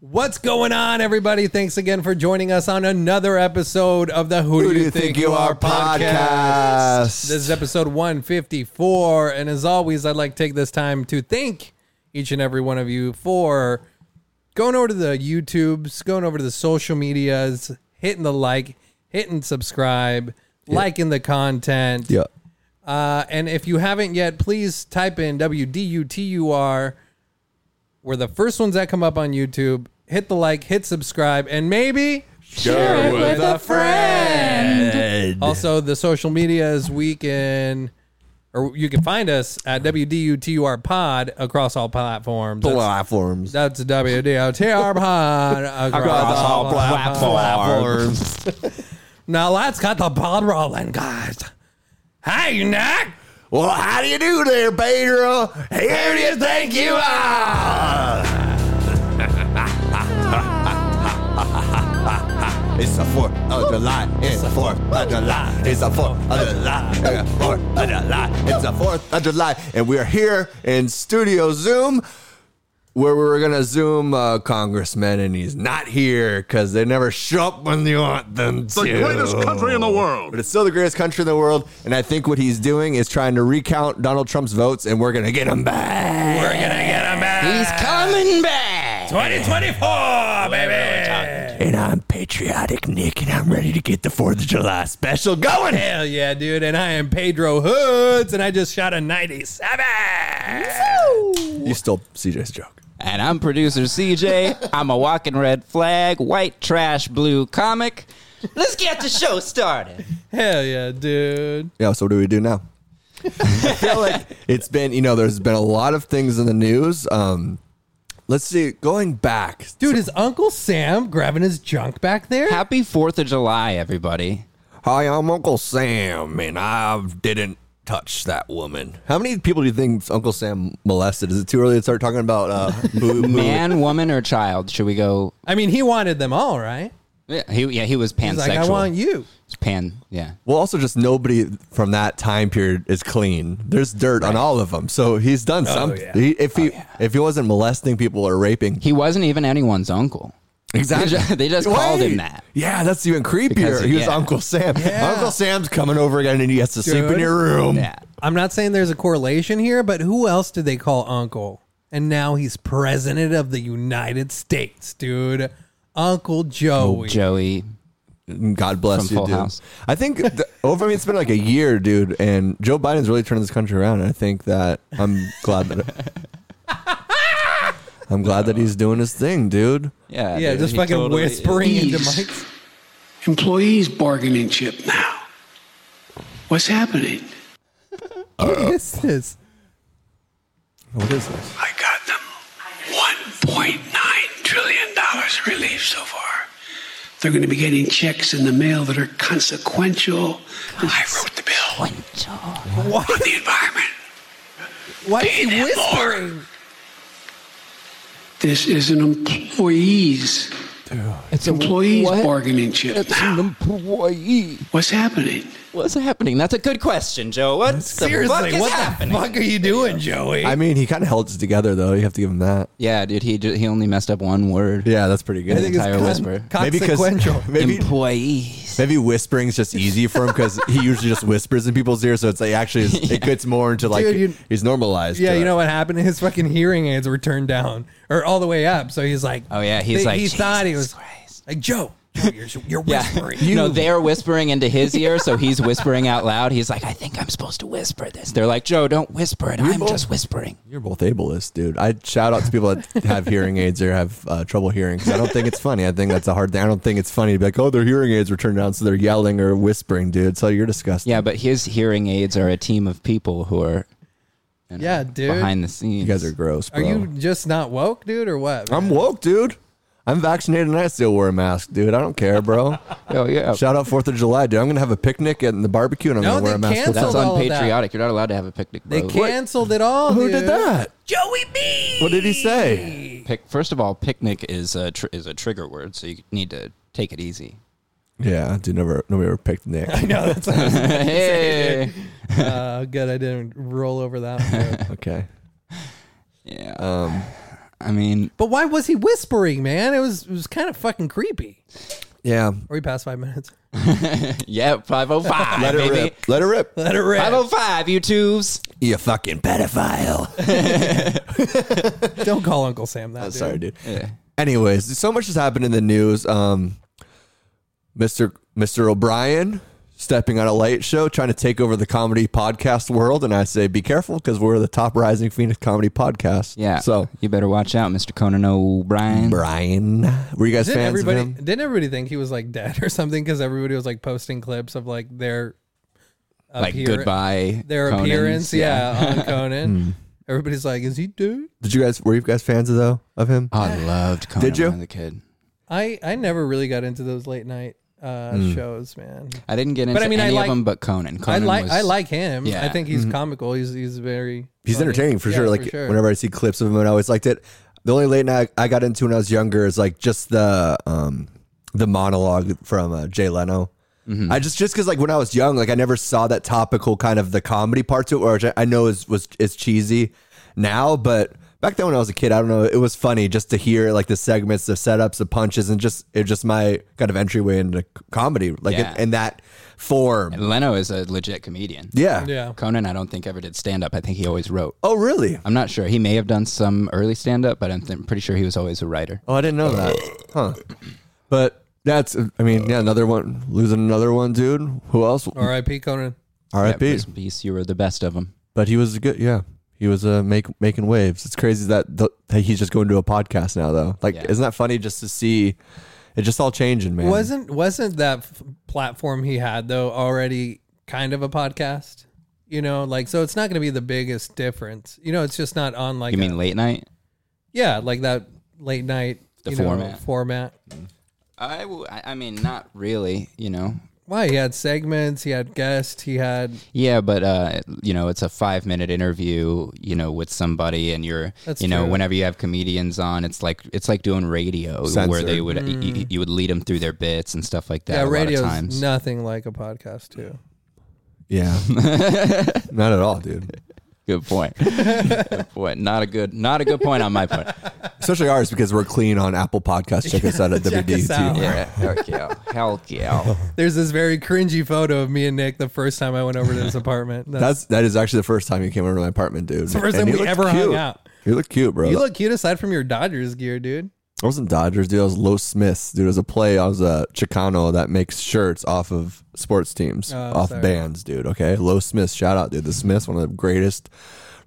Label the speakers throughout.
Speaker 1: What's going on, everybody? Thanks again for joining us on another episode of the Who,
Speaker 2: Who Do You Think You Are podcast.
Speaker 1: This is episode 154. And as always, I'd like to take this time to thank each and every one of you for going over to the YouTubes, going over to the social medias, hitting the like, hitting subscribe, liking the content.
Speaker 2: Yeah.
Speaker 1: Uh, and if you haven't yet, please type in WDUTUR. We're the first ones that come up on YouTube. Hit the like, hit subscribe, and maybe
Speaker 2: Share it with
Speaker 1: a Also, the social medias we can, or you can find us at WDUTUR Pod across all platforms. That's,
Speaker 2: Platforms.
Speaker 1: that's WDUTUR Pod across all platforms.
Speaker 2: platforms.
Speaker 1: Now let's get the pod rolling, guys. Hey, Nick.
Speaker 2: well, how do you do there, Pedro? Here do you think you Ah! are? It's the fourth of July. It's the fourth of July. It's the fourth of July. It's the fourth of July. It's the fourth of July, and we are here in Studio Zoom. where we were gonna zoom a congressman, and he's not here because they never show up when you want them
Speaker 3: the
Speaker 2: to.
Speaker 3: greatest country in the
Speaker 2: But
Speaker 3: world.
Speaker 2: it's still the greatest country in the world, and I think what he's doing is trying to recount Donald Trump's votes, and we're gonna get him back.
Speaker 1: We're gonna get him
Speaker 2: He's
Speaker 1: back.
Speaker 2: coming back.
Speaker 1: 2024, baby.
Speaker 2: Ah, And I'm patriotic, Nick, and I'm ready to get the Fourth of July special going.
Speaker 1: Hell yeah, dude. And I am Pedro Hoods, and I just shot a 97.
Speaker 2: You stole CJ's joke.
Speaker 4: And I'm producer CJ. I'm a walking red flag, white trash, blue comic. Let's get the show started.
Speaker 1: Hell yeah, dude.
Speaker 2: Yeah, so what do we do now? I feel like it's been, you know, there's been a lot of things in the news. Um, let's see, going back.
Speaker 1: Dude, is Uncle Sam grabbing his junk back there?
Speaker 4: Happy 4th of July, everybody.
Speaker 2: Hi, I'm Uncle Sam, and I didn't touch that woman. How many people do you think Uncle Sam molested? Is it too early to start talking about uh, boo- boo-
Speaker 4: Man, woman, or child? Should we go?
Speaker 1: I mean, he wanted them all, right?
Speaker 4: Yeah, he, yeah, he was pansexual.
Speaker 1: He's like, I want you.
Speaker 4: It's pan, yeah.
Speaker 2: Well, also, just nobody from that time period is clean. There's dirt on all of them, so he's done
Speaker 4: Oh,
Speaker 2: something.
Speaker 1: yeah.
Speaker 2: He, if he if he wasn't molesting people or raping,
Speaker 4: He wasn't even anyone's uncle. They ju- they just called him
Speaker 2: Wait.
Speaker 4: that.
Speaker 2: Yeah, that's even creepier.
Speaker 4: Because,
Speaker 2: he was
Speaker 4: yeah.
Speaker 2: Uncle Sam. Uncle Sam's coming over again, and he has to sleep in
Speaker 1: Dude.
Speaker 2: your room.
Speaker 4: Yeah.
Speaker 1: I'm not saying there's a correlation here, but who else did they call Uncle? And now he's president of the United States, dude. Uncle Joey.
Speaker 4: Joey.
Speaker 2: God bless
Speaker 4: From
Speaker 2: you,
Speaker 4: Full
Speaker 2: dude.
Speaker 4: House.
Speaker 2: I think th- over. I mean, it's been like a year, dude, and Joe Biden's really turned this country around. And I think that I'm glad that I'm glad that he's doing his thing, dude.
Speaker 4: Yeah.
Speaker 1: yeah,
Speaker 4: dude,
Speaker 1: just
Speaker 4: he
Speaker 1: fucking
Speaker 4: totally is.
Speaker 1: whispering into
Speaker 5: Jeez.
Speaker 1: mics.
Speaker 5: Employees bargaining chip now. What's happening?
Speaker 1: What is this?
Speaker 2: What is this?
Speaker 5: I got them $1.9 trillion relief so far. They're going to be getting checks in the mail that are consequential. I wrote the bill
Speaker 1: Why,
Speaker 5: on the environment.
Speaker 1: why is he
Speaker 5: Pay them
Speaker 1: whispering?
Speaker 5: This is an employees
Speaker 4: It's a
Speaker 5: employees
Speaker 4: what?
Speaker 5: bargaining chip
Speaker 4: It's
Speaker 5: now.
Speaker 4: an employee.
Speaker 5: What's happening?
Speaker 4: What's happening? That's a good question, Joe. What the
Speaker 1: Seriously,
Speaker 4: fuck is
Speaker 1: what
Speaker 4: happening?
Speaker 1: the fuck are you doing, Joey?
Speaker 2: I mean, he kind of held it together, though. You have to give him that.
Speaker 4: Yeah, dude, he ju- he only messed up one word.
Speaker 2: Yeah, that's pretty good.
Speaker 4: I think it's Entire
Speaker 1: con-
Speaker 4: whisper.
Speaker 2: Maybe 'cause-
Speaker 1: consequential.
Speaker 2: Maybe
Speaker 4: Employees.
Speaker 2: maybe whispering's just easy for him because he usually just whispers in people's ears, so it's like actually it's, it gets more into like
Speaker 1: Dude, you-
Speaker 2: he's normalized. uh,
Speaker 1: yeah,
Speaker 2: to
Speaker 1: you
Speaker 2: it.
Speaker 1: know what happened? His fucking hearing aids were turned down or all the way up. So he's like,
Speaker 4: Oh, yeah, he's
Speaker 1: they-
Speaker 4: like,
Speaker 1: he thought he was
Speaker 4: "Jesus Christ."
Speaker 1: like Joe. Joe, you're, you're whispering.
Speaker 4: You know, they're whispering into his ear, so he's whispering out loud. He's like, I think I'm supposed to whisper this. They're like, Joe, don't whisper it. I'm
Speaker 2: both-
Speaker 4: just whispering.
Speaker 2: You're both ableist, dude. I shout out to people that have hearing aids or have uh, trouble hearing because I don't think it's funny. I think that's a hard thing. I don't think it's funny to be like, oh, their hearing aids were turned down, so they're yelling or whispering, dude. So you're disgusting.
Speaker 4: Yeah, but his hearing aids are a team of people who are you know,
Speaker 1: yeah, dude.
Speaker 4: behind the scenes.
Speaker 2: You guys are gross,
Speaker 1: Are
Speaker 2: bro.
Speaker 1: you just not woke, dude, or what?
Speaker 4: Uh,
Speaker 2: I'm woke, dude. I'm vaccinated and I still wear a mask, dude. I don't care, bro.
Speaker 4: Oh, yeah.
Speaker 2: shout out 4th of July, dude. I'm going to have a picnic and the barbecue and I'm
Speaker 1: No,
Speaker 2: going to wear a
Speaker 1: they
Speaker 2: mask.
Speaker 1: canceled
Speaker 2: with
Speaker 4: That's
Speaker 2: that.
Speaker 1: all of that.
Speaker 4: unpatriotic. You're not allowed to have a picnic, bro.
Speaker 1: they canceled it all.
Speaker 2: Who
Speaker 1: dude.
Speaker 2: did that?
Speaker 1: Joey B.
Speaker 2: What did he say?
Speaker 4: Pic- First of all, picnic is a, tr- is a trigger word, so you need to take it easy.
Speaker 2: Yeah, dude, never, nobody ever picked Nick.
Speaker 1: No, that's what I was gonna say,
Speaker 4: hey.
Speaker 1: dude. Uh, good, I didn't roll over that. One.
Speaker 2: Okay.
Speaker 4: Yeah.
Speaker 2: Um,
Speaker 4: I mean,
Speaker 1: But why was he whispering, man? It was it was kind of fucking creepy.
Speaker 2: Yeah.
Speaker 1: Are we past five minutes?
Speaker 4: yeah, 505,
Speaker 2: Let it
Speaker 4: baby.
Speaker 2: rip. Let it rip. oh-
Speaker 1: Let it rip.
Speaker 4: 505, YouTubes.
Speaker 2: You fucking pedophile.
Speaker 1: Don't call Uncle Sam that.
Speaker 2: I'm
Speaker 1: dude.
Speaker 2: sorry, dude. Anyways, so much has happened in the news. Um, Mr. Mr. O'Brien stepping on a late show, trying to take over the comedy podcast world, and I say be careful because we're the top rising Phoenix comedy podcast.
Speaker 4: Yeah.
Speaker 2: So
Speaker 4: you better watch out, Mr. Conan O'Brien.
Speaker 2: Brian, were you guys
Speaker 1: Didn't
Speaker 2: fans
Speaker 1: everybody
Speaker 2: of him?
Speaker 1: didn't everybody think he was like dead or something? Because everybody was like posting clips of like their
Speaker 4: like,
Speaker 1: appear-
Speaker 4: goodbye.
Speaker 1: their
Speaker 4: Conans. Hmm.
Speaker 1: appearance, yeah, on Conan. Everybody's like, "Is he dead?"
Speaker 2: Did you guys were you guys fans of though of him?
Speaker 4: I loved Conan
Speaker 2: Did you?
Speaker 4: when I was a kid.
Speaker 1: I I never really got into those late night uh, shows, man.
Speaker 4: I didn't get into
Speaker 1: I mean, I
Speaker 4: any
Speaker 1: like-
Speaker 4: of them but Conan.
Speaker 1: I
Speaker 4: Hmm. Conan
Speaker 1: like
Speaker 4: was,
Speaker 1: I like him.
Speaker 4: Yeah. Mm-hmm.
Speaker 1: I think he's comical. He's he's very
Speaker 2: He's
Speaker 1: funny.
Speaker 2: entertaining for
Speaker 1: Yeah,
Speaker 2: sure. Like whenever I see clips of him, and I always liked it. The only late night I got into when I was younger is like just the um the monologue from uh, Jay Leno. I just just because like when I was young, like I never saw that topical kind of the comedy part to it, which I, I know is was is cheesy now, but back then when I was a kid, I don't know, it was funny just to hear like the segments, the setups, the punches, and just it just my kind of entryway into c- comedy, like
Speaker 4: Yeah.
Speaker 2: in, in that form.
Speaker 4: Leno is a legit comedian.
Speaker 2: Yeah.
Speaker 1: yeah.
Speaker 4: Conan, I don't think ever did stand up. I think he always wrote.
Speaker 2: Oh really?
Speaker 4: I'm not sure. He may have done some early stand up, but I'm th- pretty sure he was always a writer.
Speaker 2: Oh, I didn't know that. Huh. But that's, I mean, yeah, another one, losing another one, dude. Who else?
Speaker 1: R.I.P. Conan.
Speaker 4: Yeah,
Speaker 2: RIP.
Speaker 4: rest in peace. You were the best of them.
Speaker 2: But he was a good, yeah. He was uh, make, making waves. It's crazy that, th- that he's just going to a podcast now, though. Like,
Speaker 4: Yeah.
Speaker 2: isn't that funny just to see it just all changing, man?
Speaker 1: Wasn't wasn't that f- platform he had though already kind of a podcast? You know, like so it's not going to be the biggest difference. You know, it's just not on like
Speaker 4: You
Speaker 1: a-
Speaker 4: mean late night?
Speaker 1: yeah, like that late night
Speaker 4: The
Speaker 1: you know,
Speaker 4: format.
Speaker 1: format.
Speaker 4: I, w- I I mean, not really, you know.
Speaker 1: Why he had segments, he had guests, he had
Speaker 4: Yeah, but, uh, you know, it's a five minute interview, you know, with somebody and you're,
Speaker 1: That's
Speaker 4: you know,
Speaker 1: true.
Speaker 4: whenever you have comedians on, it's like, it's like doing radio where they
Speaker 2: Censored.
Speaker 4: would, you- you, you would lead them through their bits and stuff like that.
Speaker 1: yeah,
Speaker 4: a
Speaker 1: radio's
Speaker 4: lot of times.
Speaker 1: nothing like a podcast too.
Speaker 2: Yeah. Not at all, dude.
Speaker 4: Good point. good point. Not a good, not a good point on my part.
Speaker 2: Especially ours because we're clean on Apple Podcasts. Check us out at
Speaker 1: Check us out.
Speaker 2: WDT.
Speaker 4: Yeah, hell yeah, hell yeah.
Speaker 1: There's this very cringy photo of me and Nick the first time I went over to his apartment. That's,
Speaker 2: That's that is actually the first time you came over to my apartment, dude.
Speaker 1: the first time we ever hung out.
Speaker 2: You look cute, bro.
Speaker 1: you look cute aside from your Dodgers gear, dude.
Speaker 2: I wasn't Dodgers, dude. I was Los Smiths, dude. I was a play. I was a Chicano that makes shirts off of sports
Speaker 1: Oh,
Speaker 2: teams, off
Speaker 1: sorry.
Speaker 2: bands, dude. Okay, Los Smiths, shout out, dude. The Smiths, one of the greatest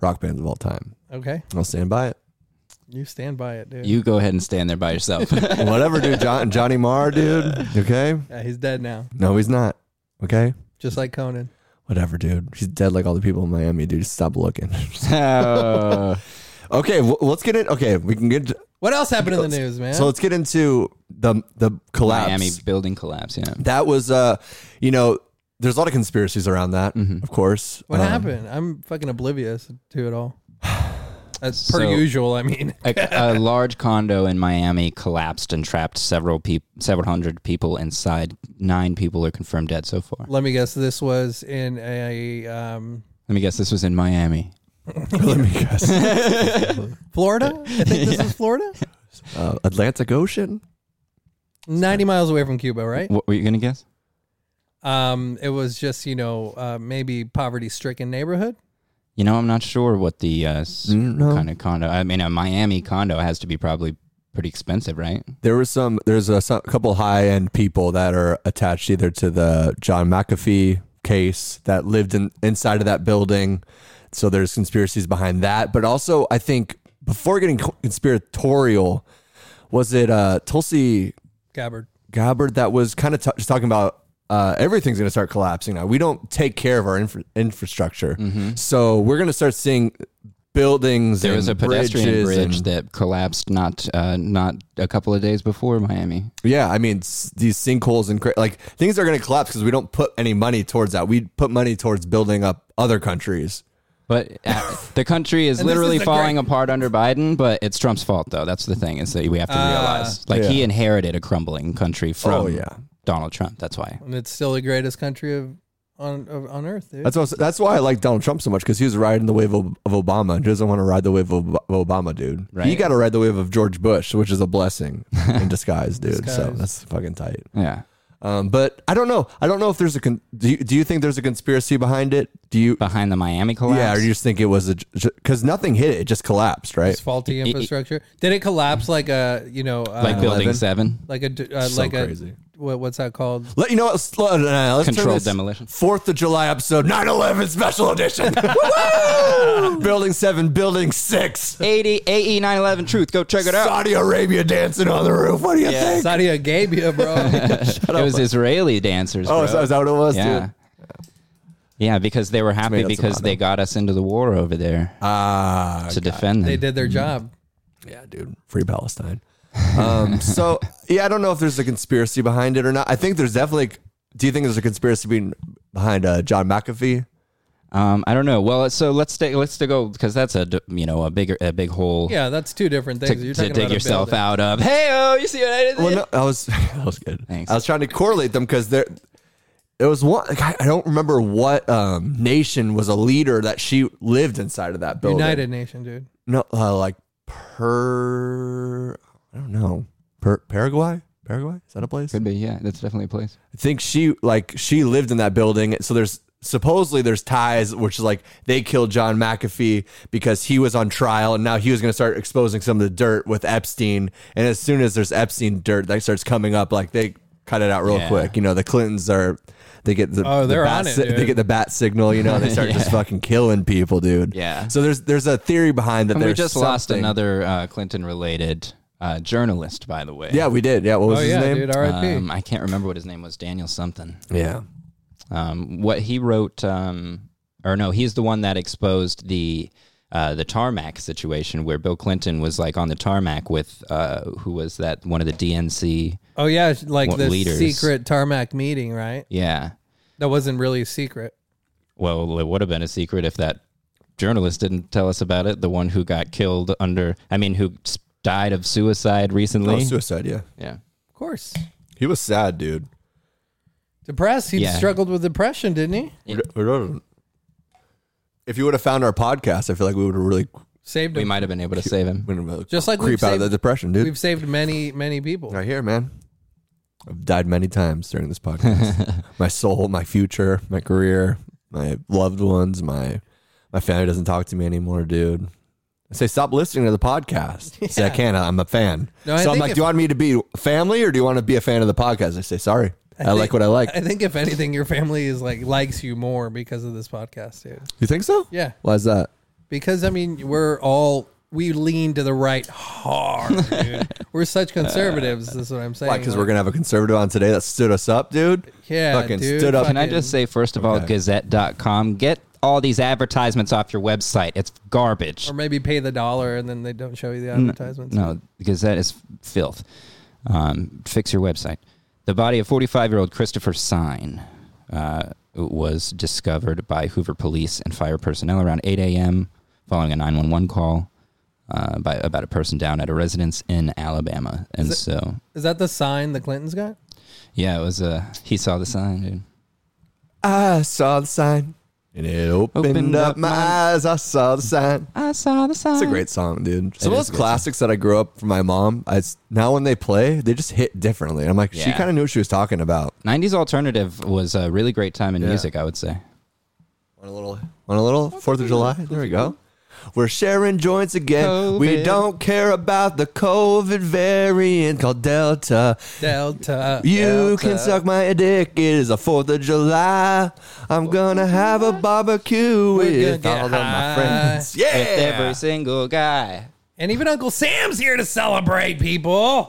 Speaker 2: rock bands of all time.
Speaker 1: Okay,
Speaker 2: I'll stand by it.
Speaker 1: you stand by it, dude.
Speaker 4: You go ahead and stand there by yourself.
Speaker 2: Whatever, dude. John, Johnny Marr, dude. Okay,
Speaker 1: yeah, he's dead now,
Speaker 2: no, he's not. Okay,
Speaker 1: just like Conan.
Speaker 2: whatever, dude. He's dead like all the people in Miami, dude. Just stop looking.
Speaker 4: Oh.
Speaker 2: okay, w- let's get it. Okay, we can get.
Speaker 1: What else happened in the news, man?
Speaker 2: So let's get into the the collapse.
Speaker 4: Miami building collapse. Yeah.
Speaker 2: That was, uh, you know, there's a lot of conspiracies around that, of course.
Speaker 1: what
Speaker 4: uh,
Speaker 2: Um,
Speaker 1: happened? I'm fucking oblivious to it all. As per
Speaker 4: So-
Speaker 1: usual, I mean.
Speaker 4: A, a large condo in Miami collapsed and trapped several people, several hundred people inside. Nine people are confirmed dead so far.
Speaker 1: Let me guess. This was in a um,
Speaker 4: Let me guess. This was in Miami.
Speaker 2: Let me guess.
Speaker 1: Florida. I think this is Florida.
Speaker 2: Uh, Atlantic Ocean.
Speaker 1: Ninety miles away from Cuba, right?
Speaker 4: What were you gonna guess?
Speaker 1: Um, it was just you know uh, maybe poverty-stricken neighborhood.
Speaker 4: You know, I'm not sure what the uh, s-
Speaker 2: Mm, no.
Speaker 4: kind of condo. I mean, a Miami condo has to be probably pretty expensive, right?
Speaker 2: There was some. There's a, some, couple high end people that are attached either to the John McAfee case that lived in inside of that building. So there's conspiracies behind that, but also I think before getting co- conspiratorial, was it uh, Tulsi
Speaker 1: Gabbard.
Speaker 2: Gabbard that was kind of t- just talking about uh, everything's going to start collapsing now. We don't take care of our infra- infrastructure, so we're going to start seeing buildings.
Speaker 4: Mm-hmm. There
Speaker 2: and
Speaker 4: was a pedestrian
Speaker 2: bridges
Speaker 4: bridge
Speaker 2: and-
Speaker 4: that collapsed not uh, not a couple of days before Miami.
Speaker 2: yeah, I mean s- these sinkholes and cra- like things are going to collapse because we don't put any money towards that. We put money towards building up other countries.
Speaker 4: But uh, the country is
Speaker 1: And this
Speaker 4: literally
Speaker 1: is a
Speaker 4: falling
Speaker 1: great-
Speaker 4: apart under Biden. But it's Trump's fault, though. That's the thing is that we have to
Speaker 1: Ah.
Speaker 4: realize, like he
Speaker 2: Yeah.
Speaker 4: inherited a crumbling country from
Speaker 2: Oh, yeah.
Speaker 4: Donald Trump. That's why.
Speaker 1: And it's still the greatest country of on on Earth, dude.
Speaker 2: That's what, that's why I like Donald Trump so much because he was riding the wave of, of Obama. He doesn't want to ride the wave of, of Obama, dude.
Speaker 4: Right.
Speaker 2: You got to ride the wave of George Bush, which is a blessing in disguise, dude. So
Speaker 1: Disguise.
Speaker 2: that's fucking tight.
Speaker 4: Yeah.
Speaker 2: Um, but I don't know. I don't know if there's a con- do you, do you think there's a conspiracy behind it? Do you?
Speaker 4: Behind the Miami collapse.
Speaker 2: Yeah, or you just think it was a because nothing hit it; it just collapsed, right?
Speaker 1: It's faulty infrastructure. Did it collapse like a you know uh,
Speaker 4: like Building
Speaker 2: 11?
Speaker 4: Seven.
Speaker 1: like a d- uh,
Speaker 2: So
Speaker 1: like
Speaker 2: crazy.
Speaker 1: a what, what's that called?
Speaker 2: Let you know. what, Let's, let, uh, let's turn
Speaker 4: Controlled
Speaker 2: this
Speaker 4: demolition.
Speaker 2: Fourth of July episode, 9-11 special edition. Woo! building seven, building six.
Speaker 4: 80 AE 911 E Truth. Go check it out.
Speaker 2: Saudi Arabia dancing on the roof. What do you think?
Speaker 1: Saudi Arabia, bro.
Speaker 4: it was Israeli dancers.
Speaker 2: Oh,
Speaker 4: bro.
Speaker 2: is that, is that what it was?
Speaker 4: yeah.
Speaker 2: Dude?
Speaker 4: Yeah, because they were happy
Speaker 2: Tomato,
Speaker 4: because
Speaker 2: tomato.
Speaker 4: they got us into the war over there
Speaker 2: Ah,
Speaker 4: to defend them.
Speaker 1: they did their job.
Speaker 2: yeah, dude. Free Palestine. Um, so yeah, I don't know if there's a conspiracy behind it or not. I think there's definitely. Do you think there's a conspiracy being behind uh, John McAfee?
Speaker 4: Um, I don't know. Well, so let's stay, let's to go because that's a d- you know a bigger a big hole
Speaker 1: Yeah, that's two different
Speaker 4: to,
Speaker 1: things. You're
Speaker 4: to
Speaker 1: talking
Speaker 4: dig
Speaker 1: about a
Speaker 4: yourself
Speaker 1: building.
Speaker 4: out of. Hey, oh, you see what I did?
Speaker 2: Well,
Speaker 4: there?
Speaker 2: no, I was that was good.
Speaker 4: Thanks.
Speaker 2: I was trying to correlate them because there there was one. Like, I, I don't remember what um, nation was a leader that she lived inside of that building.
Speaker 1: United Nation, dude.
Speaker 2: No, uh, like per. I don't know. Per, Paraguay. Paraguay is that a place?
Speaker 4: be. Yeah, that's definitely a place.
Speaker 2: I think she like she lived in that building. So there's supposedly there's ties, which is like they killed John McAfee because he was on trial and now he was going to start exposing some of the dirt with Epstein. And as soon as there's Epstein dirt that starts coming up, like they cut it out real
Speaker 4: Yeah.
Speaker 2: quick. You know, the Clintons are. They get the,
Speaker 1: Oh,
Speaker 2: the
Speaker 1: they're
Speaker 2: bat
Speaker 1: on it,
Speaker 2: si- they
Speaker 1: dude.
Speaker 2: get the bat signal, you know, and they start just fucking killing people, dude.
Speaker 4: Yeah.
Speaker 2: So there's there's a theory behind that.
Speaker 4: And we
Speaker 2: there's
Speaker 4: just lost
Speaker 2: something-
Speaker 4: another uh, Clinton related uh, journalist, by the way.
Speaker 2: Yeah, we did. Yeah, what was
Speaker 1: Oh
Speaker 2: his
Speaker 1: yeah,
Speaker 2: name?
Speaker 1: dude. R.I.P.
Speaker 4: Um, I can't remember what his name was. Daniel something.
Speaker 2: yeah.
Speaker 4: Um, what he wrote, um, or no, he's the one that exposed the uh, the tarmac situation where Bill Clinton was like on the tarmac with uh, who was that? One of the DNC.
Speaker 1: oh yeah, like
Speaker 4: What
Speaker 1: the
Speaker 4: leaders?
Speaker 1: secret tarmac meeting, right?
Speaker 4: Yeah.
Speaker 1: That wasn't really secret.
Speaker 4: Well, it would have been a secret if that journalist didn't tell us about it. The one who got killed under, I mean, who s- died of suicide recently.
Speaker 2: Oh, suicide. Yeah.
Speaker 4: yeah.
Speaker 1: Of course.
Speaker 2: He was sad, dude.
Speaker 1: Depressed. He
Speaker 4: Yeah.
Speaker 1: struggled with depression, didn't he?
Speaker 2: If you would have found our podcast, I feel like we would have really
Speaker 1: Saved
Speaker 4: We
Speaker 1: him.
Speaker 4: might have been able to save him.
Speaker 2: we would've really
Speaker 1: Just like we've
Speaker 2: creep out of
Speaker 1: saved-
Speaker 2: the depression, dude.
Speaker 1: We've saved many, many people.
Speaker 2: Right here, man. I've died many times during this podcast. my soul, my future, my career, my loved ones, my my family doesn't talk to me anymore, dude. I say stop listening to the podcast. I say I can't. I'm a fan.
Speaker 1: No, I
Speaker 2: so I'm
Speaker 1: think
Speaker 2: like,
Speaker 1: if-
Speaker 2: do you want me to be family or do you want to be a fan of the podcast? I say sorry. I, like
Speaker 1: think-
Speaker 2: what I like.
Speaker 1: I think if anything, your family is like likes you more because of this podcast, dude.
Speaker 2: you think so?
Speaker 1: Yeah.
Speaker 2: Why's that?
Speaker 1: Because I mean, we're all we lean to the right hard, dude. we're such conservatives. Is what I'm saying.
Speaker 2: Why? Because we're gonna have a conservative on today that stood us up, dude.
Speaker 1: Yeah,
Speaker 2: fucking
Speaker 1: dude,
Speaker 2: stood up.
Speaker 1: fucking-
Speaker 4: Can I just say, first of all, gazette.com, get all these advertisements off your website. It's garbage.
Speaker 1: or maybe pay the dollar and then they don't show you the advertisements.
Speaker 4: No, because that is filth. Um, fix your website. The body of 45 year old Christopher Sine uh, was discovered by Hoover police and fire personnel around 8 a.m. following a 911 call uh, by about a person down at a residence in Alabama. And so,
Speaker 1: Is that the sign the Clintons got?
Speaker 4: yeah, it was a he saw the sign, dude.
Speaker 2: I saw the sign. And it opened,
Speaker 4: Opened
Speaker 2: up,
Speaker 4: up
Speaker 2: my,
Speaker 4: my-
Speaker 2: eyes. I saw the sign.
Speaker 4: I saw the sign.
Speaker 2: It's a great song, dude. Some of
Speaker 4: It is
Speaker 2: those
Speaker 4: a great
Speaker 2: classics that I grew up from my mom. I, s- now when they play, they just hit differently. I'm like, she
Speaker 4: Yeah.
Speaker 2: kind of knew what she was talking about.
Speaker 4: 90s alternative was a really great time in music, I would say.
Speaker 2: On a little, on a little Fourth of July. There we go. We're sharing joints again. We
Speaker 4: COVID.
Speaker 2: don't care about the COVID variant called Delta.
Speaker 1: Delta.
Speaker 2: You
Speaker 1: Delta.
Speaker 2: can suck my dick. It is a Fourth of July. I'm gonna have a barbecue
Speaker 1: We're
Speaker 2: with
Speaker 1: gonna
Speaker 2: all of
Speaker 1: get
Speaker 2: my
Speaker 1: high.
Speaker 2: friends. Yeah.
Speaker 4: With every single guy.
Speaker 1: And even Uncle Sam's here to celebrate, people.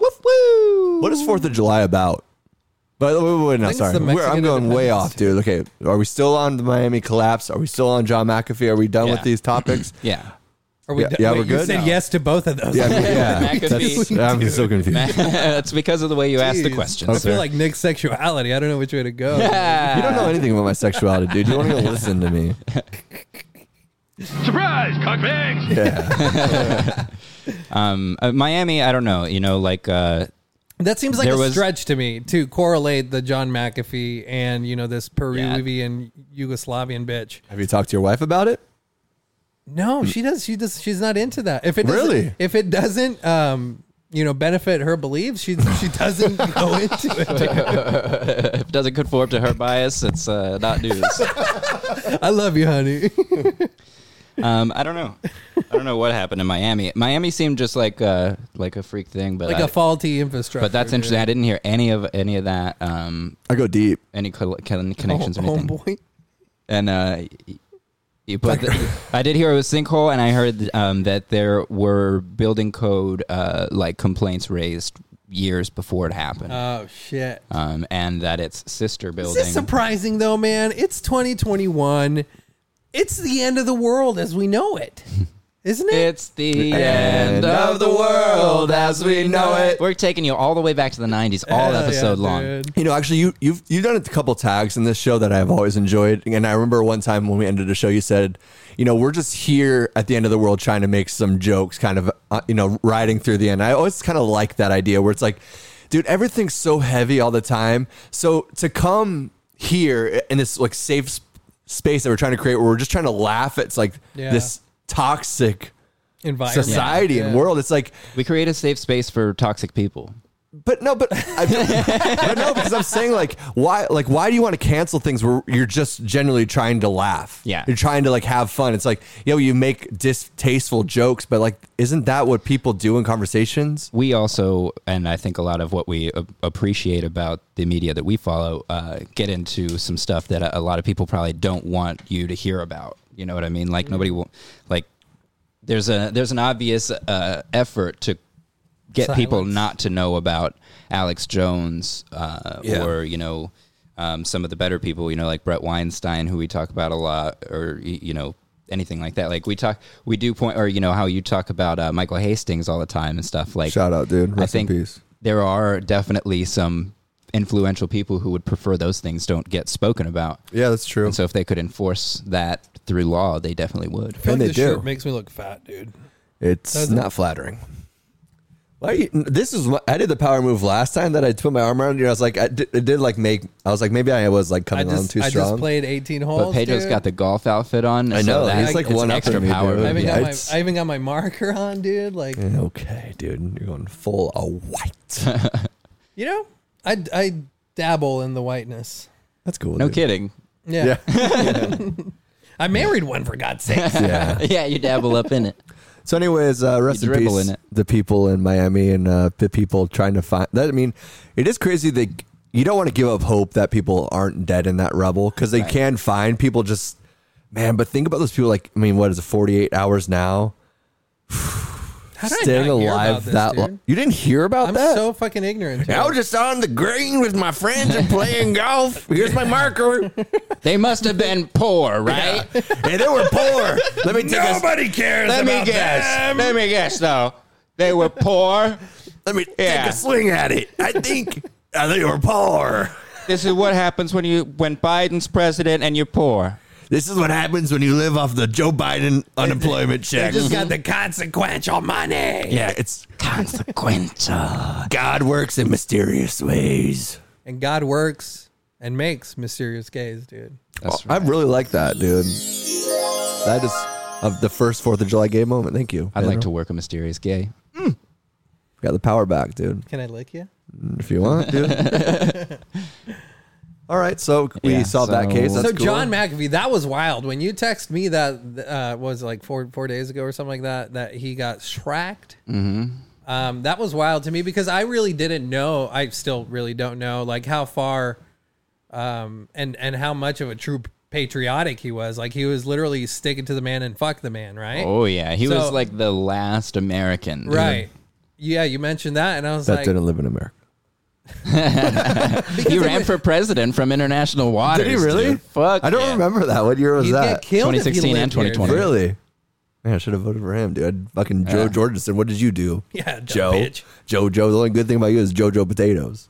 Speaker 2: What is Fourth of July about? But wait, wait, wait, no,
Speaker 1: think it's the
Speaker 2: sorry. We're, I'm
Speaker 1: Mexican
Speaker 2: going way
Speaker 1: independence.
Speaker 2: off, dude. Okay, are we still on the Miami collapse? Are we still on John McAfee? Are we done with
Speaker 4: Yeah.
Speaker 2: these topics?
Speaker 4: Yeah.
Speaker 1: Are we
Speaker 2: Yeah,
Speaker 1: done?
Speaker 2: yeah,
Speaker 1: Wait,
Speaker 2: we're
Speaker 1: You
Speaker 2: good
Speaker 1: said
Speaker 2: now.
Speaker 1: yes to both of those.
Speaker 2: Yeah, I mean, yeah.
Speaker 4: McAfee.
Speaker 2: That's- I'm so confused.
Speaker 4: That's because of the way you asked the
Speaker 1: Jeez.
Speaker 4: question.
Speaker 1: I
Speaker 4: sir.
Speaker 1: feel like Nick's sexuality. I don't know which way to go.
Speaker 2: you
Speaker 4: Um,
Speaker 2: don't know anything about my sexuality, dude. You don't even listen to me.
Speaker 5: Surprise, cockbags!
Speaker 4: Uh, Miami, I don't know. You know, like uh,
Speaker 1: That seems like
Speaker 4: There
Speaker 1: a
Speaker 4: was-
Speaker 1: stretch to me to correlate the John McAfee and you know this Peruvian Yugoslavian bitch.
Speaker 2: Have you talked to your wife about it?
Speaker 1: No, she does. She does. She's not into that. If it doesn't-
Speaker 2: Really?
Speaker 1: if it doesn't, um, you know, benefit her beliefs, she she doesn't go into it.
Speaker 4: If it doesn't conform to her bias, it's uh, not news.
Speaker 1: I love you, honey.
Speaker 4: Um, I don't know. I don't know what happened in Miami. Miami seemed just like uh, like a freak thing, but
Speaker 1: like
Speaker 4: I,
Speaker 1: a faulty infrastructure.
Speaker 4: but that's interesting. I didn't hear any of any of that. Um,
Speaker 2: I go deep.
Speaker 4: any col- con- connections or anything.
Speaker 1: Oh, Homeboy.
Speaker 4: And uh, y- y- but the- I did hear it was sinkhole, and I heard um, that there were building code uh, like complaints raised years before it happened,
Speaker 1: Oh shit.
Speaker 4: um, and that its sister
Speaker 1: Is
Speaker 4: building.
Speaker 1: this surprising though, man? It's 2021. It's the end of the world as we know it, isn't it?
Speaker 4: It's the end of the world as we know it. We're taking you all the way back to the 90s, all
Speaker 1: Hell yeah,
Speaker 4: episode long.
Speaker 1: dude.
Speaker 2: You know, actually, you, you've you've done a couple tags in this show that I've always enjoyed, and I remember one time when we ended the show, you said, "You know, we're just here at the end of the world trying to make some jokes, kind of, uh, you know, riding through the end." I always kind of like that idea where it's like, dude, everything's so heavy all the time, so to come here in this like safe sp- space that we're trying to create, where we're just trying to laugh, it's like
Speaker 1: Yeah.
Speaker 2: this toxic
Speaker 1: Environment.
Speaker 2: society and
Speaker 1: Yeah.
Speaker 2: world. It's like
Speaker 4: We create a safe space for toxic people.
Speaker 2: but no, but, I, but no, because I'm saying like why, like why do you want to cancel things where you're just generally trying to laugh?
Speaker 4: Yeah.
Speaker 2: you're trying to like have fun. It's like you know you make distasteful jokes, but like isn't that what people do in conversations?
Speaker 4: We also, and I think a lot of what we a- appreciate about the media that we follow, uh, get into some stuff that a, a lot of people probably don't want you to hear about. You know what I mean? Like nobody will, like there's a there's an obvious uh, effort to get people
Speaker 1: Silence.
Speaker 4: not to know about Alex Jones uh,
Speaker 2: Yeah.
Speaker 4: or you know um, some of the better people you know like Brett Weinstein who we talk about a lot or y- you know anything like that like we talk we do point or you know how you talk about uh, Michael Hastings all the time and stuff like
Speaker 2: Shout out, dude.
Speaker 4: I
Speaker 2: Rest in
Speaker 4: think
Speaker 2: peace.
Speaker 4: there are definitely some influential people who would prefer those things don't get spoken about
Speaker 2: Yeah, that's true.
Speaker 4: and so if they could enforce that through law they definitely would
Speaker 1: I feel like
Speaker 2: And they
Speaker 1: this shirt
Speaker 2: do.
Speaker 1: makes me look fat, dude.
Speaker 2: It's
Speaker 1: Doesn't-
Speaker 2: not flattering. Why are you, this is what I did the power move last time that I put my arm around you. I was like, I did, it did like make. I was like, maybe I was like
Speaker 1: I
Speaker 2: coming on
Speaker 1: just
Speaker 2: too
Speaker 1: I just
Speaker 2: strong.
Speaker 1: played 18 holes.
Speaker 4: but Pedro's
Speaker 1: dude.
Speaker 4: got the golf outfit on.
Speaker 2: I know, he's, like,
Speaker 4: it's
Speaker 2: one
Speaker 4: an
Speaker 2: up
Speaker 4: extra
Speaker 2: on me,
Speaker 4: power.
Speaker 2: dude.
Speaker 1: I even,
Speaker 2: Yeah,
Speaker 1: got
Speaker 2: it's-
Speaker 1: my, I even got my marker on, dude. Like,
Speaker 2: okay, dude, you're going full of white.
Speaker 1: you know, I, I dabble in the whiteness.
Speaker 2: That's cool.
Speaker 4: No
Speaker 2: dude.
Speaker 4: kidding.
Speaker 1: Yeah. I married one, for God's sake.
Speaker 2: Yeah.
Speaker 4: yeah, you dabble up in it.
Speaker 2: So, anyways, uh, rest
Speaker 4: You
Speaker 2: in
Speaker 4: dribble
Speaker 2: peace,
Speaker 4: in it.
Speaker 2: the people in Miami and uh, the people trying to find. That I mean, it is crazy that you don't want to give up hope that people aren't dead in that rubble because they can find people. Just man, but think about those people. Like, I mean, what is it? Forty eight hours now,
Speaker 1: How did I
Speaker 2: staying
Speaker 1: not hear about
Speaker 2: alive.
Speaker 1: this,
Speaker 2: that
Speaker 1: dude?
Speaker 2: long. you didn't hear about
Speaker 1: I'm
Speaker 2: that.
Speaker 1: so fucking ignorant. dude.
Speaker 2: I was just on the green with my friends and playing golf. Here's my marker.
Speaker 4: They must have been poor, right?
Speaker 2: Hey, they were poor. Let me take a,
Speaker 5: cares
Speaker 4: Let me guess. Let me guess, though. They were poor.
Speaker 2: let me
Speaker 4: Yeah.
Speaker 2: take a swing at it. I think I think they were poor.
Speaker 4: This is what happens when you when Biden's president and you're poor.
Speaker 2: This is what happens when you live off the Joe Biden unemployment check.
Speaker 5: Just got the consequential money.
Speaker 2: yeah, it's
Speaker 4: Consequential.
Speaker 2: God works in mysterious ways.
Speaker 1: And God works and makes mysterious gays, dude.
Speaker 4: That's
Speaker 2: I really like that, dude. That is of the first Fourth of July gay moment. Thank you.
Speaker 4: I'd like to work a mysterious gay.
Speaker 2: Got the power back, dude.
Speaker 1: Can I lick you?
Speaker 2: If you want, dude. All right, so we
Speaker 4: Yeah,
Speaker 2: solved that
Speaker 4: so-
Speaker 2: case. That's
Speaker 1: so
Speaker 2: cool.
Speaker 1: John McAfee, that was wild. When you text me that uh, what was it, like four four days ago or something like that, that he got shracked. Mm-hmm. Um, that was wild to me because I really didn't know. I still really don't know, like how far, um, and and how much of a true patriotic he was. Like he was literally sticking to the man and fuck the man, right?
Speaker 4: Oh yeah, he was
Speaker 1: So-
Speaker 4: like the last American. dude.
Speaker 1: right. Yeah, you mentioned that, and I was
Speaker 2: that
Speaker 1: like,
Speaker 2: didn't live in America.
Speaker 4: He ran for president from international waters. dude. Fuck.
Speaker 2: I don't
Speaker 4: yeah.
Speaker 2: remember that. What year was
Speaker 1: he'd get
Speaker 2: that?
Speaker 1: killed. if he
Speaker 4: 2016 and
Speaker 1: lived here, dude.
Speaker 4: 2020.
Speaker 2: Really? Man, I should have voted for him, dude. Fucking Joe Jorgensen. What did you do?
Speaker 1: Yeah, dumb
Speaker 2: Joe.
Speaker 1: bitch.
Speaker 2: Joe, Joe. The only good thing about you is JoJo potatoes.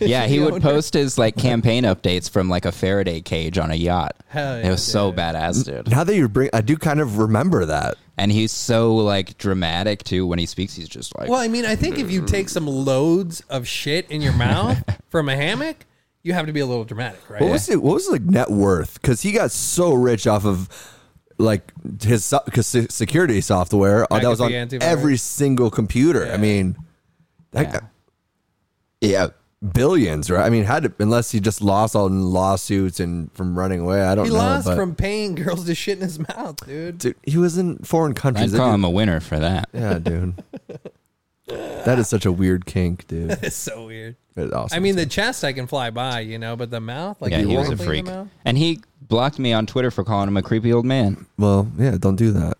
Speaker 4: Yeah, he
Speaker 1: The
Speaker 4: would
Speaker 1: owner.
Speaker 4: post his like campaign updates from like a Faraday cage on a yacht.
Speaker 1: Hell
Speaker 4: it
Speaker 1: yeah,
Speaker 4: was so
Speaker 1: dude.
Speaker 4: badass, dude.
Speaker 2: now that you bring, I do kind of remember that.
Speaker 4: And he's so like dramatic too when he speaks. He's just like,
Speaker 1: Well, I mean, I think if
Speaker 4: Mm-hmm.
Speaker 1: you take some loads of shit in your mouth from a hammock, you have to be a little dramatic, right?
Speaker 2: What was it? What was like net worth? Because he got so rich off of like his so- 'cause se- security software uh, that was on
Speaker 1: McAfee antivirus.
Speaker 2: every single computer. I mean, that guy- yeah. billions, right? I mean, had to, unless he just lost all in lawsuits and from running away. I don't
Speaker 1: He
Speaker 2: know.
Speaker 1: lost
Speaker 2: but-
Speaker 1: from paying girls to shit in his mouth, dude.
Speaker 2: dude. He was in foreign
Speaker 4: I'd
Speaker 2: countries. That
Speaker 4: call
Speaker 2: dude-
Speaker 4: him a winner for that.
Speaker 2: yeah, dude. that is such a weird kink, dude.
Speaker 1: It's so weird.
Speaker 2: It's awesome.
Speaker 1: I mean, the chest I can fly by, you know, but the mouth, like
Speaker 4: Yeah,
Speaker 1: you
Speaker 4: he was a
Speaker 1: won't clean
Speaker 4: freak.
Speaker 1: the mouth?
Speaker 4: And he blocked me on Twitter for calling him a creepy old man.
Speaker 2: well, yeah, don't do that.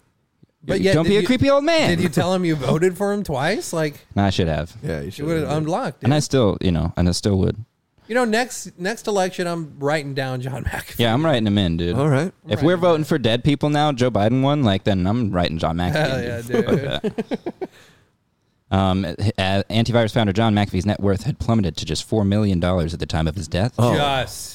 Speaker 1: But yet,
Speaker 4: Don't
Speaker 1: did
Speaker 4: be a
Speaker 1: you-
Speaker 4: creepy old man.
Speaker 1: Did you tell him you voted for him twice? Like
Speaker 4: No, I should have.
Speaker 2: Yeah, you
Speaker 1: you
Speaker 2: should.
Speaker 1: would have unblocked. Dude.
Speaker 4: And I still, you know, and I still would.
Speaker 1: you know, next next election, I'm writing down John McAfee.
Speaker 4: Yeah, I'm writing him in, dude.
Speaker 2: All right.
Speaker 4: If we're voting for dead people now, Joe Biden won, like then I'm writing John McAfee.
Speaker 1: Hell yeah,
Speaker 4: Fuck
Speaker 1: dude.
Speaker 4: that. um, uh, antivirus founder John McAfee's net worth had plummeted to just four million dollars at the time of his death.
Speaker 1: Oh, Just.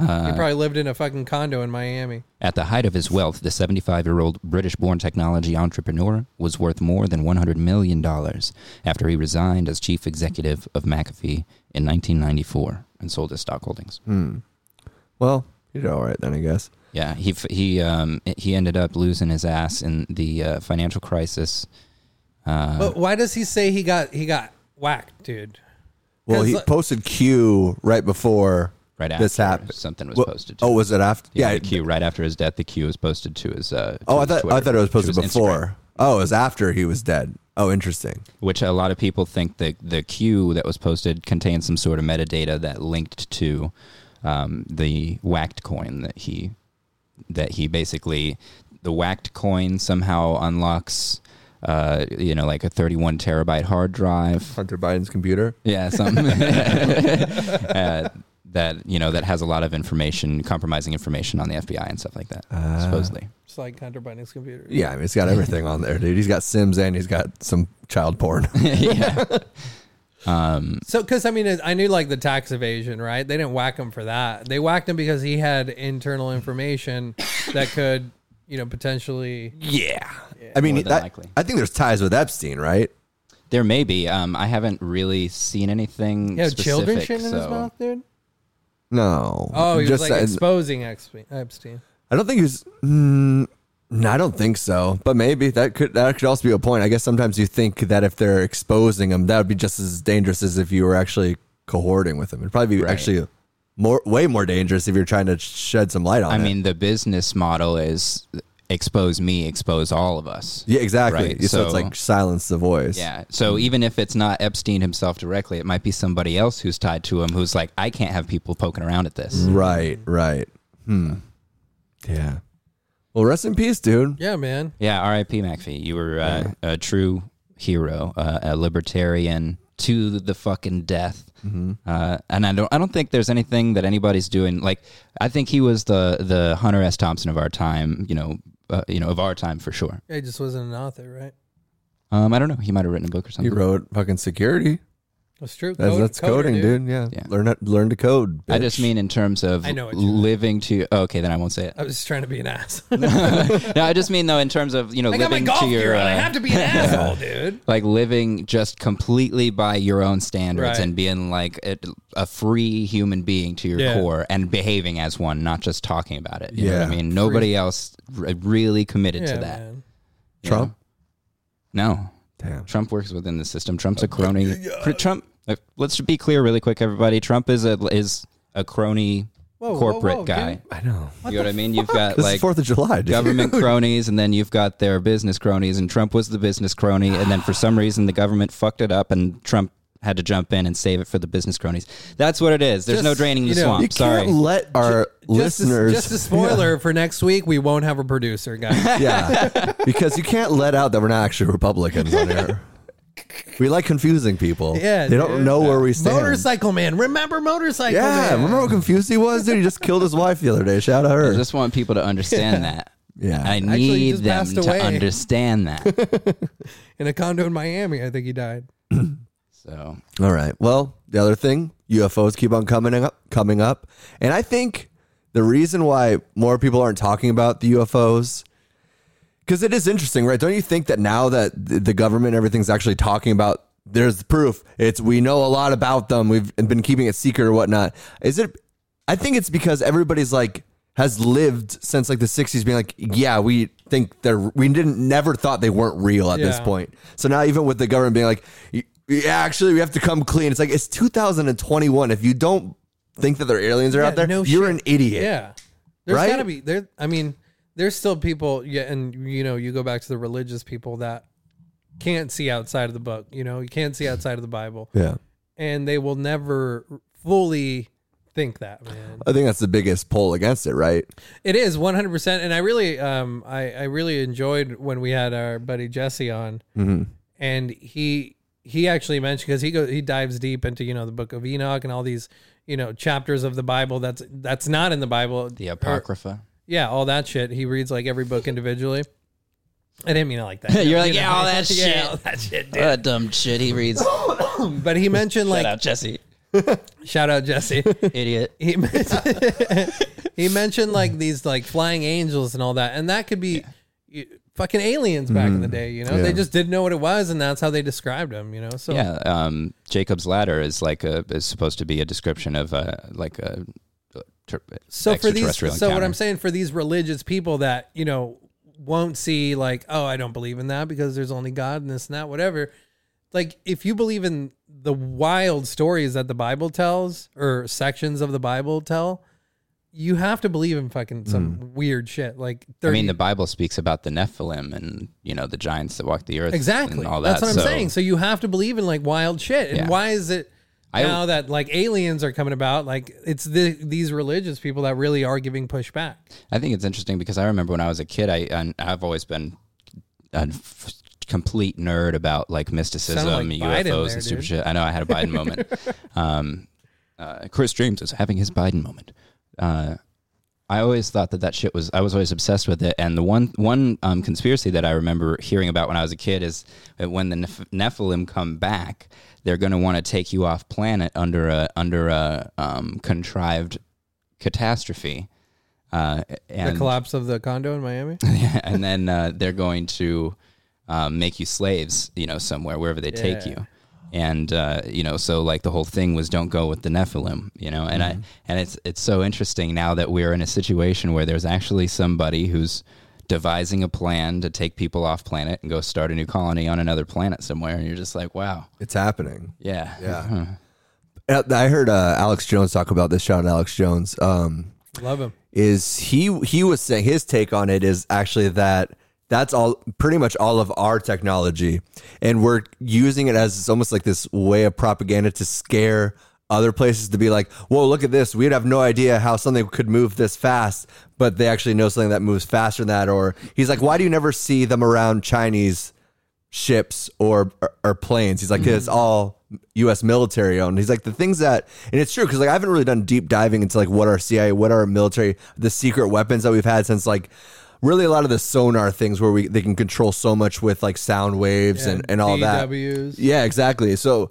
Speaker 4: Uh,
Speaker 1: he probably lived in a fucking condo in Miami.
Speaker 4: At the height of his wealth, the 75-year-old British-born technology entrepreneur was worth more than 100 million dollars after he resigned as chief executive of McAfee in 1994 and sold his stock holdings.
Speaker 2: Hmm. Well, you did all right then, I guess.
Speaker 4: Yeah, he f- he um, he ended up losing his ass in the uh, financial crisis.
Speaker 1: but why does he say he got he got whacked, dude?
Speaker 2: Well,
Speaker 1: 'Cause,
Speaker 2: he
Speaker 1: like-
Speaker 2: posted Q right before
Speaker 4: Right
Speaker 2: this
Speaker 4: after
Speaker 2: happened.
Speaker 4: something was
Speaker 2: Well,
Speaker 4: posted to
Speaker 2: Oh, was it after?
Speaker 4: Yeah,
Speaker 2: Yeah.
Speaker 4: the queue right after his death. The queue was posted to his. Uh, to
Speaker 2: oh, I
Speaker 4: his
Speaker 2: thought I
Speaker 4: Twitter,
Speaker 2: thought it was
Speaker 4: to
Speaker 2: posted
Speaker 4: his Instagram,
Speaker 2: before. Oh, it was after he was dead. Oh, interesting.
Speaker 4: which a lot of people think the the queue that was posted contained some sort of metadata that linked to um, the whacked coin that he that he basically the whacked coin somehow unlocks. Uh, you know, like a 31 terabyte hard drive.
Speaker 2: Hunter Biden's computer.
Speaker 4: Yeah, something Uh, that you know that has a lot of information, compromising information on the FBI and stuff like that. supposedly,
Speaker 1: Just like Hunter Biden's computer.
Speaker 2: Yeah, I mean, it's got everything on there, dude. He's got Sims and he's got some child porn.
Speaker 4: yeah,
Speaker 1: So, because I mean, it- I knew like the tax evasion, right? They didn't whack him for that. They whacked him because he had internal information that could, you know, potentially.
Speaker 2: yeah. I mean,
Speaker 4: More than
Speaker 2: that-
Speaker 4: likely.
Speaker 2: I think there's ties with Epstein, right?
Speaker 4: there may be. Um, I haven't really seen anything.
Speaker 1: You know,
Speaker 4: specific,
Speaker 1: children shitting in his
Speaker 4: so-
Speaker 1: mouth, dude.
Speaker 2: No.
Speaker 1: Oh, he was
Speaker 2: just
Speaker 1: like
Speaker 2: that-
Speaker 1: exposing Epstein. Epstein.
Speaker 2: I don't think he's. Mm, no, I don't think so. But maybe that could that could also be a point. I guess sometimes you think that if they're exposing him, that would be just as dangerous as if you were actually cohorting with him. It'd probably be actually more way more dangerous if you're trying to shed some light on
Speaker 4: I
Speaker 2: it.
Speaker 4: mean, the business model is expose me, expose all of us.
Speaker 2: yeah, exactly.
Speaker 4: Right,
Speaker 2: so, it's
Speaker 4: so-
Speaker 2: like silence the voice.
Speaker 4: Yeah. So even if it's not Epstein himself directly, it might be somebody else who's tied to him who's like, I can't have people poking around at
Speaker 2: Mm.
Speaker 4: this.
Speaker 2: Right. Right. Hmm. Yeah. Well, rest in peace, dude.
Speaker 1: Yeah, man.
Speaker 4: Yeah, R.I.P. McAfee. You were uh, a true hero, uh, a libertarian to the fucking death.
Speaker 2: Mm-hmm.
Speaker 4: Uh, and I don't, I don't think there's anything that anybody's doing. Like, I think he was the the Hunter S. Thompson of our time. You know, uh, you know, of our time for sure.
Speaker 1: He just wasn't an author, right?
Speaker 4: Um, I don't know. He might have written a book or
Speaker 2: He
Speaker 4: something.
Speaker 2: wrote fucking security.
Speaker 1: That's true.
Speaker 2: That's,
Speaker 1: Code-
Speaker 2: that's
Speaker 1: coder,
Speaker 2: coding, dude. Yeah.
Speaker 4: Yeah.
Speaker 2: Learn how- learn to code.
Speaker 4: I just
Speaker 2: bitch.
Speaker 4: mean in terms of
Speaker 1: I know what you mean.
Speaker 4: living to. oh, okay, then I won't say it.
Speaker 1: I was just trying to be an ass.
Speaker 4: no, I just mean though in terms of you know
Speaker 1: I got my
Speaker 4: living
Speaker 1: golf
Speaker 4: to your.
Speaker 1: gear on. I
Speaker 4: uh,
Speaker 1: have to be an asshole, dude.
Speaker 4: like living just completely by your own standards
Speaker 1: Right.
Speaker 4: and being like a, a free human being to your
Speaker 1: Yeah.
Speaker 4: core and behaving as one, not just talking about it. You know what
Speaker 2: Yeah.
Speaker 4: I mean? Nobody else r- really committed
Speaker 1: Yeah,
Speaker 4: to that.
Speaker 1: man.
Speaker 2: Trump.
Speaker 4: No.
Speaker 2: Damn.
Speaker 4: Trump works within the system.
Speaker 2: Uh,
Speaker 4: Trump's a crony. Cr- Trump, uh, let's be clear really quick, everybody. Trump is a, is a crony
Speaker 1: Whoa, whoa,
Speaker 4: corporate
Speaker 1: whoa,
Speaker 4: guy.
Speaker 2: I know.
Speaker 4: you know what I mean? You've
Speaker 1: Uh,
Speaker 4: got
Speaker 2: This
Speaker 4: like
Speaker 2: is Fourth of July, dude.
Speaker 4: government cronies and then you've got their business cronies and Trump was the business crony and then for some reason the government fucked it up and Trump had to jump in and save it for the business cronies. That's what it is. There's
Speaker 1: Just,
Speaker 4: no draining the
Speaker 1: you know,
Speaker 4: swamp.
Speaker 2: You
Speaker 4: Sorry.
Speaker 2: can't let our
Speaker 1: Just a-
Speaker 2: listeners.
Speaker 1: just a spoiler for next week. We won't have a producer, guys.
Speaker 2: Yeah. because you can't let out that we're not actually Republicans on here. We like confusing people.
Speaker 1: Yeah,
Speaker 2: They don't
Speaker 1: dude.
Speaker 2: know where we stand.
Speaker 1: Motorcycle man, remember motorcycle
Speaker 2: Yeah.
Speaker 1: man?
Speaker 2: Remember how confused he was, dude? He just killed his wife the other day. Shout out to
Speaker 4: I
Speaker 2: her.
Speaker 4: just want people to understand that.
Speaker 2: Yeah.
Speaker 4: I
Speaker 1: Actually, he
Speaker 4: need
Speaker 1: just
Speaker 4: them
Speaker 1: passed
Speaker 4: to
Speaker 1: away.
Speaker 4: understand that.
Speaker 1: in a condo in Miami. I think he died.
Speaker 4: So
Speaker 2: All right. Well, the other thing, UFOs keep on coming up, coming up, and I think the reason why more people aren't talking about the UFOs because it is interesting, right? Don't you think that now that th- the government, everything's actually talking about, there's proof. It's we know a lot about them. We've been keeping it secret or whatnot. Is it? I think it's because everybody's like has lived since like the '60s, being like, yeah, we think they're we didn't never thought they weren't real at this
Speaker 1: Yeah.
Speaker 2: point. So now even with the government being like, y- yeah, actually we have to come clean. It's like it's 2021. If you don't think that there are aliens are out there,
Speaker 1: no
Speaker 2: you're
Speaker 1: shit.
Speaker 2: an idiot.
Speaker 1: Yeah. there's
Speaker 2: Right?
Speaker 1: gotta be there I mean, there's still people yeah, and you know, you go back to the religious people that can't see outside of the book, you know, you can't see outside of the Bible.
Speaker 2: Yeah.
Speaker 1: And they will never fully think that, man.
Speaker 2: I think that's the biggest poll against it, right?
Speaker 1: It is 100%. And I really, um, I, I really enjoyed when we had our buddy Jesse on and he, he actually mentioned, cause he goes, he dives deep into, you know, the book of Enoch and all these, you know, chapters of the Bible. That's, that's not in the Bible.
Speaker 4: The
Speaker 1: Or-
Speaker 4: Apocrypha.
Speaker 1: yeah. All that shit. He reads like every book individually. I didn't mean it like that.
Speaker 4: You're like,
Speaker 1: You know?
Speaker 4: yeah, all that
Speaker 1: Yeah,
Speaker 4: shit.
Speaker 1: all that shit.
Speaker 4: All that dumb shit he reads. Shout
Speaker 1: But he mentioned like,
Speaker 4: out, Jesse.
Speaker 1: shout out Jesse.
Speaker 4: Idiot.
Speaker 1: he mentioned, he mentioned like these like flying angels and all that, and that could be y fucking aliens back in the
Speaker 4: Mm-hmm.
Speaker 1: day. You know, they just didn't know what it was, and that's how they described them. You know, so
Speaker 4: Yeah, um, Jacob's Ladder is like a is supposed to be a description of uh, like a ter-
Speaker 1: so for these, so
Speaker 4: extraterrestrial
Speaker 1: what
Speaker 4: encounter.
Speaker 1: I'm saying for these religious people that you know won't see like, oh, I don't believe in that because there's only God and this and that, whatever. Like, if you believe in the wild stories that the Bible tells or sections of the Bible tell. You have to believe in fucking some weird shit. Like, 30,
Speaker 4: Mm. I mean, the Bible speaks about the Nephilim and you know the giants that walk the earth.
Speaker 1: Exactly.
Speaker 4: and all that.
Speaker 1: That's what I'm
Speaker 4: so
Speaker 1: saying. So you have to believe in like wild shit. And
Speaker 4: Yeah.
Speaker 1: why is it
Speaker 4: I-
Speaker 1: now that like aliens are coming about? Like it's the, these religious people that really are giving pushback.
Speaker 4: I think it's interesting because I remember when I was a kid, I and I've always been a f- complete nerd about like mysticism,
Speaker 1: Sounded like Biden
Speaker 4: UFOs,
Speaker 1: there,
Speaker 4: and super
Speaker 1: dude.
Speaker 4: shit. I know I had a Biden moment. Um, uh, Chris James is having his Biden moment. Uh, I always thought that that shit was. I was always obsessed with it. And the one one um, conspiracy that I remember hearing about when I was a kid is that when the Neph- Nephilim come back, they're going to want to take you off planet under a under a um, contrived catastrophe. Uh,
Speaker 1: The
Speaker 4: and
Speaker 1: collapse of the condo in Miami.
Speaker 4: and then uh, they're going to um, make you slaves, you know, somewhere wherever they take
Speaker 1: Yeah.
Speaker 4: you. And uh, you know, so like the whole thing was don't go with the Nephilim, you know. And
Speaker 1: Mm-hmm.
Speaker 4: I and it's it's so interesting now that we're in a situation where there's actually somebody who's devising a plan to take people off planet and go start a new colony on another planet somewhere. And you're just like, wow,
Speaker 2: It's happening.
Speaker 4: yeah,
Speaker 2: Yeah. Uh, I heard uh, Alex Jones talk about this. Shout out to Alex Jones. Um,
Speaker 1: Love him.
Speaker 2: is he he was saying his take on it is actually that that's all pretty much all of our technology, and we're using it as it's almost like this way of propaganda to scare other places to be like, "Whoa, look at this! We'd have no idea how something could move this fast, but they actually know something that moves faster than that." Or he's like, "Why do you never see them around Chinese?" ships or or, or planes. He's like, it's all U.S. military owned. He's like the things that, and it's true because like I haven't really done deep diving into like what our CIA, what our military, the secret weapons that we've had since like really a lot of the sonar things where we they can control so much with like sound waves and and all
Speaker 1: E
Speaker 2: that.
Speaker 1: DWs.
Speaker 2: Yeah, exactly. So,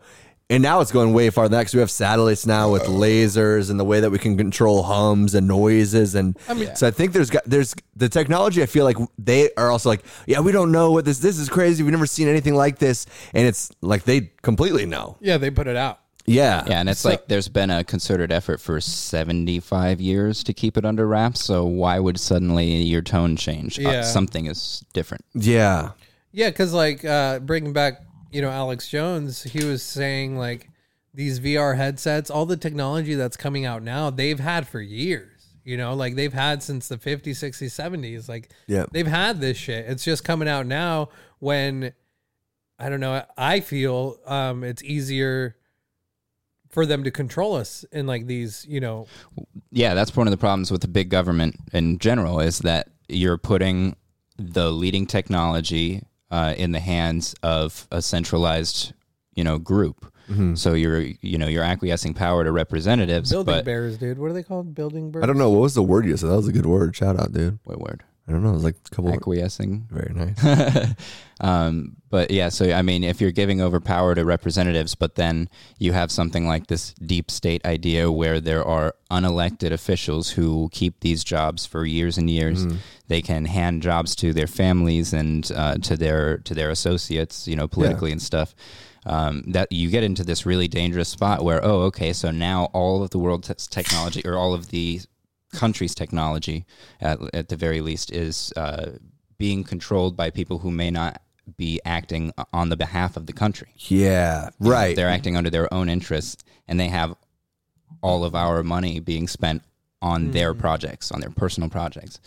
Speaker 2: and now it's going way farther than that because we have satellites now with lasers and the way that we can control hums and noises. And so I think there's got, there's the technology. I feel like they are also like, yeah, we don't know what this, this is crazy. We've never seen anything like this. And it's like, they completely know.
Speaker 1: Yeah, they put it out.
Speaker 2: Yeah.
Speaker 4: Yeah, and it's like there's been a concerted effort for 75 years to keep it under wraps. So why would suddenly your tone change? Uh,
Speaker 1: Yeah.
Speaker 4: something is different.
Speaker 2: Yeah.
Speaker 1: Yeah, because like uh, bringing back, you know, Alex Jones, he was saying like these VR headsets, all the technology that's coming out now, they've had for years. You know, like they've had since the 50s, 60s, 70s. Like,
Speaker 2: Yeah.
Speaker 1: they've had this shit. It's just coming out now when I don't know. I feel um, it's easier for them to control us in like these, you know,
Speaker 4: Yeah, that's one of the problems with the big government in general is that you're putting the leading technology uh, in the hands of a centralized, you know, group. So you're, you know, you're acquiescing power to representatives.
Speaker 1: building
Speaker 4: but
Speaker 1: bears, dude. What are they called? Building bears?
Speaker 2: I don't know. What was the word you said? That was a good word. Shout out, dude.
Speaker 4: what word?
Speaker 2: I I don't know. It was like a couple.
Speaker 4: acquiescing.
Speaker 2: very nice.
Speaker 4: Um, but yeah, so I mean, if you're giving over power to representatives, but then you have something like this deep state idea where there are unelected officials who keep these jobs for years and years, they can hand jobs to their families and uh, to their to their associates, you know, politically and stuff. Um, that you get into this really dangerous spot where oh, okay, so now all of the world's technology or all of the country's technology, at, at the very least, is uh, being controlled by people who may not be acting on the behalf of the country.
Speaker 2: yeah, right.
Speaker 4: They're acting under their own interests, and they have all of our money being spent on
Speaker 2: Mm.
Speaker 4: their projects, on their personal projects.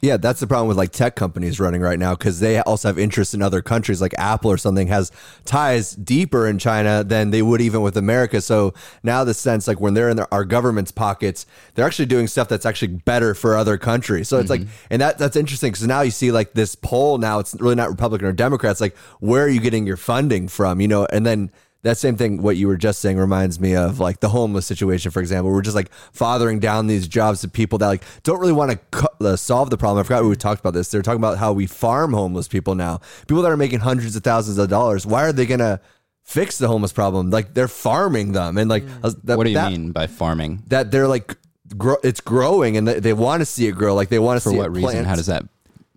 Speaker 2: Yeah, that's the problem with like tech companies running right now because they also have interests in other countries, like Apple or something has ties deeper in China than they would even with America. So now the sense like when they're in their, our government's pockets, they're actually doing stuff that's actually better for other countries. So it's like, and that that's interesting because now you see like this poll now it's really not Republican or Democrat. It's like where are you getting your funding from? You know, and then that same thing what you were just saying reminds me of like the homeless situation for example we're just like fathering down these jobs to people that like don't really want to cu- uh, solve the problem i forgot we talked about this they're talking about how we farm homeless people now people that are making hundreds of thousands of dollars why are they gonna fix the homeless problem like they're farming them and like uh, that,
Speaker 4: What do you
Speaker 2: that-
Speaker 4: mean by farming?
Speaker 2: that they're like grow, it's growing and they, they want to see it grow like they want to
Speaker 4: For
Speaker 2: see
Speaker 4: what
Speaker 2: it
Speaker 4: reason?
Speaker 2: plant
Speaker 4: How does that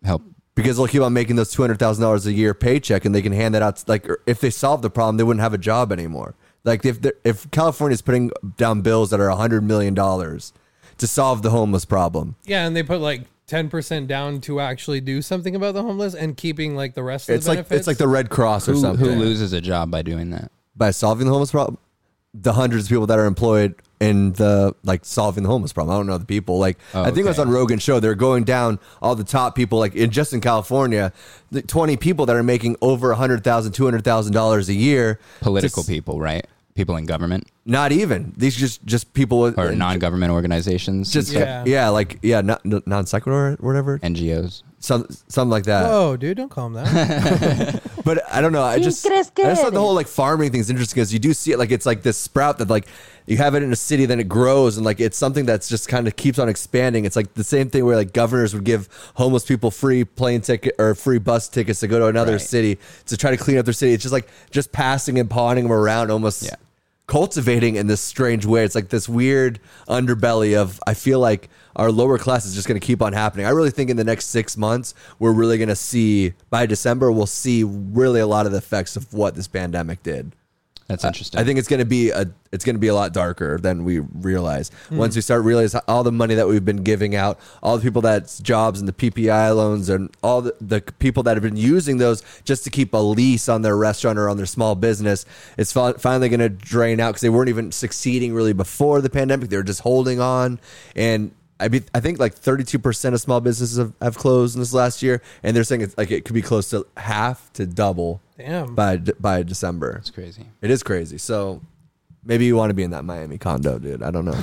Speaker 4: help?
Speaker 2: because they'll keep on making those two hundred thousand dollars a year paycheck, and they can hand that out. Like or if they solve the problem, they wouldn't have a job anymore. Like if they're- if California is putting down bills that are hundred million dollars to solve the homeless problem,
Speaker 1: Yeah, and they put like ten percent down to actually do something about the homeless and keeping like the rest of
Speaker 2: it's
Speaker 1: the
Speaker 2: like
Speaker 1: benefits.
Speaker 2: it's like the Red Cross or
Speaker 4: Who,
Speaker 2: something
Speaker 4: who loses a job by doing that?
Speaker 2: by solving the homeless problem. The hundreds of people that are employed in the like solving the homeless problem. I don't know the people. Like I think it was
Speaker 4: Oh, okay.
Speaker 2: on Rogan's show. They're going down all the top people. Like in, just in California, the twenty people that are making over a hundred thousand, two hundred thousand dollars a year.
Speaker 4: Political
Speaker 2: people.
Speaker 4: people, right? People in government
Speaker 2: Not even these just just people with
Speaker 4: or non-government organizations,
Speaker 2: just yeah.
Speaker 1: Yeah.
Speaker 2: like yeah non, non sequitur or whatever
Speaker 4: NGOs.
Speaker 2: some something like that.
Speaker 1: Whoa, Oh, dude, don't call him that.
Speaker 2: But I don't know. I just I just thought the whole like farming thing is interesting because you do see it like it's like this sprout that like you have it in a city, then it grows, and like it's something that's just kind of keeps on expanding. It's like the same thing where like governors would give homeless people free plane ticket or free bus tickets to go to another
Speaker 4: Right.
Speaker 2: city to try to clean up their city. It's just like just passing and pawning them around, almost
Speaker 4: Yeah.
Speaker 2: cultivating in this strange way. It's like this weird underbelly of I feel like our lower class is just going to keep on happening. I really think in the next six months we're really going to see by December we'll see really a lot of the effects of what this pandemic did.
Speaker 4: That's interesting.
Speaker 2: I think it's going to be a it's going to be a lot darker than we realize. Once we start realizing all the money that we've been giving out, all the people that's jobs and the PPI loans and all the, the people that have been using those just to keep a lease on their restaurant or on their small business, it's fi- finally going to drain out because they weren't even succeeding really before the pandemic. They were just holding on and. I, be, I think like 32% of small businesses have, have closed in this last year, and they're saying it's like it could be close to half to double
Speaker 1: Damn.
Speaker 2: by by December.
Speaker 4: it's crazy.
Speaker 2: It is crazy. So maybe you want to be in that Miami condo, dude. I don't know.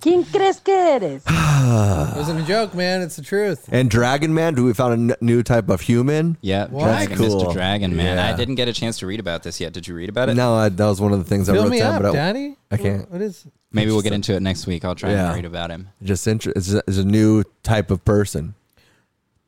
Speaker 3: ¿Quién crees que eres?
Speaker 1: It wasn't a joke, man. It's the truth.
Speaker 2: and Dragon Man, do we found a n- new type of human?
Speaker 4: Yeah,
Speaker 1: What?
Speaker 4: Dragon,
Speaker 2: That's cool.
Speaker 4: Mr. Dragon, man.
Speaker 2: Yeah.
Speaker 4: I didn't get a chance to read about this yet. Did you read about it?
Speaker 2: No, I, that was one of the things I
Speaker 1: Fill
Speaker 2: wrote
Speaker 1: me
Speaker 2: down,
Speaker 1: up,
Speaker 2: but I,
Speaker 1: Daddy.
Speaker 2: I can't.
Speaker 1: What is?
Speaker 4: Maybe we'll get into it next week. I'll try
Speaker 2: Yeah.
Speaker 4: and read about him.
Speaker 2: Just inter- it's, a, it's a new type of person.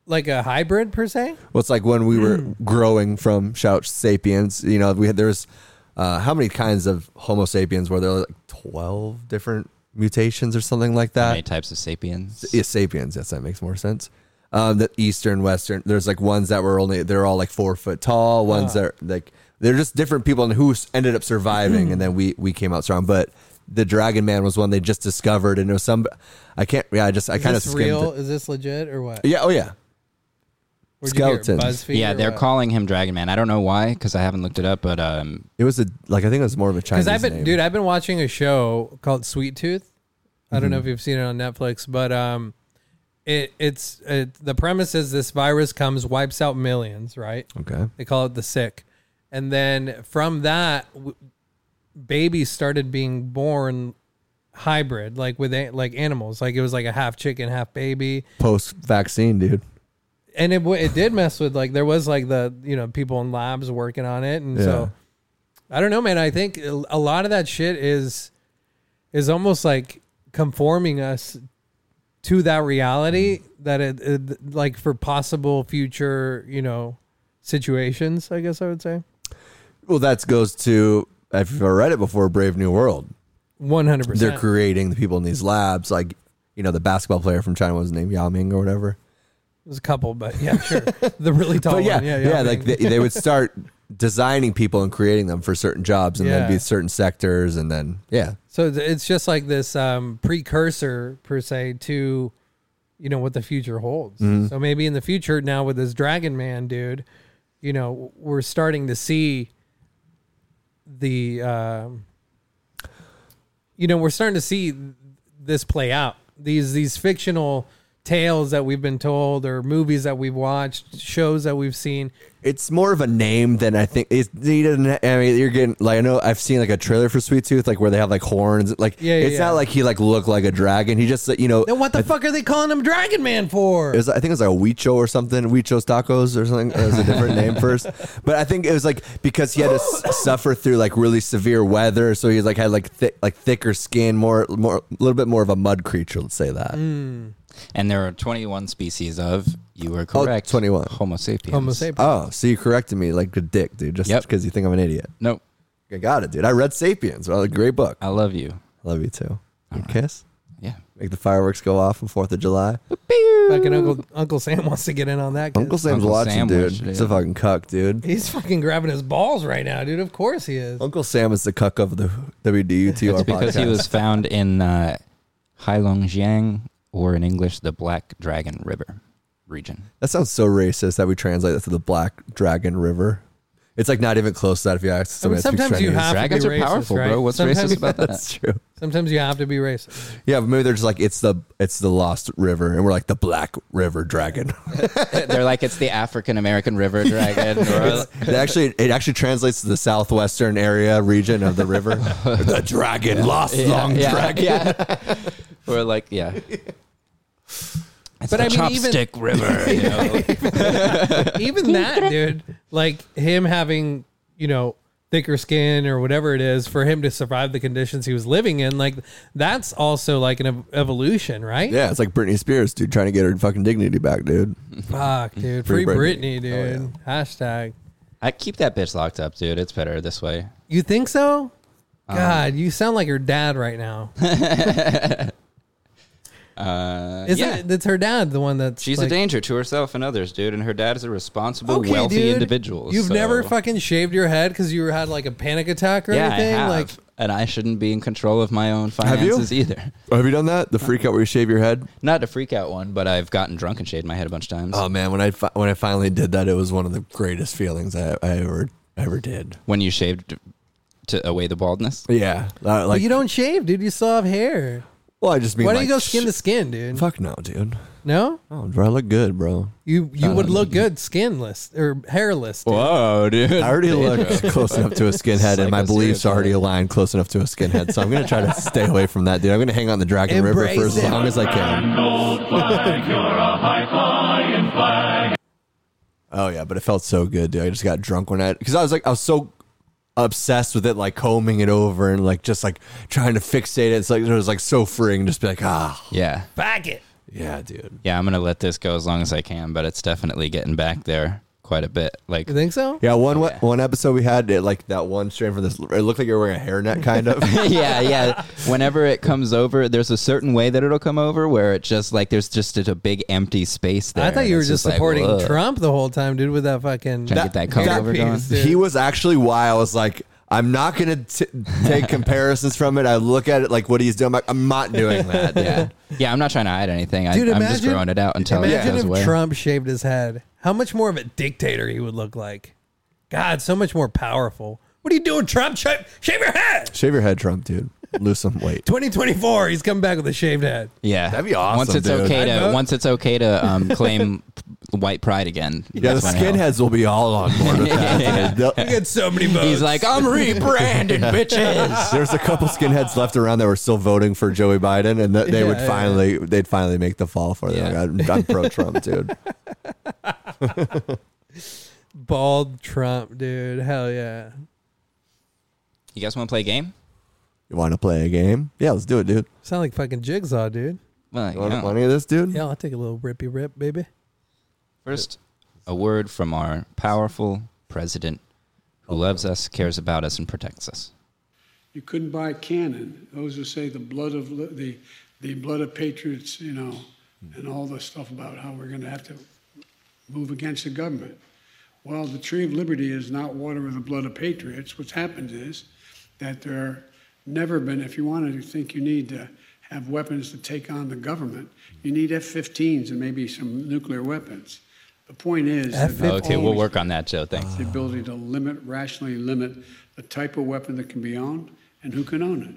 Speaker 1: Like a hybrid per se?
Speaker 2: Well, it's like when we were
Speaker 1: Hmm.
Speaker 2: growing from Shout Sapiens. You know, we had there's uh, how many kinds of Homo sapiens were there? Like twelve different mutations or something like that.
Speaker 4: Many types of sapiens.
Speaker 2: Yeah, sapiens. Yes, that makes more sense. Um, the Eastern, Western. There's like ones that were only they're all like four foot tall. Ones
Speaker 1: Ah.
Speaker 2: that are like they're just different people and who s- ended up surviving,
Speaker 1: Hmm.
Speaker 2: and then we we came out strong. But the Dragon Man was one they just discovered, and it was some. I can't. Yeah, I just I
Speaker 1: Is
Speaker 2: kind of
Speaker 1: this
Speaker 2: skimmed.
Speaker 1: real?
Speaker 2: It.
Speaker 1: Is this legit or what?
Speaker 2: Yeah. Oh yeah.
Speaker 1: Where'd you hear it?
Speaker 2: skeletons.
Speaker 1: BuzzFeed
Speaker 4: Yeah,
Speaker 1: or
Speaker 4: they're
Speaker 1: what?
Speaker 4: calling him Dragon Man. I don't know why because I haven't looked it up, but um,
Speaker 2: It was a like I think it was more of a Chinese
Speaker 1: Because I've been,
Speaker 2: name.
Speaker 1: dude, I've been watching a show called Sweet Tooth. I don't know if you've seen it on Netflix, but um, it it's it, the premise is this virus comes, wipes out millions, right?
Speaker 2: okay.
Speaker 1: They call it the sick, and then from that, w- babies started being born hybrid, like with a, like animals, like it was like a half chicken, half baby,
Speaker 2: Post vaccine, dude.
Speaker 1: and it w- it did mess with like there was like the you know people in labs working on it, and so I don't know, man. I think a lot of that shit is is almost like conforming us to that reality that it, it like for possible future you know situations i guess i would say
Speaker 2: Well, that goes to if you've ever read it before, Brave New World.
Speaker 1: 100%
Speaker 2: They're creating the people in these labs, like you know, the basketball player from China what was named Yao Ming or whatever.
Speaker 1: there's a couple but yeah sure the really tall
Speaker 2: But yeah,
Speaker 1: one
Speaker 2: yeah,
Speaker 1: yeah yeah,
Speaker 2: like they, they would start designing people and creating them for certain jobs, and then
Speaker 1: Yeah.
Speaker 2: be certain sectors, and then yeah,
Speaker 1: so th- it's just like this um precursor per se to you know what the future holds so maybe in the future now with this dragon man dude you know we're starting to see the um you know we're starting to see this play out these these fictional tales that we've been told or movies that we've watched shows that we've seen
Speaker 2: it's more of a name than I think. It's, he doesn't. I mean, you're getting like I know I've seen like a trailer for Sweet Tooth, like where they have like horns. Like
Speaker 1: Yeah, yeah,
Speaker 2: it's
Speaker 1: yeah.
Speaker 2: not like he like looked like a dragon. He just you know.
Speaker 1: then what the
Speaker 2: I,
Speaker 1: fuck are they calling him dragon man for
Speaker 2: it was, I think it was like a Huicho or something, Huicho's Tacos or something. It was a different name first, but I think it was like because he had to s- suffer through like really severe weather, so he's like had like thick, like thicker skin, more, more, a little bit more of a mud creature. Let's say that.
Speaker 4: And there are 21 species of, you were
Speaker 2: Oh,
Speaker 4: correct,
Speaker 2: 21.
Speaker 4: Homo sapiens.
Speaker 1: homo sapiens
Speaker 2: Oh, so you corrected me like a dick, dude, just
Speaker 4: Yep.
Speaker 2: because you think I'm an idiot.
Speaker 4: Nope.
Speaker 2: I got it, dude. I read *Sapiens*. Well, a great book.
Speaker 4: I love you.
Speaker 2: Love you too. Your kiss.
Speaker 4: Yeah.
Speaker 2: Make the fireworks go off on Fourth of July.
Speaker 1: fucking uncle uncle sam wants to get in on that 'cause-
Speaker 2: Uncle Sam's
Speaker 4: Uncle
Speaker 2: watching,
Speaker 4: Sam
Speaker 2: dude.
Speaker 4: watched it,
Speaker 2: He's a
Speaker 4: yeah.
Speaker 2: fucking cuck, dude.
Speaker 1: He's fucking grabbing his balls right now, dude. Of course he is.
Speaker 2: Uncle Sam is the cuck of the WDUTR
Speaker 4: Because
Speaker 2: podcast.
Speaker 4: he was found in uh, Heilongjiang, or in English, the Black Dragon River region.
Speaker 2: that sounds so racist that we translate that to the Black Dragon River. It's like not even close to that if you ask
Speaker 1: I mean,
Speaker 2: somebody. that speaks
Speaker 1: sometimes you
Speaker 2: Chinese.
Speaker 1: have
Speaker 4: Dragons
Speaker 1: to
Speaker 4: are
Speaker 1: be racist,
Speaker 4: powerful,
Speaker 1: right?
Speaker 4: bro. What's
Speaker 1: sometimes,
Speaker 4: racist about that?
Speaker 2: That's true.
Speaker 1: Sometimes you have to be racist.
Speaker 2: Yeah, but maybe they're just like it's the it's the Lost River, and we're like the Black River Dragon.
Speaker 4: They're like, it's the African American River Dragon. or-
Speaker 2: It actually it actually translates to the southwestern area region of the river. the dragon, lost long
Speaker 4: yeah,
Speaker 2: dragon.
Speaker 4: Yeah. Or like, yeah. It's
Speaker 1: But
Speaker 4: the
Speaker 1: I mean, even-
Speaker 4: chopstick river. You know?
Speaker 1: Even that, dude. Like him having, you know, thicker skin or whatever it is for him to survive the conditions he was living in. Like that's also like an ev- evolution, right?
Speaker 2: Yeah, it's like Britney Spears, dude, trying to get her fucking dignity back, dude.
Speaker 1: Fuck, dude. Free
Speaker 2: Free
Speaker 1: Britney,
Speaker 2: Britney.
Speaker 1: dude. Hashtag.
Speaker 4: I keep that bitch locked up, dude. It's better this way.
Speaker 1: You think so?
Speaker 4: Um,
Speaker 1: God, you sound like your dad right now. Isn't
Speaker 4: Uh, yeah.
Speaker 1: it? It's her dad, the one that's
Speaker 4: She's
Speaker 1: like,
Speaker 4: a danger to herself and others, dude. And her dad is a responsible,
Speaker 1: Okay,
Speaker 4: wealthy
Speaker 1: dude.
Speaker 4: individual.
Speaker 1: You've
Speaker 4: so-
Speaker 1: never fucking shaved your head because you had like a panic attack or
Speaker 4: yeah,
Speaker 1: anything.
Speaker 4: I have.
Speaker 1: Like,
Speaker 4: and I shouldn't be in control of my own
Speaker 2: Have you?
Speaker 4: finances either.
Speaker 2: Oh, Have you done that? The freak out where you shave your head?
Speaker 4: Not a freak out one, but I've gotten drunk and shaved my head a bunch of times.
Speaker 2: Oh man, when I fi- when I finally did that, it was one of the greatest feelings I, I ever ever did.
Speaker 4: when you shaved to away the baldness,
Speaker 2: Yeah, Uh, like
Speaker 1: but you don't shave, dude. You still have hair.
Speaker 2: Well, I just mean
Speaker 1: Why don't
Speaker 2: like,
Speaker 1: you go skin
Speaker 2: sh-
Speaker 1: to skin, dude?
Speaker 2: Fuck no, dude.
Speaker 1: No,
Speaker 2: Oh, bro, I look good, bro.
Speaker 1: you you would
Speaker 4: Uh,
Speaker 1: look good skinless or hairless. Dude.
Speaker 4: whoa, dude!
Speaker 2: I already look close enough to a skinhead, and my
Speaker 4: Psycho
Speaker 2: beliefs are
Speaker 4: serial
Speaker 2: already
Speaker 4: killer.
Speaker 2: aligned close enough to a skinhead. So I'm gonna try to stay away from that, dude. I'm gonna hang on the Dragon River for
Speaker 1: Embrace
Speaker 2: as
Speaker 1: it.
Speaker 2: long as I can. oh yeah, but it felt so good, dude. I just got drunk when I because I was like I was so obsessed with it, like combing it over and like just like trying to fixate it. It's like it was like so freeing, just be like ah
Speaker 4: Yeah,
Speaker 1: Back it.
Speaker 2: yeah, dude.
Speaker 4: yeah. I'm gonna let this go as long as I can, but it's definitely getting back there quite a bit. Like,
Speaker 1: You think so?
Speaker 2: Yeah, one one episode we had it like that one strand from this. It looked like you were wearing a hairnet, kind of.
Speaker 4: yeah, yeah. Whenever it comes over, there's a certain way that it'll come over where it's just like there's just a, big empty space there.
Speaker 1: I thought
Speaker 4: and
Speaker 1: you were
Speaker 4: it's
Speaker 1: just,
Speaker 4: like,
Speaker 1: supporting
Speaker 4: ugh.
Speaker 1: Trump the whole time, dude, with that fucking.
Speaker 4: Trying to get that cover
Speaker 2: that
Speaker 4: over
Speaker 1: piece,
Speaker 4: going.
Speaker 1: dude.
Speaker 2: He was actually why I was like, I'm not going to take comparisons from it. I look at it like what he's doing. I'm, like, I'm not doing that.
Speaker 4: Yeah, yeah. I'm not trying to hide anything. I,
Speaker 1: Dude,
Speaker 4: I'm
Speaker 1: imagine,
Speaker 4: just growing it out until it
Speaker 1: imagine
Speaker 4: goes
Speaker 1: if
Speaker 4: away.
Speaker 1: Trump shaved his head. How much more of a dictator he would look like? God, so much more powerful. What are you doing, Trump? Shave, shave your head.
Speaker 2: Shave your head, Trump, dude. Lose some weight.
Speaker 1: 2024. He's coming back with a shaved head.
Speaker 4: yeah,
Speaker 2: That'd be awesome,
Speaker 4: Once it's
Speaker 2: dude.
Speaker 4: okay
Speaker 1: I'd
Speaker 4: to
Speaker 1: vote.
Speaker 4: once it's okay to um, claim white pride again.
Speaker 2: Yeah, the
Speaker 4: That's when it'll-
Speaker 2: skinheads will be all on board with that. dude.
Speaker 1: You get so many votes.
Speaker 4: He's like, I'm rebranded, bitches.
Speaker 2: There's a couple skinheads left around that were still voting for Joey Biden, and that they would
Speaker 1: Yeah, yeah.
Speaker 2: finally, they'd finally make the fall for them.
Speaker 4: Yeah.
Speaker 2: Like, I'm, I'm pro Trump, dude.
Speaker 1: bald Trump, dude. Hell yeah.
Speaker 4: You guys want to play a game?
Speaker 2: You want to play a game? Yeah, let's do it, dude.
Speaker 1: Sound like fucking Jigsaw, dude.
Speaker 4: Well,
Speaker 2: You want
Speaker 4: yeah.
Speaker 2: money of this dude?
Speaker 1: Yeah, I'll take a little rippy rip, baby.
Speaker 4: First, a word from our powerful president who loves us, cares about us, and protects us.
Speaker 5: You couldn't buy cannon. Those who say the blood of li- the the blood of patriots, you know, and all the stuff about how we're going to have to move against the government. Well, the tree of liberty is not water with the blood of patriots. What's happened is that there are never been. If you wanted to think you need to have weapons to take on the government, you need F-15s and maybe some nuclear weapons. The point is that
Speaker 1: F-
Speaker 5: they've
Speaker 4: Okay, we'll
Speaker 5: always
Speaker 4: work on that, Joe. Thanks.
Speaker 5: the ability to limit, rationally limit the type of weapon that can be owned and who can own it.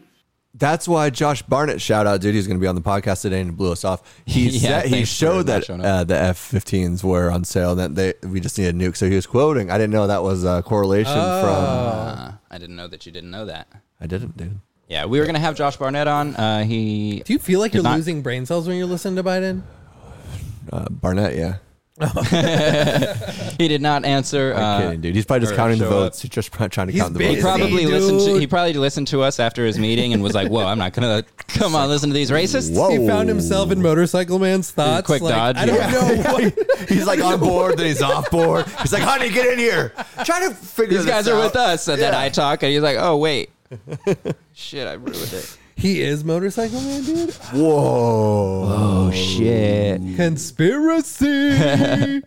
Speaker 2: That's why Josh Barnett, shout out, dude, he's going to be on the podcast today and blew us off. He
Speaker 4: Yeah,
Speaker 2: said he
Speaker 4: thanks for
Speaker 2: showed
Speaker 4: not
Speaker 2: that uh,
Speaker 4: showing up.
Speaker 2: the F-15s were on sale, and that they we just need a nuke. So he was quoting. I didn't know that was a correlation from.
Speaker 1: Uh-huh.
Speaker 4: Uh, I didn't know that you didn't know that.
Speaker 2: I didn't, dude.
Speaker 4: Yeah, we were going to have Josh Barnett on. Uh, he.
Speaker 1: Do you feel like
Speaker 4: Did
Speaker 1: you're
Speaker 4: not-
Speaker 1: losing brain cells when you're listening to Biden?
Speaker 2: Uh, Barnett, yeah.
Speaker 4: He did not answer.
Speaker 2: I'm
Speaker 4: uh,
Speaker 2: kidding, dude. He's probably just
Speaker 4: or
Speaker 2: counting the
Speaker 4: show up.
Speaker 2: votes. He's just try- trying to
Speaker 1: He's
Speaker 2: count the
Speaker 1: big.
Speaker 2: votes.
Speaker 4: He probably
Speaker 1: Dude.
Speaker 4: listened. To, he probably listened to us after his meeting and was like, "Whoa, I'm not gonna come on listen to these racists."
Speaker 2: Whoa.
Speaker 1: He found himself in Motorcycle Man's thoughts.
Speaker 4: Oh. quick
Speaker 1: like,
Speaker 4: dodge,
Speaker 1: I don't
Speaker 4: yeah.
Speaker 1: know what.
Speaker 2: He's like on board, then he's off board. He's like, "Honey, get in here." Try to figure
Speaker 4: These
Speaker 2: this
Speaker 4: guys are
Speaker 2: out.
Speaker 4: with us, and then
Speaker 2: Yeah.
Speaker 4: I talk, and he's like, "Oh wait, shit, I ruined it."
Speaker 1: He is Motorcycle Man, dude.
Speaker 2: Whoa.
Speaker 4: Oh shit!
Speaker 1: Conspiracy.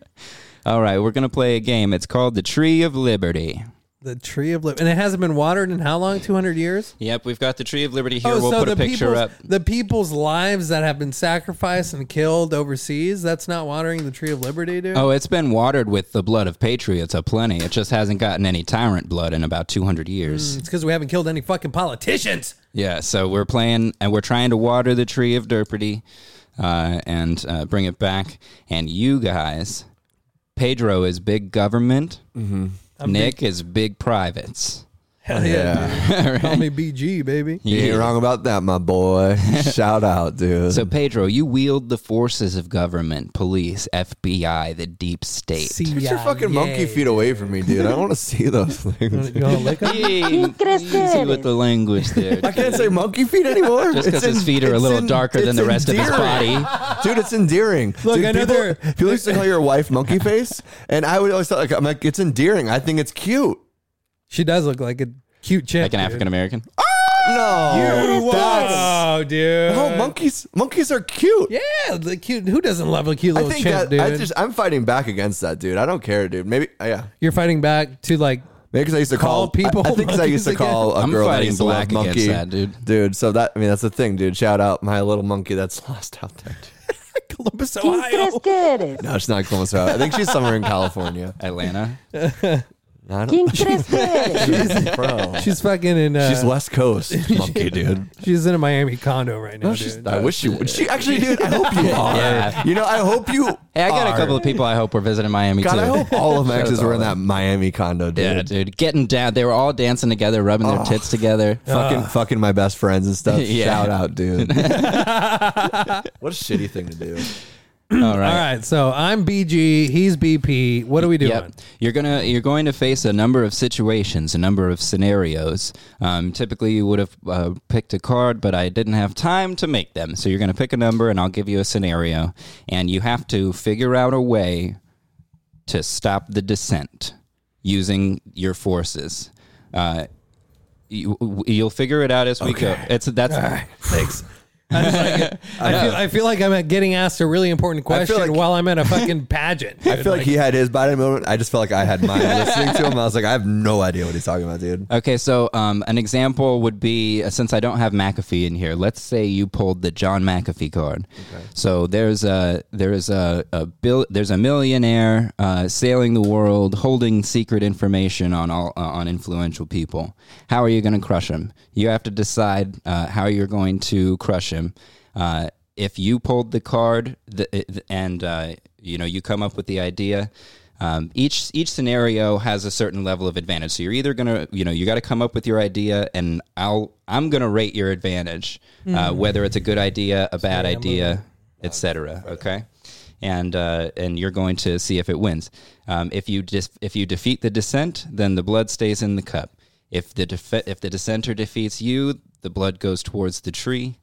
Speaker 4: All right, we're gonna play a game. It's called the Tree of Liberty.
Speaker 1: the tree of life, and it hasn't been watered in how long? Two hundred years.
Speaker 4: Yep, we've got the Tree of Liberty here. we'll put a picture
Speaker 1: people's,
Speaker 4: up.
Speaker 1: Oh, the people's lives that have been sacrificed and killed overseas. That's not watering the tree of liberty, dude.
Speaker 4: Oh, it's been watered with the blood of patriots aplenty. It just hasn't gotten any tyrant blood in about 200 years.
Speaker 1: It's because we haven't killed any fucking politicians.
Speaker 4: Yeah, so we're playing and we're trying to water the tree of Derpity uh, and uh, bring it back. And you guys, Pedro is big government,
Speaker 2: Mm-hmm.
Speaker 4: Nick is big privates.
Speaker 1: Hell yeah,
Speaker 2: Yeah.
Speaker 1: dude. call me BG, baby.
Speaker 2: You ain't wrong about that, my boy. Shout out, dude.
Speaker 4: So, Pedro, you wield the forces of government, police, FBI, the deep state.
Speaker 2: Get your fucking monkey feet away from me, dude. I don't want to see those things.
Speaker 1: You wanna lick 'em?
Speaker 4: Easy
Speaker 3: crees que eres?
Speaker 4: with the language there.
Speaker 2: I can't say monkey feet anymore.
Speaker 4: Just because
Speaker 2: It's en-
Speaker 4: his feet are a
Speaker 2: it's
Speaker 4: little
Speaker 2: en-
Speaker 4: darker than
Speaker 2: it's
Speaker 4: the rest of his
Speaker 2: endearing.
Speaker 4: body.
Speaker 2: Dude, it's endearing.
Speaker 1: Look,
Speaker 2: Dude,
Speaker 1: I know
Speaker 2: people,
Speaker 1: they're-
Speaker 2: people used to call your wife monkey face, and I would always thought like I'm like it's endearing. I think it's cute.
Speaker 1: She does look like a cute chick,
Speaker 4: Like an
Speaker 1: dude.
Speaker 4: African American.
Speaker 2: No, that's-
Speaker 1: Whoa, dude.
Speaker 2: no monkeys. Monkeys are cute.
Speaker 1: Yeah, the cute. Who doesn't love a cute
Speaker 2: I
Speaker 1: little
Speaker 2: think
Speaker 1: chimp,
Speaker 2: that
Speaker 1: dude?
Speaker 2: I just I'm fighting back against that, dude. I don't care, dude. Maybe yeah.
Speaker 1: You're fighting back to like
Speaker 2: Maybe because I used to
Speaker 1: Call
Speaker 2: call,
Speaker 1: people
Speaker 2: I, I think 'cause I used to
Speaker 1: monkeys
Speaker 2: call a
Speaker 4: I'm
Speaker 2: girl that
Speaker 4: fighting
Speaker 2: used to love
Speaker 4: black against
Speaker 2: monkey,
Speaker 4: that, dude.
Speaker 2: Dude, so that I mean that's the thing, dude. Shout out my little monkey that's lost out there.
Speaker 1: Columbus,
Speaker 3: ¿Quién crees
Speaker 1: Ohio.
Speaker 3: que eres?
Speaker 2: No, it's not Columbus. Ohio. I think she's somewhere in California.
Speaker 4: Atlanta.
Speaker 2: I don't,
Speaker 3: ¿Quién crees que eres?
Speaker 2: she's bro.
Speaker 1: She's fucking in. Uh,
Speaker 2: She's West Coast monkey, dude.
Speaker 1: She's in a Miami condo right now,
Speaker 2: No, she's-
Speaker 1: dude.
Speaker 2: I wish she would. She actually, dude. I hope you are. You know, I hope you.
Speaker 4: Hey, I got
Speaker 2: are.
Speaker 4: a couple of people I hope were visiting Miami
Speaker 2: God,
Speaker 4: too.
Speaker 2: I hope all of my exes
Speaker 4: us
Speaker 2: were in
Speaker 4: all
Speaker 2: that Miami condo, dude.
Speaker 4: yeah, dude. Oh. Getting down. They were all dancing together, rubbing their tits together.
Speaker 2: Fucking, fucking my best friends and stuff.
Speaker 4: Yeah.
Speaker 2: Shout out, dude. what a shitty thing to do.
Speaker 4: all right.
Speaker 1: All right, so I'm BG, he's BP. What are we doing?
Speaker 4: Yep. You're gonna you're going to face a number of situations, a number of scenarios. Um, typically, you would have uh, picked a card, but I didn't have time to make them. So you're gonna pick a number, and I'll give you a scenario, and you have to figure out a way to stop the descent using your forces. Uh, you, you'll figure it out as we go. It's that's
Speaker 1: Thanks. I, was like, I, feel, I feel like I'm at getting asked a really important
Speaker 2: I feel
Speaker 1: question
Speaker 2: like-
Speaker 1: while I'm at a fucking pageant.
Speaker 2: I feel like, he had his Biden moment. I just felt like I had mine listening to him. I was like, I have no idea what he's talking about, dude.
Speaker 4: Okay, so um, an example would be uh, since I don't have McAfee in here, let's say you pulled the John McAfee card. So there's a there's a, a bill there's a millionaire uh, sailing the world, holding secret information on all uh, on influential people. How are you going to crush him? You have to decide uh, how you're going to crush him. Uh, if you pulled the card the, it- and uh, you know you come up with the idea um, each each scenario has a certain level of advantage so you're either gonna you know you got to come up with your idea and i'll i'm gonna rate your advantage uh, whether it's a good idea a bad idea etc okay and uh, and you're going to see if it wins um, if you just if you defeat the dissent then the blood stays in the cup if the def- if the dissenter defeats you the blood goes towards the tree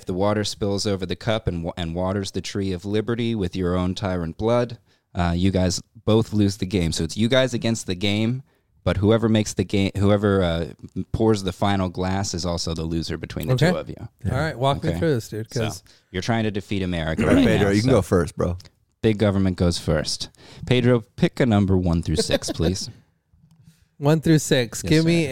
Speaker 4: If the water spills over the cup and, wa- and waters the tree of liberty with your own tyrant blood, uh, you guys both lose the game. So it's you guys against the game, but whoever makes the game, whoever uh, pours the final glass is also the loser between the
Speaker 1: Okay.
Speaker 4: two of you.
Speaker 1: All right, walk me
Speaker 4: Okay.
Speaker 1: through this, dude.
Speaker 4: So
Speaker 1: Because
Speaker 4: you're trying to defeat America.
Speaker 2: All right,
Speaker 4: right
Speaker 2: Pedro,
Speaker 4: now,
Speaker 2: you can
Speaker 4: so
Speaker 2: go first, bro.
Speaker 4: Big government goes first. Pedro, pick a number one through six, please.
Speaker 1: one through six, give me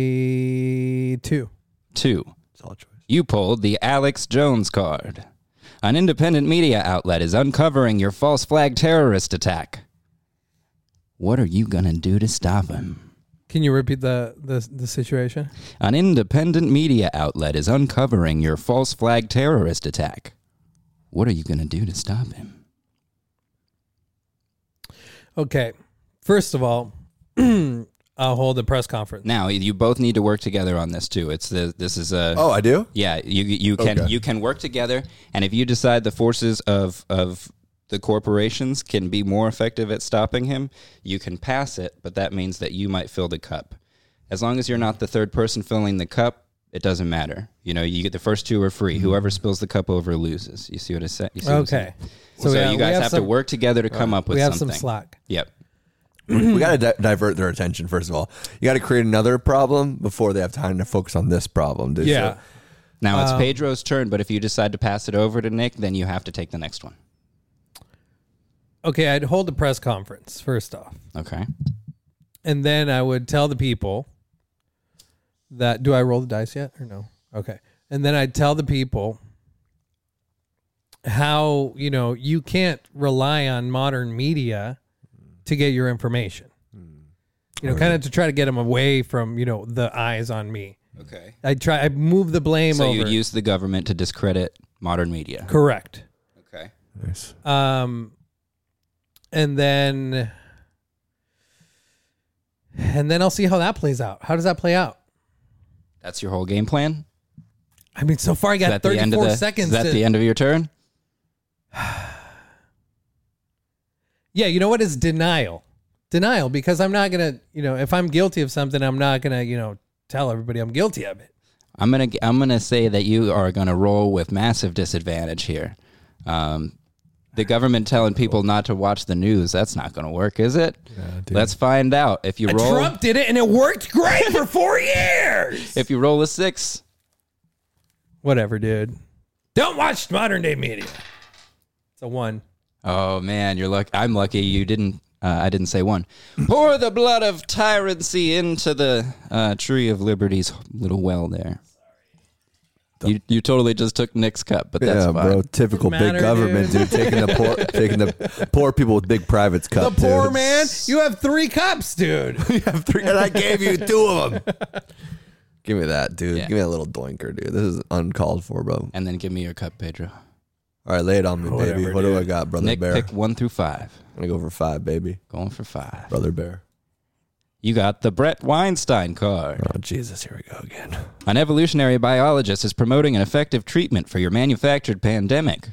Speaker 1: a two.
Speaker 4: Two.
Speaker 2: Solid choice.
Speaker 4: You pulled the Alex Jones card. An independent media outlet is uncovering your false flag terrorist attack. What are you going to do to stop him?
Speaker 1: Can you repeat the the, the situation?
Speaker 4: An independent media outlet is uncovering your false flag terrorist attack. What are you going to do to stop him?
Speaker 1: Okay, first of all, I'll hold a press conference.
Speaker 4: Now, you both need to work together on this too. It's the, this is a
Speaker 2: Oh, I do.
Speaker 4: Yeah, you you can
Speaker 2: Okay.
Speaker 4: you can work together, and if you decide the forces of of the corporations can be more effective at stopping him, you can pass it. But that means that you might fill the cup. As long as you're not the third person filling the cup, it doesn't matter. You know, you get the first two are free. Whoever spills the cup over loses. You see what I said?
Speaker 1: Mm-hmm. Okay,
Speaker 4: So,
Speaker 1: yeah, we
Speaker 4: you guys have,
Speaker 1: some-
Speaker 4: to work together to come up with
Speaker 1: We have
Speaker 4: something.
Speaker 1: some slack.
Speaker 4: Yep.
Speaker 2: we got to di- divert their attention first of all. You got to create another problem before they have time to focus on this problem, dude.
Speaker 1: Yeah.
Speaker 2: So-
Speaker 4: Now
Speaker 1: Um,
Speaker 4: it's Pedro's turn, but if you decide to pass it over to Nick, then you have to take the next one.
Speaker 1: Okay, I'd hold a press conference first off,
Speaker 4: Okay.
Speaker 1: and then I would tell the people that do I roll the dice yet or no? Okay, and then I'd tell the people how you know you can't rely on modern media to get your information. You
Speaker 4: Oh,
Speaker 1: know, kind of to try to get them away from you know the eyes on me.
Speaker 4: Okay.
Speaker 1: I try. I move the blame
Speaker 4: So you
Speaker 1: over.
Speaker 4: use the government to discredit modern media.
Speaker 1: Correct.
Speaker 4: Okay.
Speaker 2: Nice.
Speaker 1: Um, and then, and then I'll see how that plays out. How does that play out?
Speaker 4: That's your whole game plan?
Speaker 1: I mean, so far I
Speaker 4: Is
Speaker 1: got
Speaker 4: that the end of
Speaker 1: 34
Speaker 4: the,
Speaker 1: seconds.
Speaker 4: Is that
Speaker 1: to-
Speaker 4: the end of your turn?
Speaker 1: Yeah, you know what is denial? Denial because I'm not gonna, you know, if I'm guilty of something, I'm not gonna, you know, tell everybody I'm guilty of it.
Speaker 4: I'm gonna I'm gonna say that you are gonna roll with massive disadvantage here. Um, the government telling people not to watch the news, that's not gonna work, is it? Let's find out. If you roll
Speaker 1: Trump did it and it worked great for four years.
Speaker 4: if you roll a six,
Speaker 1: Whatever, dude. Don't watch modern day media. It's a one.
Speaker 4: oh man, you're lucky I'm lucky you didn't uh, I didn't say one. Pour the blood of tyranny into the uh, tree of liberty's little well there. You, you totally just took Nick's cup, but that's
Speaker 2: yeah,
Speaker 4: fine.
Speaker 2: bro. Typical
Speaker 1: Doesn't matter,
Speaker 2: big government,
Speaker 1: dude.
Speaker 2: dude. Taking the poor, taking the poor people with big privates
Speaker 1: The
Speaker 2: cup.
Speaker 1: poor
Speaker 2: dude.
Speaker 1: man. You have three cups, dude.
Speaker 2: You have three, and I gave you two of them. Give me that, dude. Give me that little doinker, dude. This is uncalled for, bro.
Speaker 4: And then give me your cup, Pedro.
Speaker 2: All right, lay it on me, baby. What do I got, brother
Speaker 4: Nick,
Speaker 2: bear?
Speaker 4: pick one through five.
Speaker 2: I'm gonna go for five, baby.
Speaker 4: Going for five.
Speaker 2: Brother bear.
Speaker 4: You got the Brett Weinstein card.
Speaker 2: Oh Jesus, here we go again.
Speaker 4: An evolutionary biologist is promoting an effective treatment for your manufactured pandemic.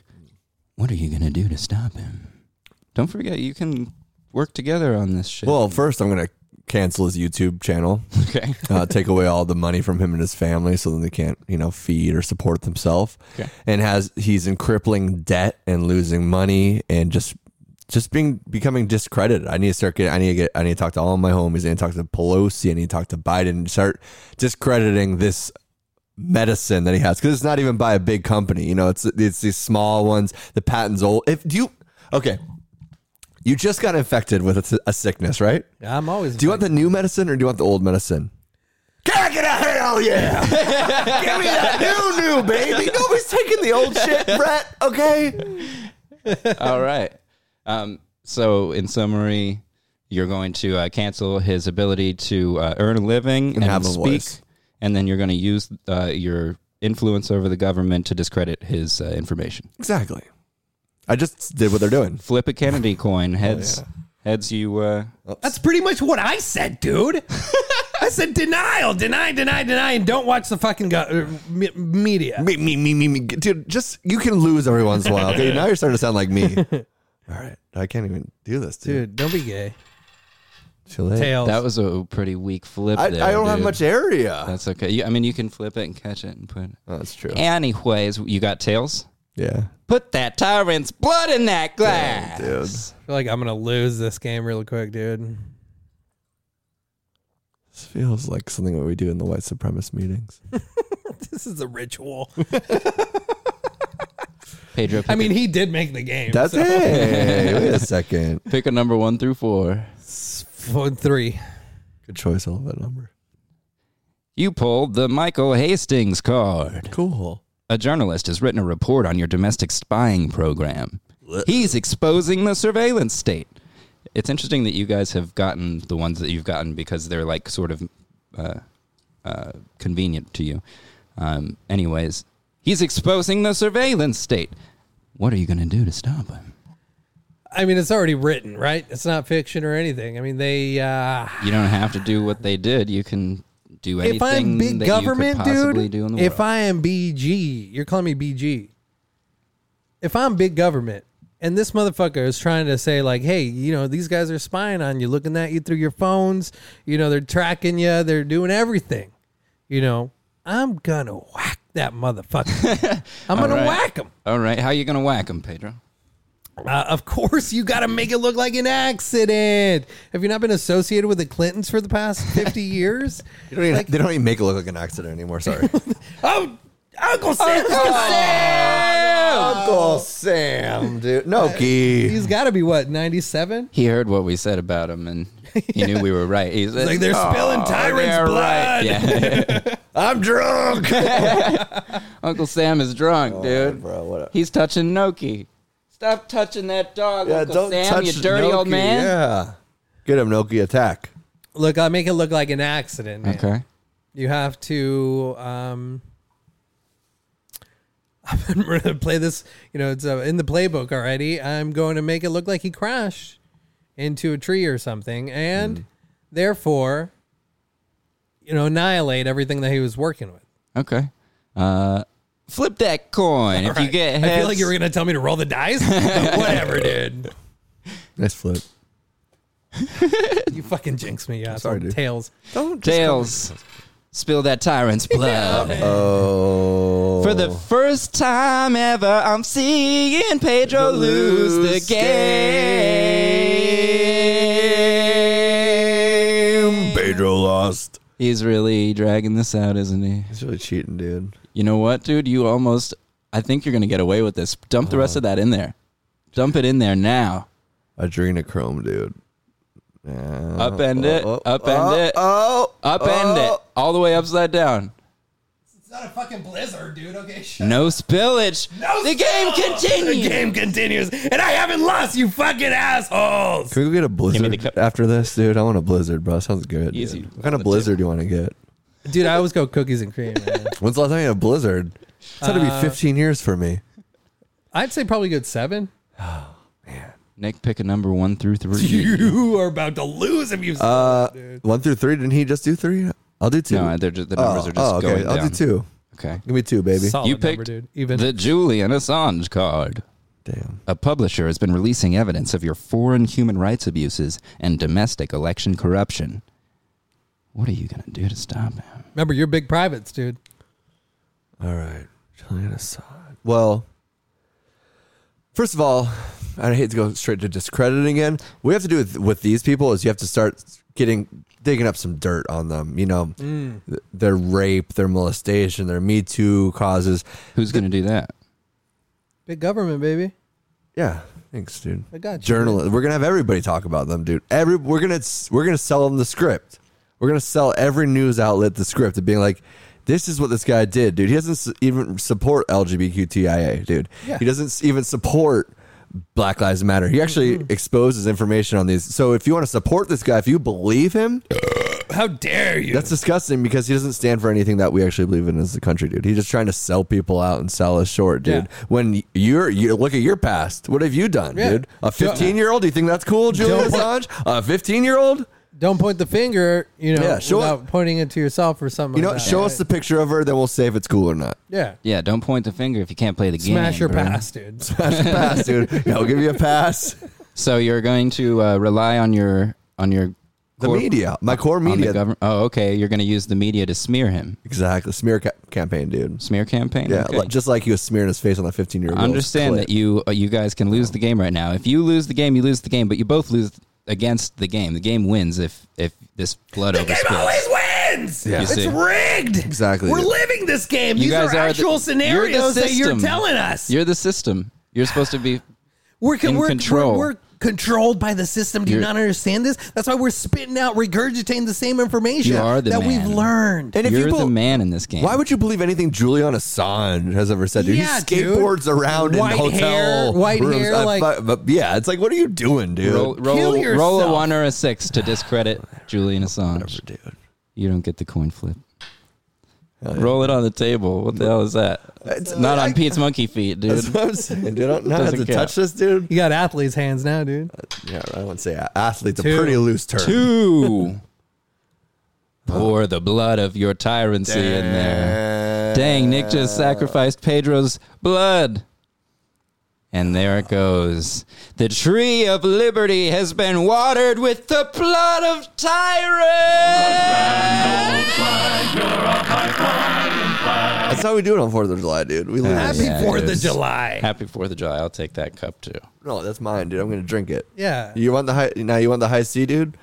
Speaker 4: What are you going to do to stop him? Don't forget, you can work together on this shit.
Speaker 2: Well, first I'm gonna cancel his YouTube channel.
Speaker 4: okay.
Speaker 2: uh, take away all the money from him and his family, so then they can't, you know, feed or support themselves.
Speaker 4: Okay.
Speaker 2: And has he's in crippling debt and losing money and just just being becoming discredited. I need to start getting. I need to get. I need to talk to all my homies. I need to talk to Pelosi. I need to talk to Biden. Start discrediting this medicine that he has because it's not even by a big company. You know, it's it's these small ones. The patent's old. If do you okay. You just got infected with a, s- a sickness, right?
Speaker 1: I'm always.
Speaker 2: Do you want the new medicine or do you want the old medicine? Can I get a hell yeah? Give me that new, new, baby. Nobody's taking the old shit, Brett, okay?
Speaker 4: All right. Um, so, in summary, you're going to uh, cancel his ability to uh, earn a living and,
Speaker 2: have a
Speaker 4: speak,
Speaker 2: voice.
Speaker 4: and then you're going to use uh, your influence over the government to discredit his uh, information.
Speaker 2: Exactly. I just did what they're doing.
Speaker 4: Flip a Kennedy coin.
Speaker 2: Oh,
Speaker 4: Heads, heads. You. Uh,
Speaker 1: That's pretty much what I said, dude. I said denial, deny, deny, deny, and don't watch the fucking go- uh, me- media.
Speaker 2: Me, me, me, me, me. Dude, just, you can lose every once in a while, okay? Now you're starting to sound like me. All right. I can't even do this,
Speaker 1: Dude,
Speaker 2: dude.
Speaker 1: don't be gay.
Speaker 2: Till it-
Speaker 1: Tails.
Speaker 4: That was a pretty weak flip.
Speaker 2: Oh, I,
Speaker 4: there,
Speaker 2: I don't have
Speaker 4: dude.
Speaker 2: much area.
Speaker 4: That's okay. You, I mean, you can flip it and catch it and put. It.
Speaker 2: That's true.
Speaker 4: Anyways, you got tails.
Speaker 2: Yeah.
Speaker 4: Put that tyrant's blood in that glass.
Speaker 2: Dude.
Speaker 1: I feel like I'm gonna lose this game real quick, dude.
Speaker 2: This feels like something that we do in the white supremacist meetings.
Speaker 1: This is a ritual.
Speaker 4: Pedro, pick,
Speaker 1: I mean, he did make the game.
Speaker 2: That's it. Wait a second.
Speaker 4: a, pick a number one through four.
Speaker 1: Four, three.
Speaker 2: Good choice. I love that number.
Speaker 4: You pulled the Michael Hastings card.
Speaker 2: Cool.
Speaker 4: A journalist has written a report on your domestic spying program. He's exposing the surveillance state. It's interesting that you guys have gotten the ones that you've gotten because they're like sort of uh, uh, convenient to you. Um, anyways, he's exposing the surveillance state. What are you going to do to stop him?
Speaker 1: I mean, it's already written, right? It's not fiction or anything. I mean, they. Uh,
Speaker 4: You don't have to do what they did. You can do anything
Speaker 1: if I am big
Speaker 4: that
Speaker 1: government,
Speaker 4: you could possibly
Speaker 1: dude.
Speaker 4: do in the
Speaker 1: if
Speaker 4: world.
Speaker 1: I am BG, you're calling me BG. If I'm big government, and this motherfucker is trying to say like, hey, you know, these guys are spying on you, looking at you through your phones. You know, they're tracking you. They're doing everything. You know, I'm gonna whack that motherfucker. I'm gonna
Speaker 4: All right.
Speaker 1: whack him.
Speaker 4: All right, how you going to whack him, Pedro?
Speaker 1: Uh, of course, you got to make it look like an accident. Have you not been associated with the Clintons for the past 50 years?
Speaker 2: They don't, even, they don't even make it look like an accident anymore. Sorry.
Speaker 1: Oh, Uncle Sam's
Speaker 2: Uncle Sam, dude. No, Key.
Speaker 1: He's got to be what, 97?
Speaker 4: He heard what we said about him, and he knew we were right. He's "Oh,
Speaker 1: Like they're spilling tyrant's blood.
Speaker 4: Yeah.
Speaker 2: I'm drunk.
Speaker 4: Uncle Sam is drunk, dude.
Speaker 2: Oh, bro, what a-
Speaker 4: He's touching Noki. Stop touching that dog,
Speaker 2: Yeah,
Speaker 4: Uncle
Speaker 2: don't
Speaker 4: Sam,
Speaker 2: touch
Speaker 4: you dirty
Speaker 2: Noki.
Speaker 4: old man.
Speaker 2: Yeah. Get him, Noki. Attack.
Speaker 1: Look, I'll make it look like an accident. man.
Speaker 4: Okay.
Speaker 1: You have to. Um, I'm going to play this. You know, it's uh, in the playbook already. I'm going to make it look like he crashed into a tree or something,
Speaker 4: Hmm.
Speaker 1: and therefore, you know, annihilate everything that he was working with.
Speaker 4: Okay. Uh, flip that coin. if you
Speaker 1: Right.
Speaker 4: get heads,
Speaker 1: I feel like you were going to tell me to roll the dice. but Whatever, dude.
Speaker 2: Nice flip.
Speaker 1: You fucking jinx me. Yeah,
Speaker 2: sorry, dude.
Speaker 1: Tails.
Speaker 2: Don't
Speaker 4: tails. Spill that tyrant's blood.
Speaker 2: Oh.
Speaker 4: For the first time ever, I'm seeing Pedro lose,
Speaker 2: Lose
Speaker 4: the game.
Speaker 2: Pedro lost.
Speaker 4: He's really dragging this out, isn't he?
Speaker 2: He's really cheating, dude.
Speaker 4: You know what, dude? You almost. I think you're going to get away with this. Dump the rest of that in there. Dump it in there now.
Speaker 2: Adrenochrome, dude. Yeah.
Speaker 4: Upend it.
Speaker 2: uh,
Speaker 4: Upend it.
Speaker 2: Oh.
Speaker 4: Upend it. All the way upside down.
Speaker 1: It's not a fucking blizzard, dude. Okay, shut
Speaker 4: No spillage. the game continues.
Speaker 1: game continues, and I haven't lost, you fucking assholes.
Speaker 2: Can we go get a
Speaker 4: me
Speaker 2: blizzard
Speaker 4: the cup.
Speaker 2: after this, dude? I want a blizzard, bro. Sounds good.
Speaker 4: Easy.
Speaker 2: dude. What kind of blizzard do you want to get?
Speaker 1: Dude, I always go cookies and cream. Man.
Speaker 2: When's the last time you had a blizzard? It's had to be
Speaker 1: Uh,
Speaker 2: 15 years for me.
Speaker 1: I'd say probably good seven.
Speaker 4: Nick, pick a number one through three.
Speaker 1: You are about to lose if you.
Speaker 2: Uh, one through three. Didn't he just do three? I'll do two.
Speaker 4: No, they're just, the
Speaker 2: Oh,
Speaker 4: numbers are just
Speaker 2: oh, okay.
Speaker 4: going down.
Speaker 2: I'll do two.
Speaker 4: Okay.
Speaker 2: Give me two, baby.
Speaker 1: Solid
Speaker 4: you
Speaker 1: number,
Speaker 4: picked
Speaker 1: dude. Even
Speaker 4: the Julian Assange card.
Speaker 2: Damn.
Speaker 4: A publisher has been releasing evidence of your foreign human rights abuses and domestic election corruption. What are you going to do to stop him?
Speaker 1: remember, you're big privates, dude.
Speaker 2: All right. Julian Assange. Well, first of all, I hate to go straight to discrediting again. What you have to do with, with these people is you have to start getting digging up some dirt on them. You know, th- their rape, their molestation, their Me Too causes.
Speaker 4: Who's going to do that?
Speaker 1: Big government, baby.
Speaker 2: Yeah. Thanks, dude.
Speaker 1: I got you.
Speaker 2: Journalist. We're gonna have everybody talk about them, dude. Every we're gonna we're gonna sell them the script. We're gonna sell every news outlet the script of being like, this is what this guy did, dude. He doesn't s- even support LGBTQIA, dude. He doesn't s- even support Black Lives Matter. He actually exposes information on these. So if you want to support this guy, if you believe him,
Speaker 1: How dare you?
Speaker 2: that's disgusting because he doesn't stand for anything that we actually believe in as a country, dude. He's just trying to sell people out and sell us short, dude.
Speaker 1: Yeah.
Speaker 2: When you're, you look at your past. What have you done,
Speaker 1: Yeah.
Speaker 2: dude? A
Speaker 1: Don't-
Speaker 2: 15 year old? Do you think that's cool,
Speaker 1: Don't-
Speaker 2: Julian Assange? A 15 year old?
Speaker 1: Don't point the finger, you know,
Speaker 2: Yeah, show
Speaker 1: without
Speaker 2: it-
Speaker 1: pointing it to yourself or something.
Speaker 2: You know,
Speaker 1: like that,
Speaker 2: show us the picture of her, then we'll say if it's cool or not.
Speaker 1: yeah.
Speaker 4: Yeah, don't point the finger if you can't play the game.
Speaker 1: Smash your
Speaker 4: bro.
Speaker 1: pass, dude.
Speaker 2: That's a pass, dude. Yeah, I'll give you a pass.
Speaker 4: So you're going to uh, rely on your on your
Speaker 2: The media, my core
Speaker 4: on the
Speaker 2: media.
Speaker 4: government. Oh, okay. You're going to use the media to smear him.
Speaker 2: Exactly, smear ca- campaign, dude.
Speaker 4: Smear campaign.
Speaker 2: Yeah,
Speaker 4: Okay.
Speaker 2: like- just like he was smearing his face on that 15 year old.
Speaker 4: I understand that you uh, you guys can lose the game right now. If you lose the game, you lose the game. But you both lose against the game. The game wins if if this blood overspills.
Speaker 1: wins.
Speaker 2: Yeah.
Speaker 4: You see.
Speaker 1: rigged.
Speaker 2: Exactly.
Speaker 1: living this game.
Speaker 4: You guys are the- you're the system.
Speaker 1: us.
Speaker 4: You're the system. You're supposed to be.
Speaker 1: We're, con-
Speaker 4: in
Speaker 1: we're,
Speaker 4: control.
Speaker 1: We're, we're controlled by the system. Do you
Speaker 4: You're-
Speaker 1: not understand this? That's why we're spitting out, regurgitating the same information
Speaker 4: You are the
Speaker 1: that we've
Speaker 4: man.
Speaker 1: learned.
Speaker 2: And if
Speaker 4: You're
Speaker 2: you bel-
Speaker 4: the man in this game.
Speaker 2: Why would you believe anything Julian Assange has ever said? Dude,
Speaker 1: Yeah,
Speaker 2: he
Speaker 1: dude.
Speaker 2: skateboards around
Speaker 1: White
Speaker 2: in hotel
Speaker 1: hair- white
Speaker 2: rooms.
Speaker 1: hair,
Speaker 2: I
Speaker 1: like-
Speaker 2: fu- but yeah, it's like, what are you doing, dude?
Speaker 4: roll,
Speaker 1: Kill
Speaker 4: roll,
Speaker 1: yourself.
Speaker 4: roll a one or a six to discredit Julian Assange?
Speaker 2: dude.
Speaker 4: You don't get the coin flip. Roll it on the table. What the hell is that? It's not on Pete's monkey feet, dude.
Speaker 2: That's what I'm saying, dude. I don't know how to
Speaker 4: Doesn't count.
Speaker 2: touch this, dude.
Speaker 1: you got athletes' hands now, dude.
Speaker 2: Yeah, I wouldn't say a- athlete's
Speaker 1: Two.
Speaker 2: a pretty loose term.
Speaker 4: Two. Pour the blood of your tyranny in there. Dang, Nick just sacrificed Pedro's blood. And there it goes. The tree of liberty has been watered with the blood of tyrants.
Speaker 2: That's how we do it on Fourth of July, dude. We lose.
Speaker 1: Happy
Speaker 4: yeah,
Speaker 1: Fourth
Speaker 4: it
Speaker 1: of
Speaker 4: is.
Speaker 1: July.
Speaker 4: Happy Fourth of July. I'll take that cup too.
Speaker 2: No, that's mine, dude. I'm gonna drink it.
Speaker 1: Yeah.
Speaker 2: You want the high? Now you want the high C, dude?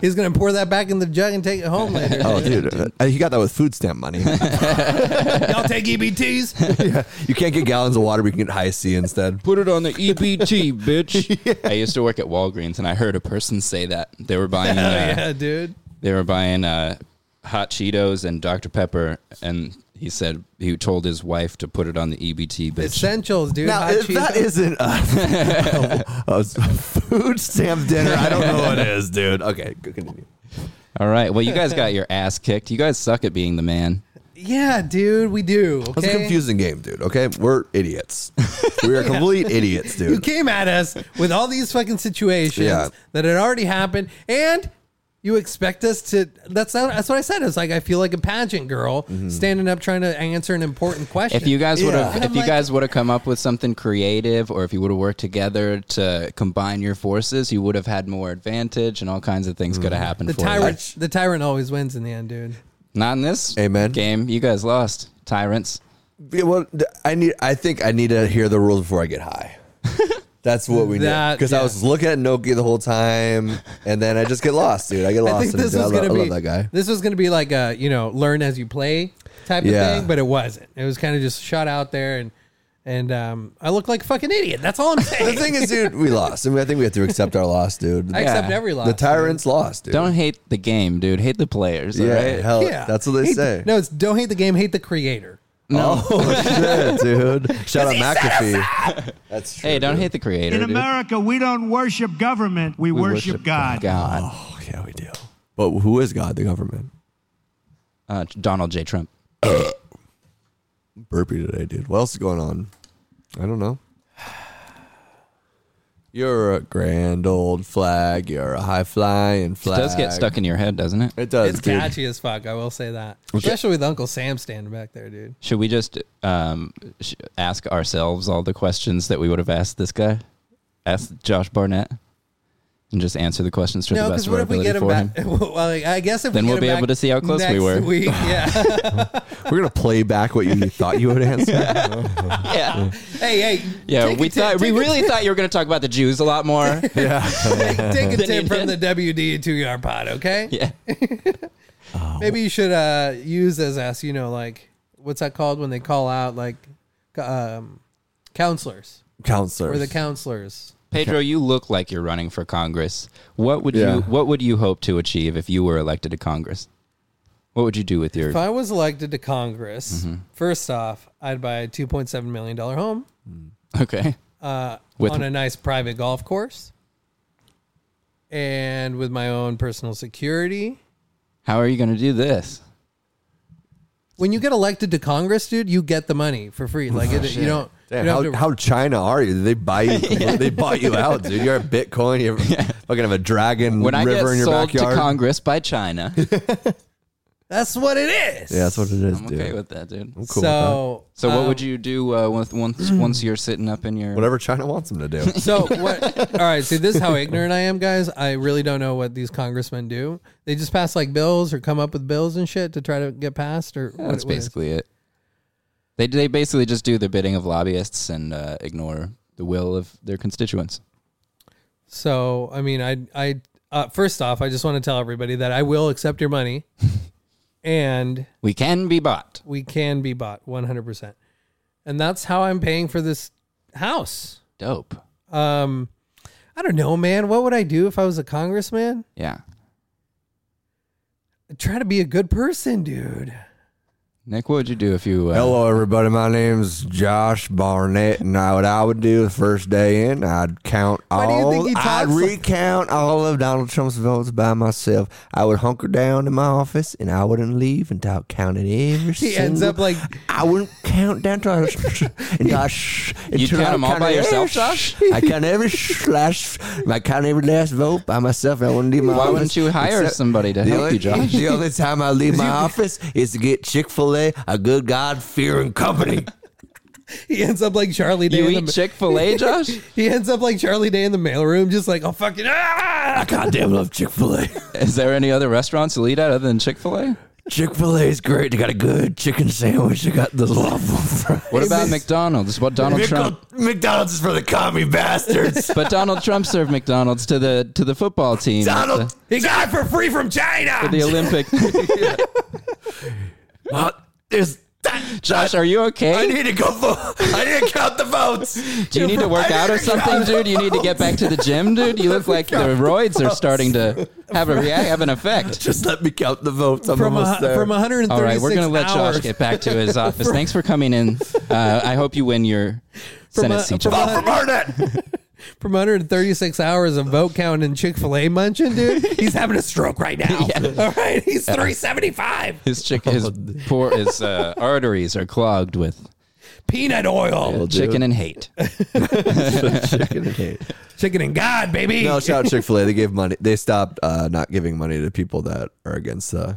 Speaker 1: He's gonna pour that back in the jug and take it home later.
Speaker 2: Oh, dude, uh, you got that with food stamp money.
Speaker 1: Y'all take E EBTs.
Speaker 2: you can't get gallons of water, but you can get high C instead.
Speaker 4: Put it on the EBT, bitch. I used to work at Walgreens, and I heard a person say that they were buying.
Speaker 1: Oh
Speaker 4: uh,
Speaker 1: yeah, dude.
Speaker 4: they were buying uh, hot Cheetos and Dr Pepper, and he said he told his wife to put it on the E EBT. Bitch.
Speaker 1: Essentials, dude.
Speaker 2: Now,
Speaker 1: Hot
Speaker 2: if that
Speaker 1: Cheetos.
Speaker 2: isn't a, a food stamp dinner, I don't know what is, dude. Okay, go continue.
Speaker 4: All right. Well, you guys got your ass kicked. You guys suck at being the man.
Speaker 1: yeah, dude. We do. Okay?
Speaker 2: It's a confusing game, dude. Okay, we're idiots. We are complete idiots,
Speaker 1: You
Speaker 2: dude.
Speaker 1: came at us with all these fucking situations
Speaker 2: Yeah.
Speaker 1: that had already happened, and you expect us to. That's not, that's what I said. It's like I feel like a pageant girl
Speaker 2: Mm-hmm.
Speaker 1: standing up trying to answer an important question.
Speaker 4: If you guys would have,
Speaker 2: Yeah.
Speaker 4: if you guys would have come up with something creative, or if you would have worked together to combine your forces, you would have had more advantage, and all kinds of things could
Speaker 2: Mm-hmm.
Speaker 4: have happened.
Speaker 1: the
Speaker 4: for you.
Speaker 1: tyrant, the tyrant always wins in the end, dude.
Speaker 4: not in this
Speaker 2: Amen.
Speaker 4: game. You guys lost, tyrants.
Speaker 2: Yeah, well, th- I need. I think I need to hear the rules before I get high. That's what we need.
Speaker 1: That-
Speaker 2: Because
Speaker 1: yeah.
Speaker 2: I was looking at Noki the whole time, and then I just get lost, dude. I get lost.
Speaker 1: I think
Speaker 2: and
Speaker 1: this
Speaker 2: dude, I
Speaker 1: was
Speaker 2: lo-
Speaker 1: gonna
Speaker 2: I
Speaker 1: be
Speaker 2: love that guy.
Speaker 1: this was gonna be like a you know learn as you play type
Speaker 2: Yeah.
Speaker 1: of thing, but it wasn't. It was kind of just shot out there and. And um, I look like a fucking idiot. That's all I'm
Speaker 2: The
Speaker 1: saying.
Speaker 2: thing is, dude, we lost. I mean, I think we have to accept our loss, dude.
Speaker 1: I accept
Speaker 4: Yeah.
Speaker 1: every loss.
Speaker 2: the tyrants lost, dude.
Speaker 4: Don't hate the game, dude. Hate the players. all
Speaker 2: yeah,
Speaker 4: right?
Speaker 2: hell,
Speaker 1: Yeah,
Speaker 2: that's what they
Speaker 1: Hate the-
Speaker 2: say.
Speaker 1: no, it's don't hate the game, hate the creator.
Speaker 2: Oh shit, dude! Shout out McAfee. That's true.
Speaker 4: Hey, don't
Speaker 2: dude.
Speaker 4: hate the creator.
Speaker 6: In
Speaker 4: dude.
Speaker 6: America, we don't worship government, we,
Speaker 4: We
Speaker 6: worship, God.
Speaker 4: God.
Speaker 2: Oh yeah, we do. But who is God? The government.
Speaker 4: Uh, Donald J. Trump.
Speaker 2: Burpee today, dude. What else is going on? I don't know. You're a grand old flag. You're a high flying
Speaker 4: It
Speaker 2: flag.
Speaker 4: does get stuck in your head, doesn't it?
Speaker 2: It does.
Speaker 1: It's
Speaker 2: dude.
Speaker 1: catchy as fuck. I will say that, especially with Uncle Sam standing back there, dude.
Speaker 4: Should we just um, sh- ask ourselves all the questions that we would have asked this guy? Ask Josh Barnett and just answer the questions to
Speaker 1: No,
Speaker 4: the
Speaker 1: because
Speaker 4: best of
Speaker 1: what
Speaker 4: our
Speaker 1: if we get
Speaker 4: ability
Speaker 1: him
Speaker 4: for him.
Speaker 1: back? Well, like, I guess if
Speaker 4: Then
Speaker 1: we
Speaker 4: we'll
Speaker 1: get
Speaker 4: be
Speaker 1: him
Speaker 4: able
Speaker 1: back
Speaker 4: to see how close we
Speaker 1: next
Speaker 4: were.
Speaker 1: week, yeah.
Speaker 2: We're gonna play back what you thought you would answer.
Speaker 4: Yeah,
Speaker 1: hey, hey.
Speaker 4: yeah.
Speaker 1: take a
Speaker 4: we
Speaker 1: tip-
Speaker 4: thought we
Speaker 1: take a
Speaker 4: really thought you were going to talk about the Jews a lot more.
Speaker 1: Take, take a
Speaker 4: Then
Speaker 1: tip
Speaker 4: you
Speaker 1: from
Speaker 4: did.
Speaker 1: the WD to your pod, okay?
Speaker 4: yeah,
Speaker 1: Maybe you should uh, use as us, you know, like what's that called when they call out like um, counselors
Speaker 2: Counselor.
Speaker 1: or the counselors.
Speaker 4: Pedro, you look like you're running for Congress. What would
Speaker 2: Yeah.
Speaker 4: you What would you hope to achieve if you were elected to Congress? What would you do with your?
Speaker 1: If I was elected to Congress,
Speaker 4: Mm-hmm.
Speaker 1: first off, I'd buy a two point seven million dollar home
Speaker 4: Okay,
Speaker 1: uh,
Speaker 4: With-
Speaker 1: on a nice private golf course, and with my own personal security.
Speaker 4: how are you going to do this?
Speaker 1: When you get elected to Congress, dude, you get the money for free. Like it, you don't.
Speaker 2: Oh,
Speaker 1: you
Speaker 2: Damn,
Speaker 1: don't
Speaker 2: how,
Speaker 1: have to-
Speaker 2: how China are you? They buy you. They bought you out, dude. You're a Bitcoin. You fucking have a dragon
Speaker 4: When I
Speaker 2: river
Speaker 4: get
Speaker 2: in your
Speaker 4: sold
Speaker 2: backyard.
Speaker 4: to Congress by China,
Speaker 1: That's what it is.
Speaker 2: Yeah, that's what it is,
Speaker 4: I'm
Speaker 2: dude.
Speaker 4: okay with that, dude.
Speaker 2: I'm cool
Speaker 1: so,
Speaker 4: So what
Speaker 1: um,
Speaker 4: would you do uh, with once once you're sitting up in your
Speaker 2: with that. Whatever China wants them to do.
Speaker 1: So what? All right. See, this is how ignorant I am, guys. I really don't know what these congressmen do. They just pass like bills or come up with bills and shit to try to get passed. Or
Speaker 4: Yeah,
Speaker 1: what-
Speaker 4: that's
Speaker 1: what is-
Speaker 4: basically it. They they basically just do the bidding of lobbyists and uh, ignore the will of their constituents.
Speaker 1: So I mean, I I uh, first off, I just want to tell everybody that I will accept your money, and
Speaker 4: We can be bought.
Speaker 1: we can be bought 100. percent And that's how I'm paying for this house.
Speaker 4: Dope.
Speaker 1: Um, I don't know, man. What would I do if I was a congressman?
Speaker 4: Yeah.
Speaker 1: I'd try to be a good person, dude.
Speaker 4: Nick, what would you do if you? Uh,
Speaker 2: Hello, everybody. My name's Josh Barnett, and I, what I would do the first day in, I'd count
Speaker 1: do you
Speaker 2: all.
Speaker 1: think he
Speaker 2: I'd
Speaker 1: talks like-
Speaker 2: recount all of Donald Trump's votes by myself. I would hunker down in my office, and I wouldn't leave until I counted every.
Speaker 1: He ends up like
Speaker 2: I wouldn't count down to I until I sh-
Speaker 4: You
Speaker 2: until
Speaker 4: count
Speaker 2: I
Speaker 4: them all
Speaker 2: counted
Speaker 4: by
Speaker 2: every
Speaker 4: yourself,
Speaker 2: sh-
Speaker 4: Josh?
Speaker 2: I count every sh- last. I count every last vote by myself. I wouldn't leave my
Speaker 4: why
Speaker 2: office.
Speaker 4: wouldn't you hire
Speaker 2: except-
Speaker 4: somebody to
Speaker 2: the
Speaker 4: help
Speaker 2: only,
Speaker 4: you, Josh?
Speaker 2: the only time I leave my office is to get Chick Fil A, a good God fearing company.
Speaker 1: he ends up like Charlie Day.
Speaker 4: You
Speaker 1: in
Speaker 4: eat
Speaker 1: the,
Speaker 4: Chick Fil A, Josh?
Speaker 1: He ends up like Charlie Day in the mailroom, just like, oh fucking
Speaker 2: I
Speaker 1: ah!
Speaker 2: goddamn love Chick Fil A.
Speaker 4: Is there any other restaurants to eat at other than Chick Fil A?
Speaker 2: Chick Fil A is great. They got a good chicken sandwich. They got the waffle fries.
Speaker 4: What about McDonald's? What Donald Trump?
Speaker 2: McDonald's is for the commie bastards.
Speaker 4: But Donald Trump served McDonald's to the to the football team. at
Speaker 2: Donald, he got it for free from
Speaker 4: the, the
Speaker 2: China.
Speaker 4: Olympic.
Speaker 2: Uh, there's that.
Speaker 4: Josh, are you okay?
Speaker 2: I need to go vote. I need to count the votes.
Speaker 4: Do you need to work
Speaker 2: I
Speaker 4: out or
Speaker 2: need to count
Speaker 4: something,
Speaker 2: the
Speaker 4: dude? You need to get back to the gym, dude. You look like the roids are starting to have a react, have an effect.
Speaker 2: Just let me count the votes. I'm
Speaker 1: From a,
Speaker 2: almost there.
Speaker 1: from 136
Speaker 4: All right, we're gonna let
Speaker 1: hours,
Speaker 4: Josh get back to his office. Thanks for coming in. Uh, I hope you win your Senate
Speaker 1: a-
Speaker 4: seat.
Speaker 1: from
Speaker 4: Josh.
Speaker 2: Vote for Barnett.
Speaker 1: from 136 hours of vote count and Chick Fil A munching, dude. He's having a stroke right now. All right, he's 375
Speaker 4: His chick,
Speaker 1: Oh,
Speaker 4: his poor, his uh, arteries are clogged with
Speaker 1: peanut oil,
Speaker 4: chicken and hate.
Speaker 2: chicken and hate.
Speaker 1: chicken and God, baby.
Speaker 2: No, shout out Chick Fil A. They gave money. They stopped uh, not giving money to people that are against the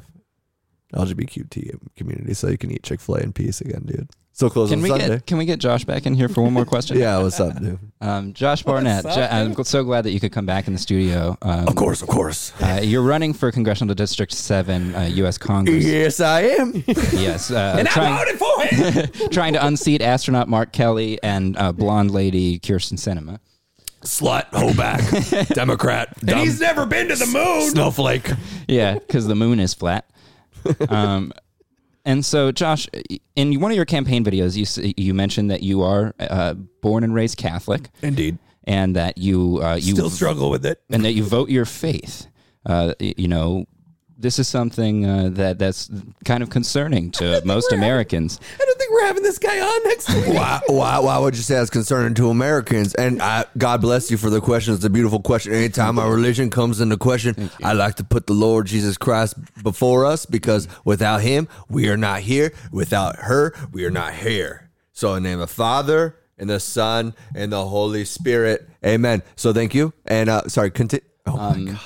Speaker 2: LGBTQ community, so you can eat Chick Fil A in peace again, dude. Still closed
Speaker 4: Can
Speaker 2: on
Speaker 4: we
Speaker 2: Sunday.
Speaker 4: get can we get Josh back in here for one more question?
Speaker 2: yeah, what's up, dude?
Speaker 4: Um, Josh Barnett, Jo- I'm gl- so glad that you could come back in the studio. Um,
Speaker 2: Of course, of course.
Speaker 4: uh, you're running for congressional district seven, uh, U.S. Congress.
Speaker 2: Yes, I am.
Speaker 4: Yes, uh,
Speaker 1: and
Speaker 4: trying-
Speaker 1: I voted for him.
Speaker 4: trying to unseat astronaut Mark Kelly and uh, blonde lady Kirsten Cinema.
Speaker 2: Slut, hoback, Democrat,
Speaker 1: and he's never been to the moon.
Speaker 2: snowflake.
Speaker 4: Yeah, because the moon is flat. Um, and so, Josh, in one of your campaign videos, you s- you mentioned that you are uh, born and raised Catholic,
Speaker 2: Indeed.
Speaker 4: and that you uh, you
Speaker 1: Still struggle with it.
Speaker 4: and that you vote your faith. Uh, y- you know, this is something uh, that that's kind of concerning to most Americans.
Speaker 1: I don't think we're having this guy on next week.
Speaker 2: Why, why, why would you say that's concerning to Americans? And I, God bless you for the question. It's a beautiful question. Anytime our religion comes into question, I like to put the Lord Jesus Christ before us because without him, we are not here. Without her, we are not here. So, in the name of Father, and the Son, and the Holy Spirit, amen. So, thank you. And uh, sorry, continue. Oh, my God.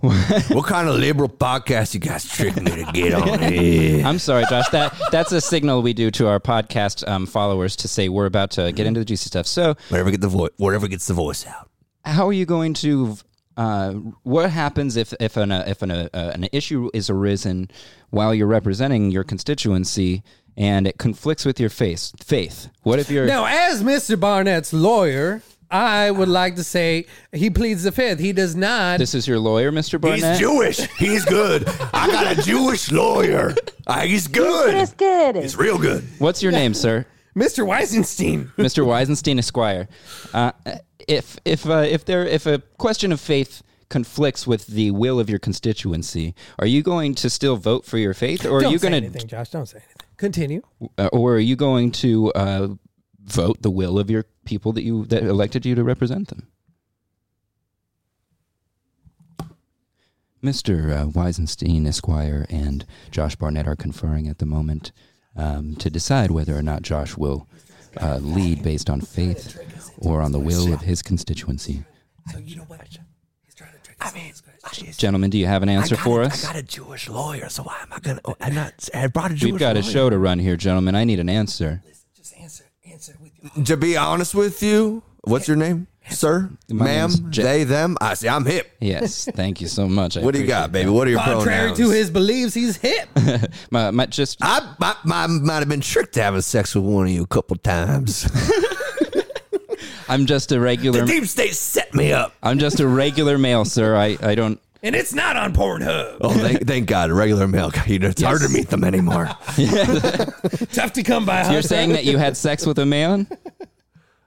Speaker 2: what kind of liberal podcast you guys tricked me to get on here?
Speaker 4: I'm sorry, Josh. That that's a signal we do to our podcast um, followers to say we're about to get into the juicy stuff. So,
Speaker 2: Whatever, get the vo- whatever gets the voice out.
Speaker 4: how are you going to uh, what happens if if an uh, if an uh, uh, an issue is arisen while you're representing your constituency and it conflicts with your faith faith what if you're
Speaker 1: Now, as Mr. Barnett's lawyer, I would like to say he pleads the fifth. He does not.
Speaker 4: this is your lawyer mr barnett
Speaker 2: He's Jewish. He's good. I got a Jewish lawyer. Uh, he's good.
Speaker 3: It's good.
Speaker 2: He's real good.
Speaker 4: what's your name sir
Speaker 1: Mr. Weisenstein.
Speaker 4: mr weisenstein esquire uh, if if uh, if there if a question of faith conflicts with the will of your constituency are you going to still vote for your faith or are
Speaker 1: Don't
Speaker 4: you
Speaker 1: say
Speaker 4: going to
Speaker 1: anything, Josh? Don't say anything. Continue.
Speaker 4: uh, or are you going to uh, vote the will of your people that you that elected you to represent them? Mr. Uh, Weisenstein Esquire and Josh Barnett are conferring at the moment um, to decide whether or not Josh will uh, lead based on faith or on the will of his constituency.
Speaker 1: So you know what? He's trying to trick
Speaker 7: I mean, Jesus.
Speaker 4: Gentlemen, do you have an
Speaker 7: I
Speaker 4: answer
Speaker 7: got
Speaker 4: for
Speaker 7: a-
Speaker 4: us?
Speaker 7: I got a Jewish lawyer, so why am I gonna? oh, I'm not. I brought a Jewish.
Speaker 4: We've got a
Speaker 7: lawyer.
Speaker 4: show to run here, gentlemen. I need an answer.
Speaker 7: Just answer, answer with your
Speaker 2: To be honest with you, what's your name, sir,
Speaker 4: My
Speaker 2: ma'am,
Speaker 4: name's Jeff.
Speaker 2: they, them? I see. I'm hip.
Speaker 4: Yes, thank you so much. I
Speaker 2: What do you
Speaker 4: appreciate
Speaker 2: got, baby? What are your
Speaker 1: Contrary
Speaker 2: pronouns?
Speaker 1: to his beliefs, he's hip.
Speaker 4: it. My, my, just
Speaker 2: I, I, I might have been tricked to having sex with one of you a couple times.
Speaker 4: I'm just a regular.
Speaker 2: Deep State set me up.
Speaker 4: I'm just a regular male, sir. I, I don't.
Speaker 1: and it's not on Pornhub.
Speaker 2: Oh, thank, thank God, regular male. guy. You know, it's hard to meet them anymore.
Speaker 1: Tough to come by.
Speaker 4: You're saying that you had sex with a man?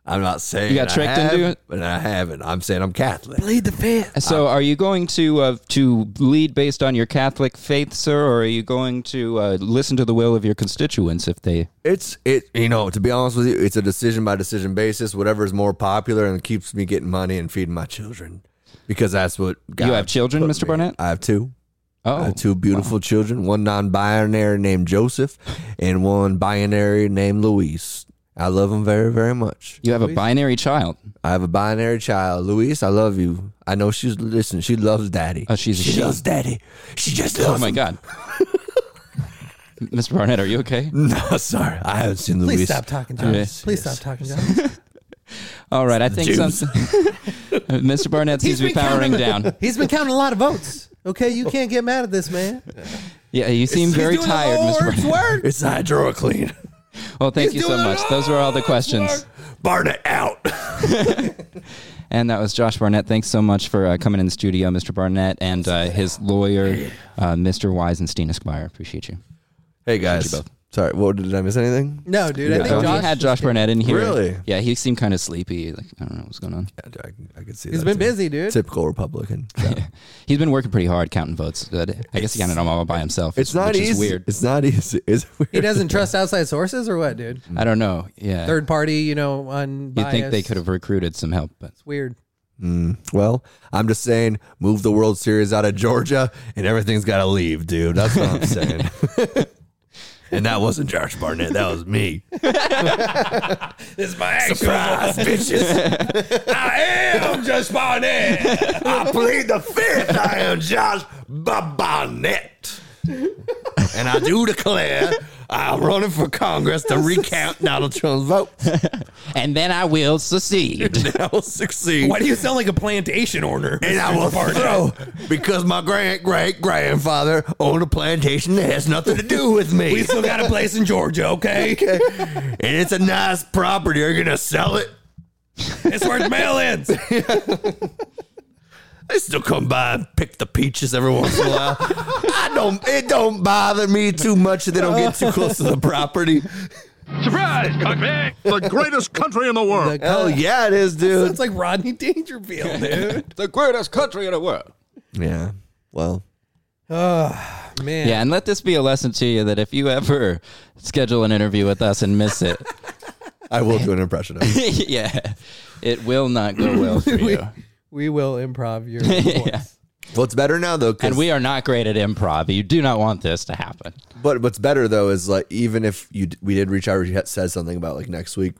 Speaker 2: I'm not saying
Speaker 4: You got tricked
Speaker 2: I have,
Speaker 4: into it?
Speaker 2: but I haven't. I'm saying I'm Catholic.
Speaker 7: bleed the fifth.
Speaker 4: So, are you going to uh, to lead based on your Catholic faith, sir, or are you going to uh, listen to the will of your constituents if they?
Speaker 2: It's it you know to be honest with you, it's a decision by decision basis. Whatever is more popular and keeps me getting money and feeding my children, because that's what God
Speaker 4: you have children,
Speaker 2: put
Speaker 4: Mr.
Speaker 2: me.
Speaker 4: Barnett?
Speaker 2: I have two. I
Speaker 4: Oh,
Speaker 2: have two beautiful children. One non-binary named Joseph, and one binary named Luis. I love them very very much.
Speaker 4: you have a binary child.
Speaker 2: I have a binary child, Luis. I love you. I know she's listening. She loves daddy.
Speaker 4: Oh, she's a
Speaker 2: she
Speaker 4: she.
Speaker 2: loves daddy. She just
Speaker 4: Oh
Speaker 2: loves.
Speaker 4: my
Speaker 2: him.
Speaker 4: God, Mr. Barnett, are you okay?
Speaker 2: No, sorry, I haven't seen Luis.
Speaker 1: Please stop talking, John.
Speaker 4: Yes,
Speaker 1: Please stop talking, John.
Speaker 4: All right, I think something. Mr. Barnett seems to be powering down.
Speaker 1: He's been counting a lot of votes. Okay, you can't get mad at this man.
Speaker 4: Yeah, you seem very
Speaker 1: He's doing the
Speaker 4: tired, Mr.
Speaker 1: Lord's
Speaker 4: Barnett.
Speaker 1: work.
Speaker 2: It's hydroclean.
Speaker 4: Well, thank you so
Speaker 1: doing the
Speaker 4: much. Those were all the
Speaker 1: Lord's
Speaker 4: questions.
Speaker 1: work.
Speaker 2: Barnett out.
Speaker 4: And that was Josh Barnett. Thanks so much for uh, coming in the studio, Mr. Barnett, and uh, his lawyer, uh, Mr. Weisenstein Esquire. Appreciate you.
Speaker 2: Hey guys,
Speaker 4: both.
Speaker 2: sorry. What did I miss? Anything?
Speaker 1: No, dude. I
Speaker 2: Yeah.
Speaker 1: think
Speaker 4: we
Speaker 1: Josh
Speaker 4: had Josh Barnett in here.
Speaker 2: Really?
Speaker 4: Yeah, he seemed kind of sleepy. Like I don't know what's going on.
Speaker 2: Yeah, I, I could see.
Speaker 1: He's
Speaker 2: that
Speaker 1: been
Speaker 2: too.
Speaker 1: busy, dude.
Speaker 2: Typical Republican.
Speaker 4: He's been working pretty hard counting votes. but I guess he counted them all by himself.
Speaker 2: It's not
Speaker 4: which
Speaker 2: easy.
Speaker 4: Is weird.
Speaker 2: It's not easy. Is it weird?
Speaker 1: He doesn't trust outside sources or what, dude?
Speaker 4: I don't know. Yeah,
Speaker 1: Third party, you know, unbiased.
Speaker 4: you'd think they could have recruited some help, but
Speaker 1: It's weird.
Speaker 2: Well, I'm just saying, move the World Series out of Georgia, and everything's got to leave, dude. That's what I'm saying. and that wasn't Josh Barnett. That was me.
Speaker 1: It's my action.
Speaker 2: Surprise, bitches! I am Josh Barnett. I plead the fifth. I am Josh Ba- Barnett, and I do declare I'm running for Congress to recount Donald Trump's vote.
Speaker 4: and then I will secede.
Speaker 2: I will succeed.
Speaker 1: do you sound like a plantation owner?
Speaker 2: and I will throw because my great great grandfather owned a plantation that has nothing to do with me.
Speaker 1: still got a place in Georgia, okay?
Speaker 2: and it's a nice property. You're gonna sell it.
Speaker 1: It's worth mail-ins.
Speaker 2: I still come by and pick the peaches every once in a while. I don't. It don't bother me too much if they don't get too close to the property.
Speaker 8: the greatest country in the world.
Speaker 2: Hell yeah, it is, dude.
Speaker 1: It's Uh, like Rodney Dangerfield, dude.
Speaker 8: The greatest country in the world.
Speaker 2: Yeah. Well,
Speaker 1: Man.
Speaker 4: yeah, and let this be a lesson to you that if you ever schedule an interview with us and miss it,
Speaker 2: I will do an impression of it.
Speaker 4: yeah, it will not go well for you.
Speaker 1: We will improv your voice.
Speaker 2: Well, it's better now though. 'cause-
Speaker 4: And we are not great at improv. You do not want this to happen.
Speaker 2: But what's better though is like even if you d- we did reach out, you had said something about like next week.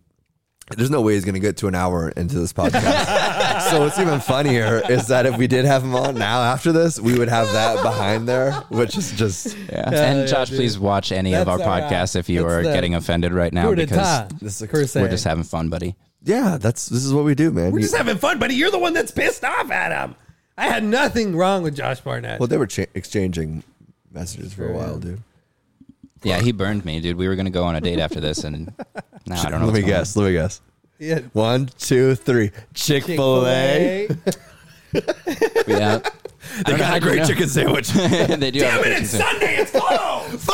Speaker 2: There's no way he's gonna get to an hour into this podcast. so what's even funnier is that if we did have him on now after this, we would have that behind there, which is just
Speaker 4: Yeah. and Josh, please watch any of our
Speaker 1: That's all right.
Speaker 4: podcasts if you
Speaker 1: That's
Speaker 4: are
Speaker 1: the
Speaker 4: getting offended right now
Speaker 1: Coup
Speaker 4: because
Speaker 1: d'etat,
Speaker 2: This is-
Speaker 1: per se.
Speaker 4: we're just having fun, buddy.
Speaker 2: yeah. That's this is what we do, man. You-
Speaker 1: having fun, buddy. You're the one that's pissed off at him. I had nothing wrong with Josh Barnett.
Speaker 2: well, they were cha- exchanging messages for a while, dude.
Speaker 4: Yeah, he burned me, dude. We were gonna go on a date after this, and now I don't know.
Speaker 2: Let me
Speaker 4: what's going
Speaker 2: guess. Let me guess.
Speaker 1: yeah.
Speaker 2: One, two, three. Chick Fil A.
Speaker 4: on. Yeah,
Speaker 2: They got a
Speaker 4: how'd you
Speaker 2: great
Speaker 4: know.
Speaker 2: chicken sandwich.
Speaker 4: they do. have
Speaker 1: Damn it,
Speaker 4: a kitchen
Speaker 1: it's
Speaker 4: sink.
Speaker 1: Sunday. It's closed.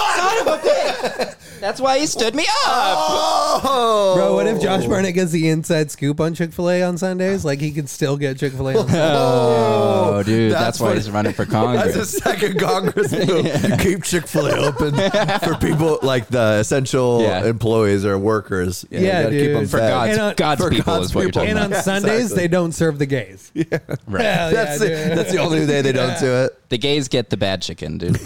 Speaker 4: That's why he stood me up.
Speaker 2: oh,
Speaker 1: Bro, what if Josh Barnett gets the inside scoop on Chick Fil A on Sundays? Like he can still get Chick Fil A. on Sundays.
Speaker 4: Oh, dude, that's,
Speaker 2: that's
Speaker 4: why
Speaker 2: what-
Speaker 4: he's running for Congress.
Speaker 2: That's a second Congress move. Keep Chick Fil A open for people like the essential
Speaker 4: Yeah.
Speaker 2: employees or workers. You
Speaker 1: Yeah,
Speaker 2: gotta keep
Speaker 1: dude.
Speaker 2: them
Speaker 1: For
Speaker 2: fed.
Speaker 4: God's,
Speaker 1: And on-
Speaker 4: God's
Speaker 2: for
Speaker 4: people
Speaker 2: God's
Speaker 4: is what
Speaker 2: people.
Speaker 4: you're
Speaker 1: And
Speaker 4: talking
Speaker 1: on
Speaker 4: about.
Speaker 1: Sundays,
Speaker 2: exactly.
Speaker 1: they don't serve the gays. Yeah,
Speaker 4: Right.
Speaker 2: that's the, that's the only day they don't do it.
Speaker 4: The gays get the bad chicken, dude.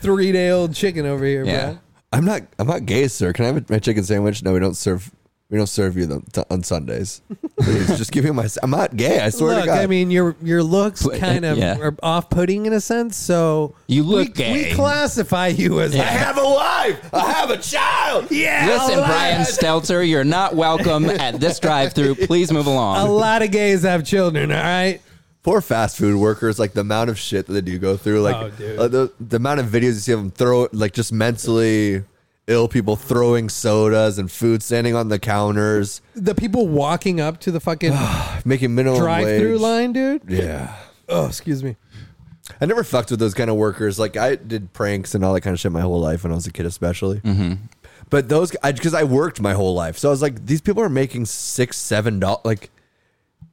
Speaker 1: three day old chicken over here,
Speaker 4: Yeah.
Speaker 1: bro.
Speaker 2: I'm not. I'm not gay, sir. Can I have my chicken sandwich? No, we don't serve We don't serve you the, t- on Sundays. Please, just give me my. I'm not gay. I swear
Speaker 1: look,
Speaker 2: to God.
Speaker 1: I mean, your your looks kind of
Speaker 4: yeah.
Speaker 1: are off-putting in a sense. So
Speaker 4: You look
Speaker 1: we,
Speaker 4: gay.
Speaker 1: We classify you as.
Speaker 2: I have a wife. I have a child. Yeah.
Speaker 4: Listen,
Speaker 2: all
Speaker 4: Brian
Speaker 2: right.
Speaker 4: Stelter, you're not welcome at this drive-through. Please move
Speaker 1: A
Speaker 4: along.
Speaker 1: lot of gays have children. All right.
Speaker 2: Poor fast food workers. Like the amount of shit that they do go through. Like
Speaker 1: Oh, dude.
Speaker 2: uh, the the amount of videos you see of them throw like just mentally ill people throwing sodas and food standing on the counters,
Speaker 1: The people walking up to the fucking
Speaker 2: making minimum
Speaker 1: drive-through
Speaker 2: wage.
Speaker 1: line, dude.
Speaker 2: Yeah.
Speaker 1: Oh, excuse me.
Speaker 2: I never fucked with those kind of workers. Like I did pranks and all that kind of shit my whole life when I was a kid, especially. But those, I because I worked my whole life, so I was like, these people are making six, seven dollars. Like,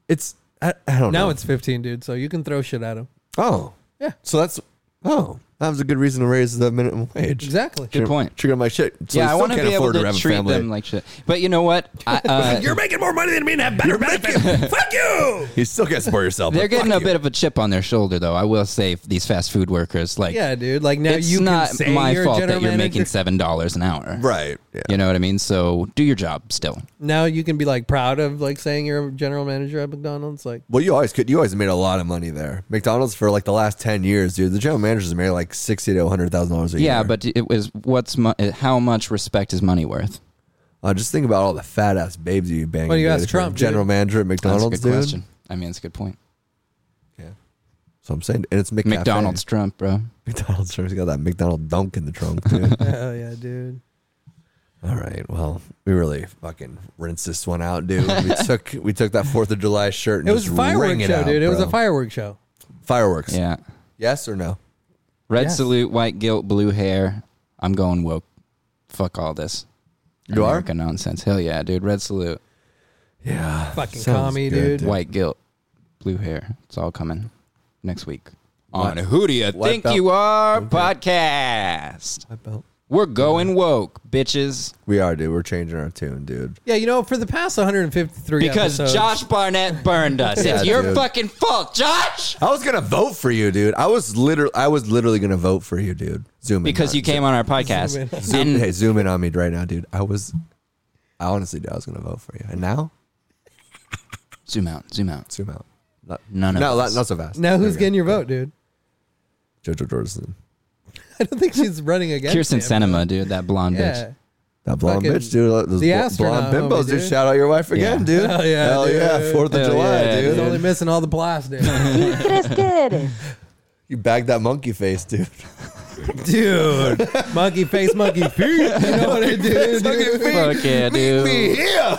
Speaker 2: it's I, I don't know.
Speaker 1: Now it's 15, dude. So you can throw shit at them.
Speaker 2: oh
Speaker 1: Yeah.
Speaker 2: So that's oh that was a good reason to raise the minimum wage.
Speaker 1: Exactly.
Speaker 4: Good point.
Speaker 2: Trigger my shit. So
Speaker 4: yeah, I
Speaker 2: want
Speaker 4: want to be able to,
Speaker 2: have a
Speaker 4: treat
Speaker 2: family.
Speaker 4: them like shit. But you know what? I, uh,
Speaker 7: You're making more money than me and have better benefits. Fuck you!
Speaker 2: you still can't support yourself.
Speaker 4: they're
Speaker 2: but
Speaker 4: getting a
Speaker 2: fuck you.
Speaker 4: bit of a chip on their shoulder, though. I will say these fast food workers, like,
Speaker 1: Yeah, dude. Like now
Speaker 4: it's
Speaker 1: you
Speaker 4: not
Speaker 1: can say
Speaker 4: my
Speaker 1: you're a
Speaker 4: fault
Speaker 1: general
Speaker 4: that you're
Speaker 1: manager.
Speaker 4: making seven dollars an hour,
Speaker 2: right. Yeah.
Speaker 4: You know what I mean? So do your job still.
Speaker 1: Now you can be like proud of like saying you're a general manager at McDonald's. Like
Speaker 2: Well, you always could. You always made a lot of money there. McDonald's for like the last ten years, dude. The general managers have made like sixty to hundred thousand dollars a year.
Speaker 4: Yeah, but it was what's mo- how much respect is money worth?
Speaker 2: Uh, just think about all the fat ass babes you bang.
Speaker 1: Well, you asked Trump,
Speaker 2: general
Speaker 1: dude.
Speaker 2: manager at
Speaker 4: That's a
Speaker 2: McDonald's,
Speaker 4: good
Speaker 2: dude.
Speaker 4: question. I mean, it's a good point.
Speaker 2: So I'm saying, and it's McCafe.
Speaker 4: McDonald's Trump, bro.
Speaker 2: McDonald's. Trump's got that McDonald dunk in the trunk, dude.
Speaker 1: hell yeah, dude.
Speaker 2: all right, well, we really fucking rinsed this one out, dude. We took we took that Fourth of July shirt. And
Speaker 1: It was a
Speaker 2: just wring
Speaker 1: fireworks
Speaker 2: it
Speaker 1: show,
Speaker 2: out,
Speaker 1: dude. It was a
Speaker 2: bro.
Speaker 1: fireworks show.
Speaker 2: fireworks.
Speaker 4: Yeah.
Speaker 2: Yes or no?
Speaker 4: Red
Speaker 1: Yes.
Speaker 4: salute, white guilt, blue hair. I'm going woke. Fuck all this.
Speaker 2: You are?
Speaker 4: America nonsense. Hell yeah, dude. Red salute,
Speaker 2: Yeah.
Speaker 1: Fucking
Speaker 2: Sounds
Speaker 1: commie,
Speaker 2: good,
Speaker 1: dude.
Speaker 2: dude.
Speaker 4: white guilt, blue hair. It's all coming next week on Who Do You
Speaker 2: White
Speaker 4: Think
Speaker 2: belt.
Speaker 4: You Are podcast. We're going woke, bitches,
Speaker 2: We are, dude. We're changing our tune, dude.
Speaker 1: Yeah, you know, for the past 153
Speaker 4: because
Speaker 1: episodes,
Speaker 4: Josh Barnett burned us.
Speaker 2: Yeah,
Speaker 4: it's your
Speaker 2: dude.
Speaker 4: fucking fault, Josh.
Speaker 2: I was gonna vote for you, dude. I was literally, I was literally gonna vote for you, dude. Zoom in
Speaker 4: Because
Speaker 2: on-
Speaker 4: you came on our podcast.
Speaker 2: Zoom, hey, zoom in on me right now, dude. I was, I honestly, did I was gonna vote for you, and now
Speaker 4: Zoom out, zoom out.
Speaker 2: zoom out. Not,
Speaker 4: None of
Speaker 2: no,
Speaker 4: us.
Speaker 2: not, not so fast.
Speaker 1: now who's
Speaker 2: There
Speaker 1: getting
Speaker 2: we
Speaker 1: your vote, dude?
Speaker 2: go. JoJo Jordan?
Speaker 1: I don't think she's running against
Speaker 4: Kirsten
Speaker 1: him.
Speaker 4: Cinema, dude, that blonde bitch.
Speaker 1: Yeah.
Speaker 2: That blonde
Speaker 1: Fucking-
Speaker 2: bitch, dude. Those
Speaker 1: the
Speaker 2: bl-
Speaker 1: astronaut,
Speaker 2: blonde bimbos,
Speaker 1: homie,
Speaker 2: dude.
Speaker 1: dude.
Speaker 2: Shout out your wife again,
Speaker 4: Yeah.
Speaker 2: dude.
Speaker 1: Hell yeah,
Speaker 2: hell
Speaker 1: dude.
Speaker 2: yeah. Fourth of
Speaker 4: Hell
Speaker 2: July,
Speaker 4: yeah,
Speaker 2: dude.
Speaker 1: He's only missing all the plastic.
Speaker 3: ¿Qué crees que eres?
Speaker 2: You bagged that monkey face, dude.
Speaker 1: dude. Monkey face, monkey feet. You know what I do, dude?
Speaker 4: Fuck yeah, dude.
Speaker 2: here.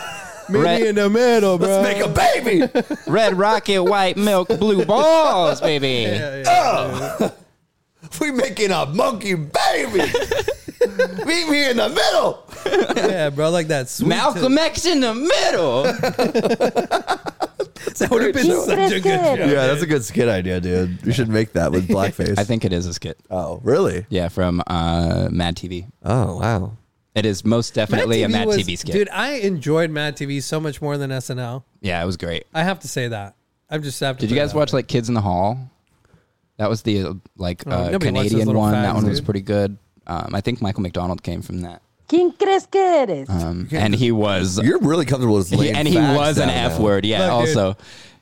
Speaker 1: Meet
Speaker 4: Right.
Speaker 1: me in the middle, bro.
Speaker 2: Let's make a baby.
Speaker 4: Red rocket, white milk, blue balls, baby.
Speaker 2: we making a monkey baby. Meet me in the middle.
Speaker 1: yeah, bro, like that sweet.
Speaker 4: Malcolm X in the middle.
Speaker 1: that would have been
Speaker 3: ¿Quién
Speaker 1: such
Speaker 3: crees
Speaker 1: a good
Speaker 3: que
Speaker 1: show.
Speaker 3: eres?
Speaker 2: Yeah, that's a good skit idea, dude. You should make that with blackface.
Speaker 4: I think it is a skit.
Speaker 2: Oh, really?
Speaker 4: Yeah, from uh, Mad TV.
Speaker 2: Oh, wow.
Speaker 4: It is most definitely a Mad
Speaker 1: was-
Speaker 4: TV skit.
Speaker 1: Dude, I enjoyed Mad TV so much more than SNL.
Speaker 4: Yeah, it was great.
Speaker 1: I have to say that. I'm just have to
Speaker 4: Did you
Speaker 1: put
Speaker 4: guys
Speaker 1: that out
Speaker 4: watch
Speaker 1: there.
Speaker 4: like Kids in the Hall? That was the uh, like uh,
Speaker 1: nobody watches
Speaker 4: Canadian
Speaker 1: Little
Speaker 4: one.
Speaker 1: Fags,
Speaker 4: that one was
Speaker 1: dude.
Speaker 4: pretty good. Um, I think Michael McDonald came from that,
Speaker 3: ¿Quién crees que eres?
Speaker 1: Ah.
Speaker 4: um, and he was
Speaker 2: You're really comfortable with
Speaker 4: He-
Speaker 2: laying
Speaker 4: and he
Speaker 2: facts
Speaker 4: was an
Speaker 2: down,
Speaker 4: F
Speaker 2: man.
Speaker 4: word.
Speaker 1: Look,
Speaker 4: Yeah.
Speaker 1: dude.
Speaker 4: also,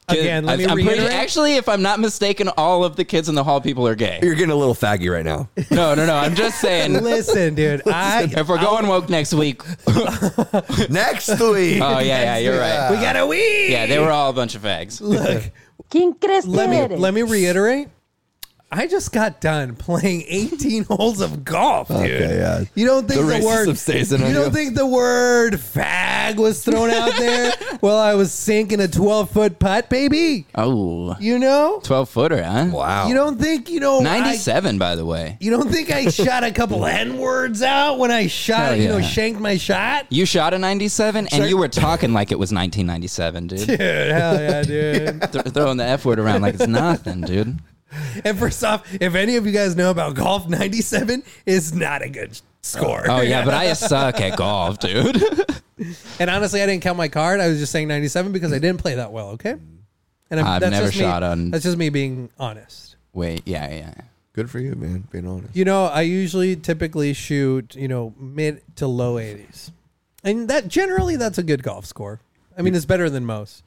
Speaker 1: Again, let
Speaker 4: I-
Speaker 1: me
Speaker 4: I'm pretty,
Speaker 1: reiterate.
Speaker 4: actually, if I'm not mistaken, all of the kids in the hall people are gay.
Speaker 2: You're getting a little faggy right now.
Speaker 4: No, no, no. I'm just saying.
Speaker 1: Listen, dude, I
Speaker 4: If we're going woke next week, oh
Speaker 2: Next week.
Speaker 4: yeah, yeah, you're right.
Speaker 1: we got to wee.
Speaker 4: Yeah, they were all a bunch of fags.
Speaker 3: ¿Quién crees que
Speaker 1: Let me
Speaker 3: eres?
Speaker 1: let me reiterate. I just got done playing 18 holes of golf, dude.
Speaker 2: Okay, yeah.
Speaker 1: You don't think
Speaker 2: The
Speaker 1: the,
Speaker 2: racism
Speaker 1: word
Speaker 2: stays in on
Speaker 1: you don't
Speaker 2: you.
Speaker 1: think the word fag was thrown out there while I was sinking a 12 foot putt, baby?
Speaker 4: Oh,
Speaker 1: You know,
Speaker 4: 12 footer, huh?
Speaker 2: Wow.
Speaker 1: you don't think you know I-
Speaker 4: 97, by the way.
Speaker 1: you don't think I shot a couple n words out when I shot
Speaker 4: Hell
Speaker 1: you know
Speaker 4: yeah.
Speaker 1: shanked my shot?
Speaker 4: You shot a 97 and you were talking like it was 1997, dude.
Speaker 1: Dude, hell yeah, dude.
Speaker 4: Th- throwing the F word around like it's nothing, dude.
Speaker 1: And first off, if any of you guys know about golf, 97 is not a good score.
Speaker 4: Oh, yeah, but I suck at golf, dude.
Speaker 1: And honestly, I didn't count my card. I was just saying 97 because I didn't play that well, okay? And I'm,
Speaker 4: I've never
Speaker 1: just me-
Speaker 4: shot on-
Speaker 1: That's just me being honest.
Speaker 4: Wait, yeah, yeah.
Speaker 2: Good for you, man. Being honest.
Speaker 1: You know, I usually typically shoot, you know, mid to low 80s. And that generally that's a good golf score. I mean, it's better than most.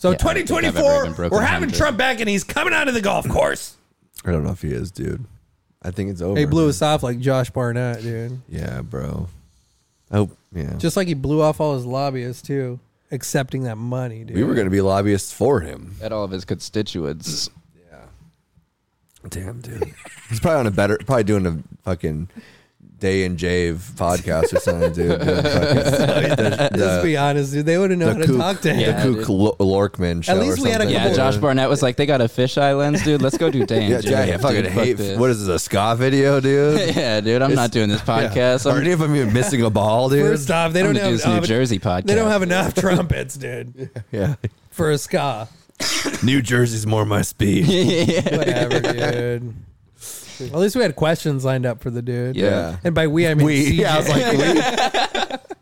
Speaker 1: So
Speaker 4: Yeah, I don't think I've ever
Speaker 1: 2024,
Speaker 4: even broken
Speaker 1: we're having
Speaker 4: 100.
Speaker 1: Trump back and he's coming out of the golf course.
Speaker 2: I don't know if he is, dude. I think it's over.
Speaker 1: He blew
Speaker 2: man.
Speaker 1: us off like Josh Barnett, dude.
Speaker 2: Yeah, bro. Oh, yeah.
Speaker 1: Just like he blew off all his lobbyists too, accepting that money, dude.
Speaker 2: we were gonna be lobbyists for him.
Speaker 4: At all of his constituents.
Speaker 2: Damn, dude. He's probably on a better, probably doing a fucking day and Jave podcast or something, dude. doing fucking- the,
Speaker 1: Let's
Speaker 2: the,
Speaker 1: be honest, dude. They would have known how
Speaker 2: the
Speaker 1: to talk
Speaker 2: Kook,
Speaker 1: to him.
Speaker 4: Yeah,
Speaker 2: the Kook
Speaker 4: dude.
Speaker 2: Lo- Lorkman show.
Speaker 1: least
Speaker 2: or
Speaker 1: we had a
Speaker 2: something.
Speaker 4: Yeah,
Speaker 1: Yeah.
Speaker 4: Josh Barnett was like, they got a fisheye lens, dude. Let's go do Dan.
Speaker 2: Yeah, yeah,
Speaker 4: Jave,
Speaker 2: yeah,
Speaker 4: dude.
Speaker 2: fucking
Speaker 4: Fuck
Speaker 2: hate.
Speaker 4: this."
Speaker 2: What is this, a ska video, dude?
Speaker 4: yeah, dude, I'm not doing this podcast.
Speaker 2: Or
Speaker 4: I'm
Speaker 2: any of them even missing a ball, dude?
Speaker 1: First off, they
Speaker 4: I'm
Speaker 1: don't
Speaker 4: gonna do
Speaker 1: have
Speaker 4: this New
Speaker 1: uh,
Speaker 4: Jersey podcast.
Speaker 1: They don't have enough trumpets, dude,
Speaker 2: yeah.
Speaker 1: for a ska.
Speaker 2: New Jersey's more my speed.
Speaker 1: Whatever, dude. At least we had questions lined up for the dude.
Speaker 4: Yeah.
Speaker 1: And by we, I mean
Speaker 2: We,
Speaker 1: CJ.
Speaker 2: yeah, I was like, we,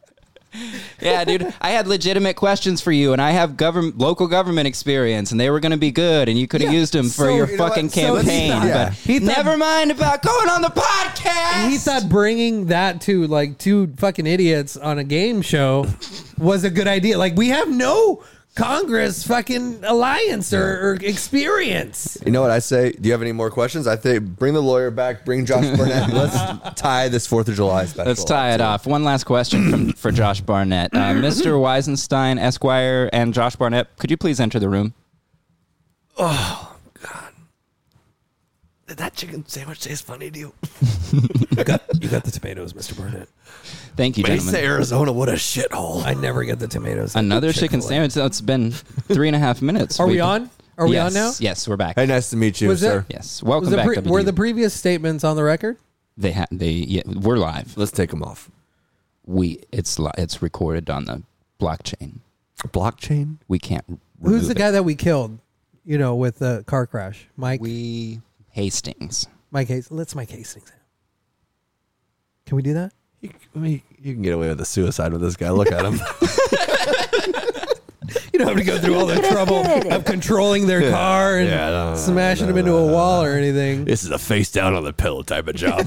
Speaker 4: Yeah, dude, I had legitimate questions for you, and I have government, local government experience, and they were going to be good, and you could have used them for
Speaker 1: so,
Speaker 4: your
Speaker 1: you
Speaker 2: know what?
Speaker 4: fucking
Speaker 2: So he
Speaker 4: campaign.
Speaker 2: thought- yeah.
Speaker 4: But
Speaker 1: He thought-
Speaker 4: never mind about going on the podcast.
Speaker 1: he thought bringing that to like two fucking idiots on a game show was a good idea. Like we have no Congress fucking alliance or, or experience.
Speaker 2: you know what I say? Do you have any more questions? I think bring the lawyer back, bring Josh Burnett. Let's tie this 4th of July special.
Speaker 4: Let's tie it off. One last question from, for Josh Barnett, uh, Mr. Weisenstein, Esquire, and Josh Barnett. Could you please enter the room?
Speaker 7: Did that chicken sandwich taste funny to you?
Speaker 1: You got, you got the tomatoes, Mr. Burnett.
Speaker 4: Thank you,
Speaker 7: They
Speaker 4: gentlemen.
Speaker 7: say Arizona, what a shithole.
Speaker 1: I never get the tomatoes.
Speaker 4: Another chicken
Speaker 1: Chick-fil-A.
Speaker 4: sandwich. That's been three and a half minutes.
Speaker 1: Are we
Speaker 4: We've-
Speaker 1: on? Are we
Speaker 4: Yes,
Speaker 1: on now?
Speaker 4: Yes, we're back.
Speaker 2: Hey, nice to meet you,
Speaker 1: Was it-
Speaker 2: sir.
Speaker 4: Yes,
Speaker 1: Was
Speaker 4: welcome
Speaker 1: the
Speaker 4: back.
Speaker 1: pre-
Speaker 4: WD.
Speaker 1: were the previous statements on the record?
Speaker 4: they ha- they yeah, we're live.
Speaker 2: Let's take him off.
Speaker 4: We it's li- it's recorded on the blockchain.
Speaker 2: Blockchain?
Speaker 4: We can't.
Speaker 1: Who's
Speaker 4: remove
Speaker 1: the
Speaker 4: it.
Speaker 1: guy that we killed? You know, with the car crash, Mike.
Speaker 4: We Hastings.
Speaker 1: Mike Hastings. Let's Mike Hastings. Can we do that?
Speaker 2: You, I mean, you can get away with a suicide with this guy. Look at him.
Speaker 1: You don't have to go through all the trouble of controlling their car and
Speaker 2: Yeah, no, no,
Speaker 1: smashing them into a wall or anything.
Speaker 2: this is a face down on the pillow type of job.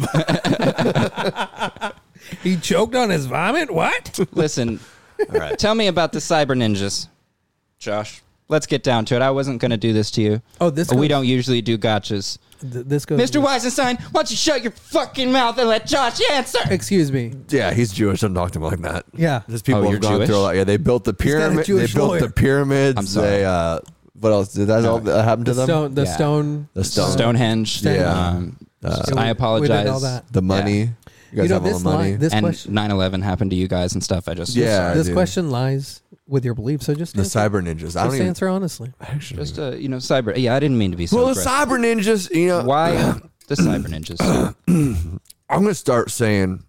Speaker 1: He choked on his vomit. What?
Speaker 4: Listen, tell me about the cyber ninjas, Josh. Let's get down to it. I wasn't going to do this to you.
Speaker 1: Oh, this
Speaker 4: we
Speaker 1: goes-
Speaker 4: don't usually do gotchas.
Speaker 1: Th- this goes,
Speaker 4: Mr. Weisenstein, why don't you shut your fucking mouth and let Josh answer?
Speaker 1: Excuse me.
Speaker 2: yeah, he's Jewish. Don't talk to him like that.
Speaker 1: Yeah.
Speaker 2: There's people
Speaker 4: Oh,
Speaker 2: who've
Speaker 4: you're
Speaker 2: gone
Speaker 4: Jewish?
Speaker 2: through a lot. Yeah, they built the
Speaker 1: got a
Speaker 2: pyramid. They
Speaker 1: Jewish
Speaker 2: built
Speaker 1: lawyer.
Speaker 2: the pyramids.
Speaker 4: I'm sorry.
Speaker 2: They, uh, what else? Did that all that happen to
Speaker 1: The
Speaker 2: them?
Speaker 1: stone. The
Speaker 4: Yeah.
Speaker 1: stone.
Speaker 2: The stone.
Speaker 4: Stonehenge.
Speaker 2: Yeah.
Speaker 4: Um,
Speaker 1: we- we
Speaker 4: I
Speaker 1: did
Speaker 4: apologize.
Speaker 1: all that.
Speaker 2: The money.
Speaker 4: Yeah.
Speaker 2: You guys
Speaker 1: You know,
Speaker 2: have all
Speaker 1: this
Speaker 2: the money.
Speaker 1: line- this
Speaker 4: and
Speaker 1: question-
Speaker 4: 9-11 happened to you guys and stuff. I just
Speaker 2: yeah.
Speaker 1: this
Speaker 2: dude.
Speaker 1: question lies with your beliefs. So just
Speaker 2: The
Speaker 1: answer.
Speaker 2: cyber ninjas. I don't
Speaker 1: Just
Speaker 2: even.
Speaker 1: answer honestly.
Speaker 4: Just uh, you know, cyber. Yeah, I didn't mean to be so.
Speaker 2: Well, the
Speaker 4: aggressive.
Speaker 2: cyber ninjas. You know
Speaker 4: Why the cyber ninjas?
Speaker 2: I'm gonna start saying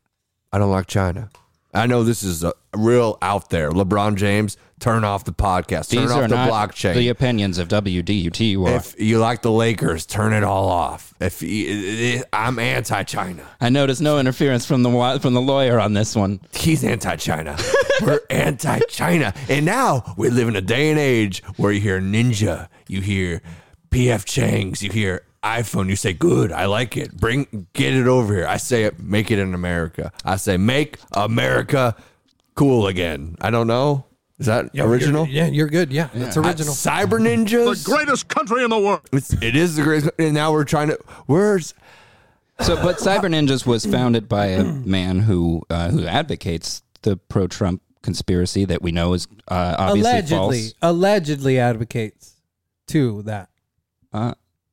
Speaker 2: I don't like China. I know this is a real out there. LeBron James, turn off the podcast. Turn
Speaker 4: These
Speaker 2: off
Speaker 4: are
Speaker 2: the
Speaker 4: not
Speaker 2: blockchain.
Speaker 4: the opinions of WDUTUR.
Speaker 2: if you like the Lakers, turn it all off. If you, I'm anti-China,
Speaker 4: I noticed no interference from the wa- from the lawyer on this one.
Speaker 2: he's anti-China. We're anti-China, and now we live in a day and age where you hear ninja, you hear PF Chang's, you hear iPhone. You say, "Good, I like it. Bring, get it over here." I say, it, "Make it in America." I say, "Make America cool again." I don't know. Is that original?
Speaker 1: Yeah, you're good. Yeah, that's original.
Speaker 2: Cyber ninjas.
Speaker 8: Greatest country in the world.
Speaker 2: It's, it is the greatest. And now we're trying to. Where's
Speaker 4: So, but Cyber Ninjas was founded by a man who uh, who advocates the pro Trump conspiracy that we know is uh, obviously
Speaker 1: allegedly,
Speaker 4: false.
Speaker 1: allegedly advocates to that.
Speaker 4: Uh,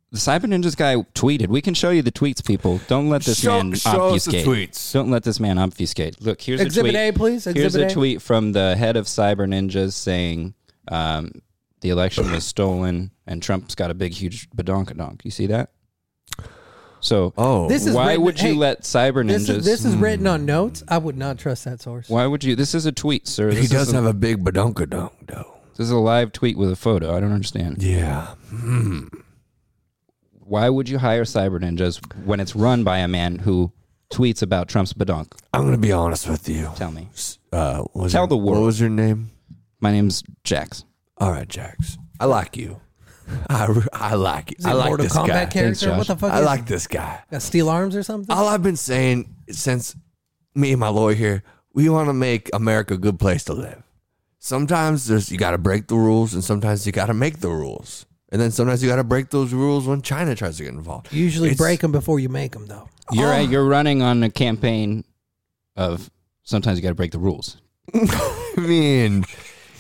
Speaker 4: the Cyber Ninjas guy tweeted. We can show you the tweets, people. Don't let this
Speaker 2: Show-
Speaker 4: man
Speaker 2: show us the
Speaker 4: obfuscate.
Speaker 2: tweets.
Speaker 4: Don't let this man obfuscate. Look, here's
Speaker 1: Exhibit
Speaker 4: a
Speaker 1: A,
Speaker 4: tweet.
Speaker 1: please.
Speaker 4: Here's
Speaker 1: Exhibit
Speaker 4: a
Speaker 1: A.
Speaker 4: tweet from the head of Cyber Ninjas saying um, the election was stolen and Trump's got a big, huge badonkadonk. You see that? So,
Speaker 2: Oh.
Speaker 1: This is
Speaker 4: why
Speaker 1: written-
Speaker 4: would you
Speaker 1: hey,
Speaker 4: let Cyber Ninjas?
Speaker 1: This is, this is written on notes. I would not trust that source.
Speaker 4: why would you? This is a tweet, sir. This
Speaker 2: he does
Speaker 4: is a,
Speaker 2: have a big badonkadonk though.
Speaker 4: This is a live tweet with a photo. I don't understand.
Speaker 2: Yeah.
Speaker 4: Why would you hire Cyber Ninjas when it's run by a man who tweets about Trump's badonk?
Speaker 2: I'm gonna be honest with you.
Speaker 4: Tell me.
Speaker 2: Uh, what was
Speaker 4: Tell
Speaker 2: your-
Speaker 4: the world.
Speaker 2: What was your name?
Speaker 4: My name's Jax.
Speaker 2: All right, Jax. I like you. I, re- I like you.
Speaker 1: Is it
Speaker 2: I like
Speaker 1: Mortal
Speaker 2: this
Speaker 1: Kombat
Speaker 2: guy.
Speaker 1: character?
Speaker 4: Thanks, Josh.
Speaker 1: what the fuck?
Speaker 2: I
Speaker 1: is
Speaker 2: like this guy.
Speaker 1: Got steel arms or something?
Speaker 2: All I've been saying since me and my lawyer here, we want to make America a good place to live. Sometimes there's you got to break the rules, and sometimes you got to make the rules, and then sometimes you got to break those rules when China tries to get involved.
Speaker 1: You usually break
Speaker 2: It's-
Speaker 1: 'em break them before you make them, though.
Speaker 4: You're
Speaker 2: Oh.
Speaker 4: you're running on a campaign of sometimes you got to break the rules.
Speaker 2: I mean,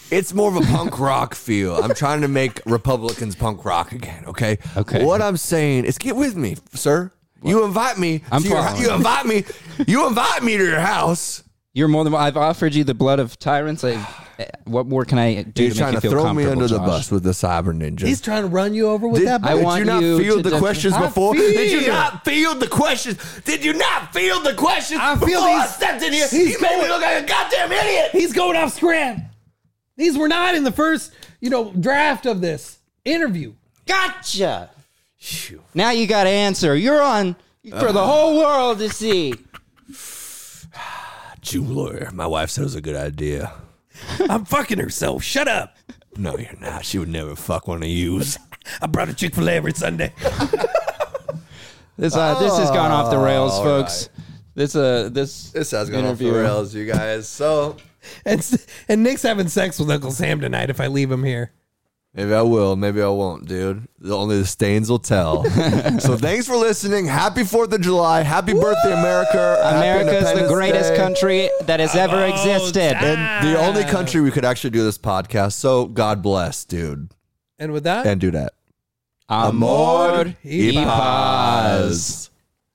Speaker 2: it's more of a punk rock feel. I'm trying to make Republicans punk rock again. Okay.
Speaker 4: Okay.
Speaker 2: What I'm saying is, get with me, sir. You invite me.
Speaker 4: I'm
Speaker 2: to your,
Speaker 4: following.
Speaker 2: You invite me. You invite me to your house.
Speaker 4: You're more than I've offered you the blood of tyrants. I, what more can I do
Speaker 2: You're
Speaker 4: to
Speaker 2: trying
Speaker 4: make
Speaker 2: to
Speaker 4: you feel
Speaker 2: throw me
Speaker 4: comfortable,
Speaker 2: under the
Speaker 4: Josh?
Speaker 2: bus with the cyber ninja.
Speaker 1: He's trying to run you over with
Speaker 2: Did,
Speaker 1: that.
Speaker 4: I
Speaker 1: button.
Speaker 2: did
Speaker 4: want
Speaker 2: you not
Speaker 4: you
Speaker 2: field
Speaker 4: to
Speaker 2: the
Speaker 4: just-
Speaker 2: questions
Speaker 1: I
Speaker 2: before?
Speaker 1: feel-
Speaker 2: Did you not field the questions? Did you not field the questions
Speaker 1: I feel
Speaker 2: before I
Speaker 1: these-
Speaker 2: stepped in here?
Speaker 1: he's
Speaker 2: You made me
Speaker 1: going-
Speaker 2: look like a goddamn idiot.
Speaker 1: He's going off script. These were not in the first, you know, draft of this interview.
Speaker 4: Gotcha. Now you got to answer. You're on for
Speaker 2: Uh.
Speaker 4: the whole world to see.
Speaker 2: Jew lawyer. My wife said it was a good idea.
Speaker 1: I'm fucking her, so shut up.
Speaker 2: No, you're not. She would never fuck one of yous.
Speaker 1: I brought a Chick Fil A every Sunday.
Speaker 4: This uh, this has gone off the rails, folks. This uh this
Speaker 2: Oh, This has gone off the rails, you guys. So
Speaker 1: and s- and Nick's having sex with Uncle Sam tonight. If I leave him here,
Speaker 2: maybe I will, maybe I won't, dude. The- Only the stains will tell. so thanks for listening. Happy Fourth of July. Happy birthday, America. Happy
Speaker 4: America is the
Speaker 2: Independence
Speaker 4: greatest
Speaker 2: Day.
Speaker 4: country that has ever existed.
Speaker 2: And the only country we could actually do this podcast. So God bless, dude.
Speaker 1: and with that,
Speaker 2: And do that.
Speaker 4: Amor y paz.